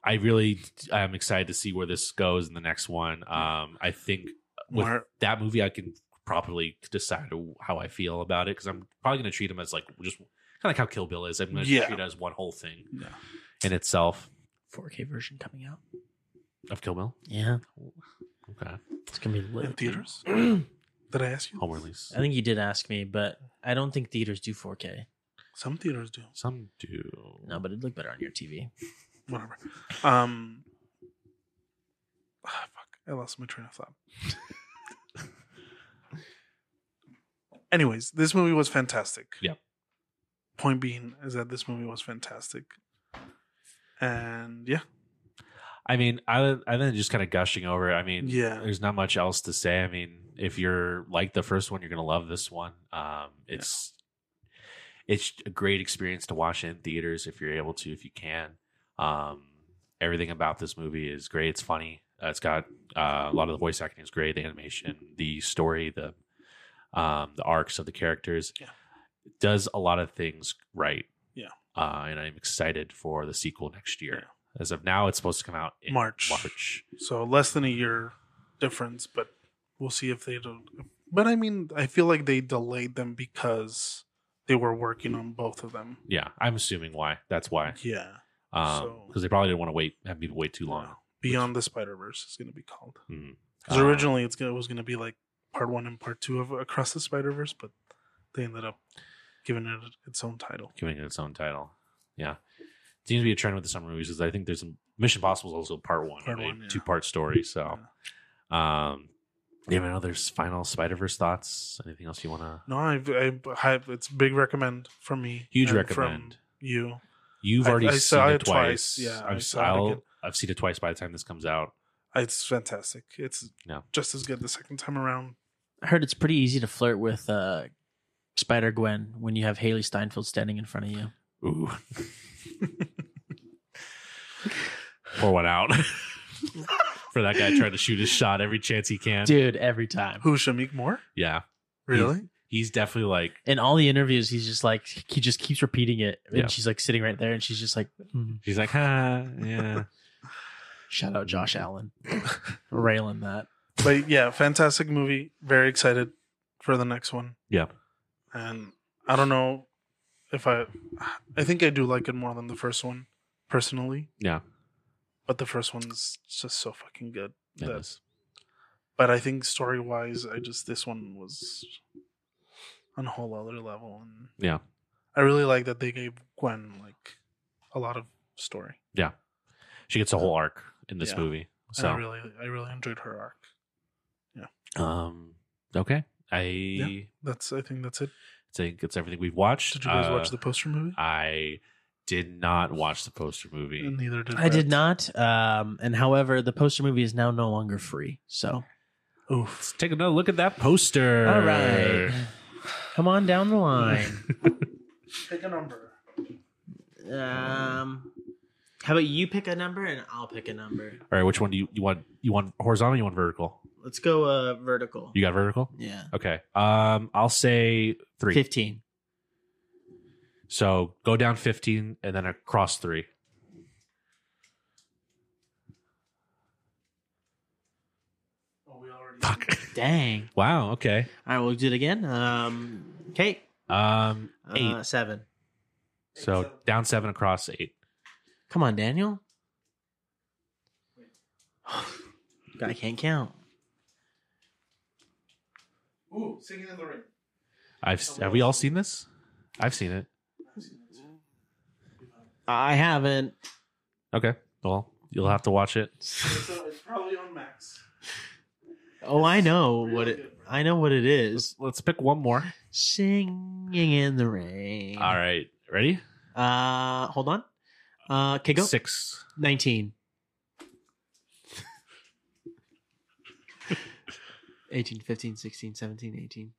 Speaker 3: I really am excited to see where this goes in the next one. Um, I think with
Speaker 5: Mar-
Speaker 3: that movie, I can properly decide how I feel about it because I'm probably going to treat them as like just kind of like how Kill Bill is. I'm going to
Speaker 5: Yeah.
Speaker 3: treat it as one whole thing
Speaker 5: Yeah.
Speaker 3: in itself.
Speaker 4: 4K version coming out.
Speaker 3: of Kill Bill.
Speaker 4: Yeah,
Speaker 3: Okay,
Speaker 4: it's gonna be
Speaker 5: in
Speaker 4: lit.
Speaker 5: theaters? Did I ask you?
Speaker 3: home release.
Speaker 4: I think you did ask me, but I don't think theaters do 4K.
Speaker 5: Some theaters do.
Speaker 3: Some do.
Speaker 4: No, but it'd look better on your TV.
Speaker 5: Whatever. Um. ah, fuck. I lost my train of thought. Anyways, this movie was fantastic.
Speaker 3: Yeah.
Speaker 5: Point being is that this movie was fantastic. And yeah,
Speaker 3: I mean, I I then just kind of gushing over. it. I mean,
Speaker 5: Yeah.
Speaker 3: there's not much else to say. I mean, if you're like the first one, you're gonna love this one. Um, it's it's a great experience to watch in theaters if you're able to, if you can. Um, everything about this movie is great. It's funny. Uh, it's got uh, a lot of the voice acting is great. The animation, the story, the um, the arcs of the characters.
Speaker 5: Yeah.
Speaker 3: It does a lot of things right.
Speaker 5: Yeah.
Speaker 3: Uh, and I'm excited for the sequel next year. As of now, it's supposed to come out in
Speaker 5: March.
Speaker 3: March.
Speaker 5: So less than a year difference, but we'll see if they don't. But I mean, I feel like they delayed them because they were working on both of them.
Speaker 3: Yeah, I'm assuming why. That's why.
Speaker 5: Yeah.
Speaker 3: Because
Speaker 5: So-
Speaker 3: they probably didn't want to wait, have people wait too long.
Speaker 5: Beyond the Spider Verse is going to be called
Speaker 3: Mm.
Speaker 5: because
Speaker 3: Uh,
Speaker 5: originally it's gonna, it was going to be like part one and part two of Across the Spider Verse, but they ended up giving it its own title.
Speaker 3: giving it its own title. Yeah, seems to be a trend with the summer movies. Is I think there's some, Mission Possible is also part one,
Speaker 5: Part one, yeah.
Speaker 3: two part story. So, um, do you have any other final Spider Verse thoughts? Anything else you want to?
Speaker 5: No, I, I, I it's big recommend from me.
Speaker 3: Huge
Speaker 5: and
Speaker 3: recommend.
Speaker 5: from you.
Speaker 3: You've
Speaker 5: I-
Speaker 3: already
Speaker 5: I
Speaker 3: seen
Speaker 5: saw
Speaker 3: it
Speaker 5: it
Speaker 3: twice.
Speaker 5: twice. Yeah, I
Speaker 3: I've,
Speaker 5: saw it
Speaker 3: I'll-
Speaker 5: again.
Speaker 3: I've seen it twice by the time this comes out.
Speaker 5: Uh, It's fantastic. It's
Speaker 3: Yeah.
Speaker 5: just as good the second time around.
Speaker 4: I heard it's pretty easy to flirt with uh, Spider Gwen when you have Haley Steinfeld standing in front of you.
Speaker 3: Ooh. Pour one out for that guy trying to shoot his shot every chance he can.
Speaker 4: Dude, every time.
Speaker 5: Who Shamik Moore?
Speaker 3: Yeah,
Speaker 5: Really?
Speaker 3: he's definitely like
Speaker 4: In all the interviews, he's just like he just keeps repeating it, and
Speaker 3: Yeah.
Speaker 4: she's like sitting right there, and she's just like, "Mm."
Speaker 3: he's like, huh, yeah.
Speaker 4: "Shout out Josh Allen, railing that."
Speaker 5: but yeah, fantastic movie. Very excited for the next one.
Speaker 3: Yeah.
Speaker 5: And I don't know if I I think I do like it more than the first one personally,
Speaker 3: Yeah.
Speaker 5: but the first one's just so fucking good.
Speaker 3: It
Speaker 5: that-
Speaker 3: is.
Speaker 5: but I think story-wise, I just this one was on a whole other level and
Speaker 3: Yeah.
Speaker 5: I really like that they gave Gwen like a lot of story.
Speaker 3: She gets a whole arc in this
Speaker 5: Yeah.
Speaker 3: movie.
Speaker 5: And
Speaker 3: So
Speaker 5: I really I really enjoyed her arc.
Speaker 3: um okay. I
Speaker 5: That's I think that's it.
Speaker 3: think it's everything we've watched.
Speaker 5: Did you guys watch
Speaker 3: Uh,
Speaker 5: the poster movie?
Speaker 3: I did not watch the poster movie.
Speaker 5: And neither did
Speaker 4: I did
Speaker 5: Brad.
Speaker 4: not. Um, and however, the poster movie is now no longer free. So,
Speaker 3: Let's take another look at that poster.
Speaker 4: all right, come on down the line.
Speaker 5: Pick a number.
Speaker 4: um, how about you pick a number and I'll pick a number?
Speaker 3: All right, which one do you, you want? You want horizontal? Or you want vertical?
Speaker 4: Let's go uh, vertical.
Speaker 3: You got vertical?
Speaker 4: yeah,
Speaker 3: Okay. Um, I'll say three.
Speaker 4: fifteen.
Speaker 3: So go down fifteen and then across three.
Speaker 5: Oh, we already
Speaker 3: Fuck.
Speaker 4: Dang.
Speaker 3: Wow. Okay.
Speaker 4: All right, we'll do it again. Um, okay,
Speaker 3: Um, eight.
Speaker 4: uh, seven.
Speaker 3: so down seven across eight.
Speaker 4: Come on, Daniel. I can't count.
Speaker 5: Ooh, singing in the rain.
Speaker 3: I've have we all seen this? I've seen it.
Speaker 4: I haven't.
Speaker 3: Okay. Well, you'll have to watch it.
Speaker 5: It's, uh, it's probably on Max.
Speaker 4: Oh, I know what it. I know what it is.
Speaker 3: Let's pick one more.
Speaker 4: Singing in the rain.
Speaker 3: All right. Ready?
Speaker 4: Uh, hold on. Uh, okay, go.
Speaker 3: Six.
Speaker 4: Nineteen. Eighteen, fifteen, sixteen, seventeen, eighteen.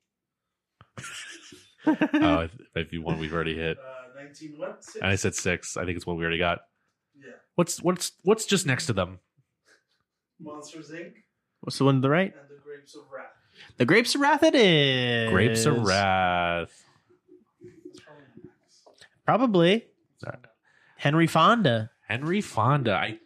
Speaker 3: Oh, it might be one we've already hit.
Speaker 5: Uh, 19 what? Six?
Speaker 3: And I said six. I think it's one we already got.
Speaker 5: yeah.
Speaker 3: What's what's what's just next to them?
Speaker 5: Monsters Inc.
Speaker 4: What's the one to the right?
Speaker 5: and the Grapes of Wrath.
Speaker 4: The Grapes of Wrath it is.
Speaker 3: Grapes of Wrath.
Speaker 5: It's probably on Max.
Speaker 4: Probably.
Speaker 3: Sorry.
Speaker 4: Henry Fonda.
Speaker 3: Henry Fonda. I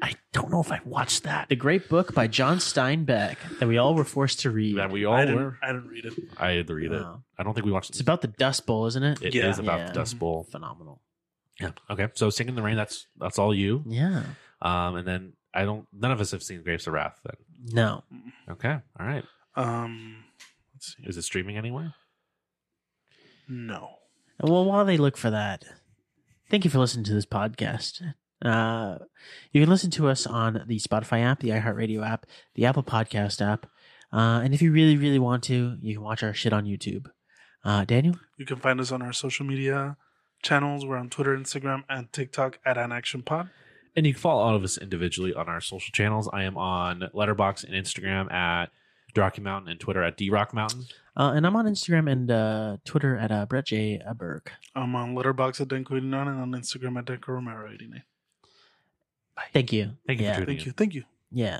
Speaker 3: I don't know if I watched that.
Speaker 4: The great book by John Steinbeck that we all were forced to read.
Speaker 3: That we
Speaker 5: I,
Speaker 3: all
Speaker 5: didn't,
Speaker 3: were.
Speaker 5: I didn't read it.
Speaker 3: I had to read it.
Speaker 4: Wow.
Speaker 3: I don't think we watched
Speaker 4: It's about the Dust Bowl, isn't it?
Speaker 3: It is
Speaker 5: Yeah.
Speaker 3: about
Speaker 4: Yeah.
Speaker 3: the Dust Bowl.
Speaker 4: Phenomenal.
Speaker 3: Yeah. Okay. So Singing in the Rain, that's that's all you.
Speaker 4: Yeah.
Speaker 3: Um, and then I don't. None of us have seen Grapes of Wrath. Then
Speaker 4: No.
Speaker 3: okay, all right.
Speaker 5: Um, let's see.
Speaker 3: Is it streaming anywhere?
Speaker 5: No.
Speaker 4: Well, while they look for that, thank you for listening to this podcast. Uh, you can listen to us on the Spotify app, the iHeartRadio app, the Apple Podcast app. Uh, and if you really, really want to, you can watch our shit on YouTube. Uh, Daniel?
Speaker 5: You can find us on our social media channels. We're on Twitter, Instagram, and TikTok at An Action Pod.
Speaker 3: And you can follow all of us individually on our social channels. I am on Letterbox and Instagram at Rocky Mountain and Twitter at D Rock Mountain.
Speaker 4: Uh, and I'm on Instagram and uh, Twitter at uh, Brett J. Berg.
Speaker 5: I'm on Letterbox at Denko89 and on Instagram at Denko Romero89.
Speaker 4: Thank you.
Speaker 3: Thank you for
Speaker 4: Yeah.
Speaker 3: tuning in.
Speaker 5: Thank you. Thank you.
Speaker 4: Yeah.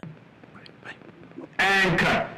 Speaker 6: Anchor.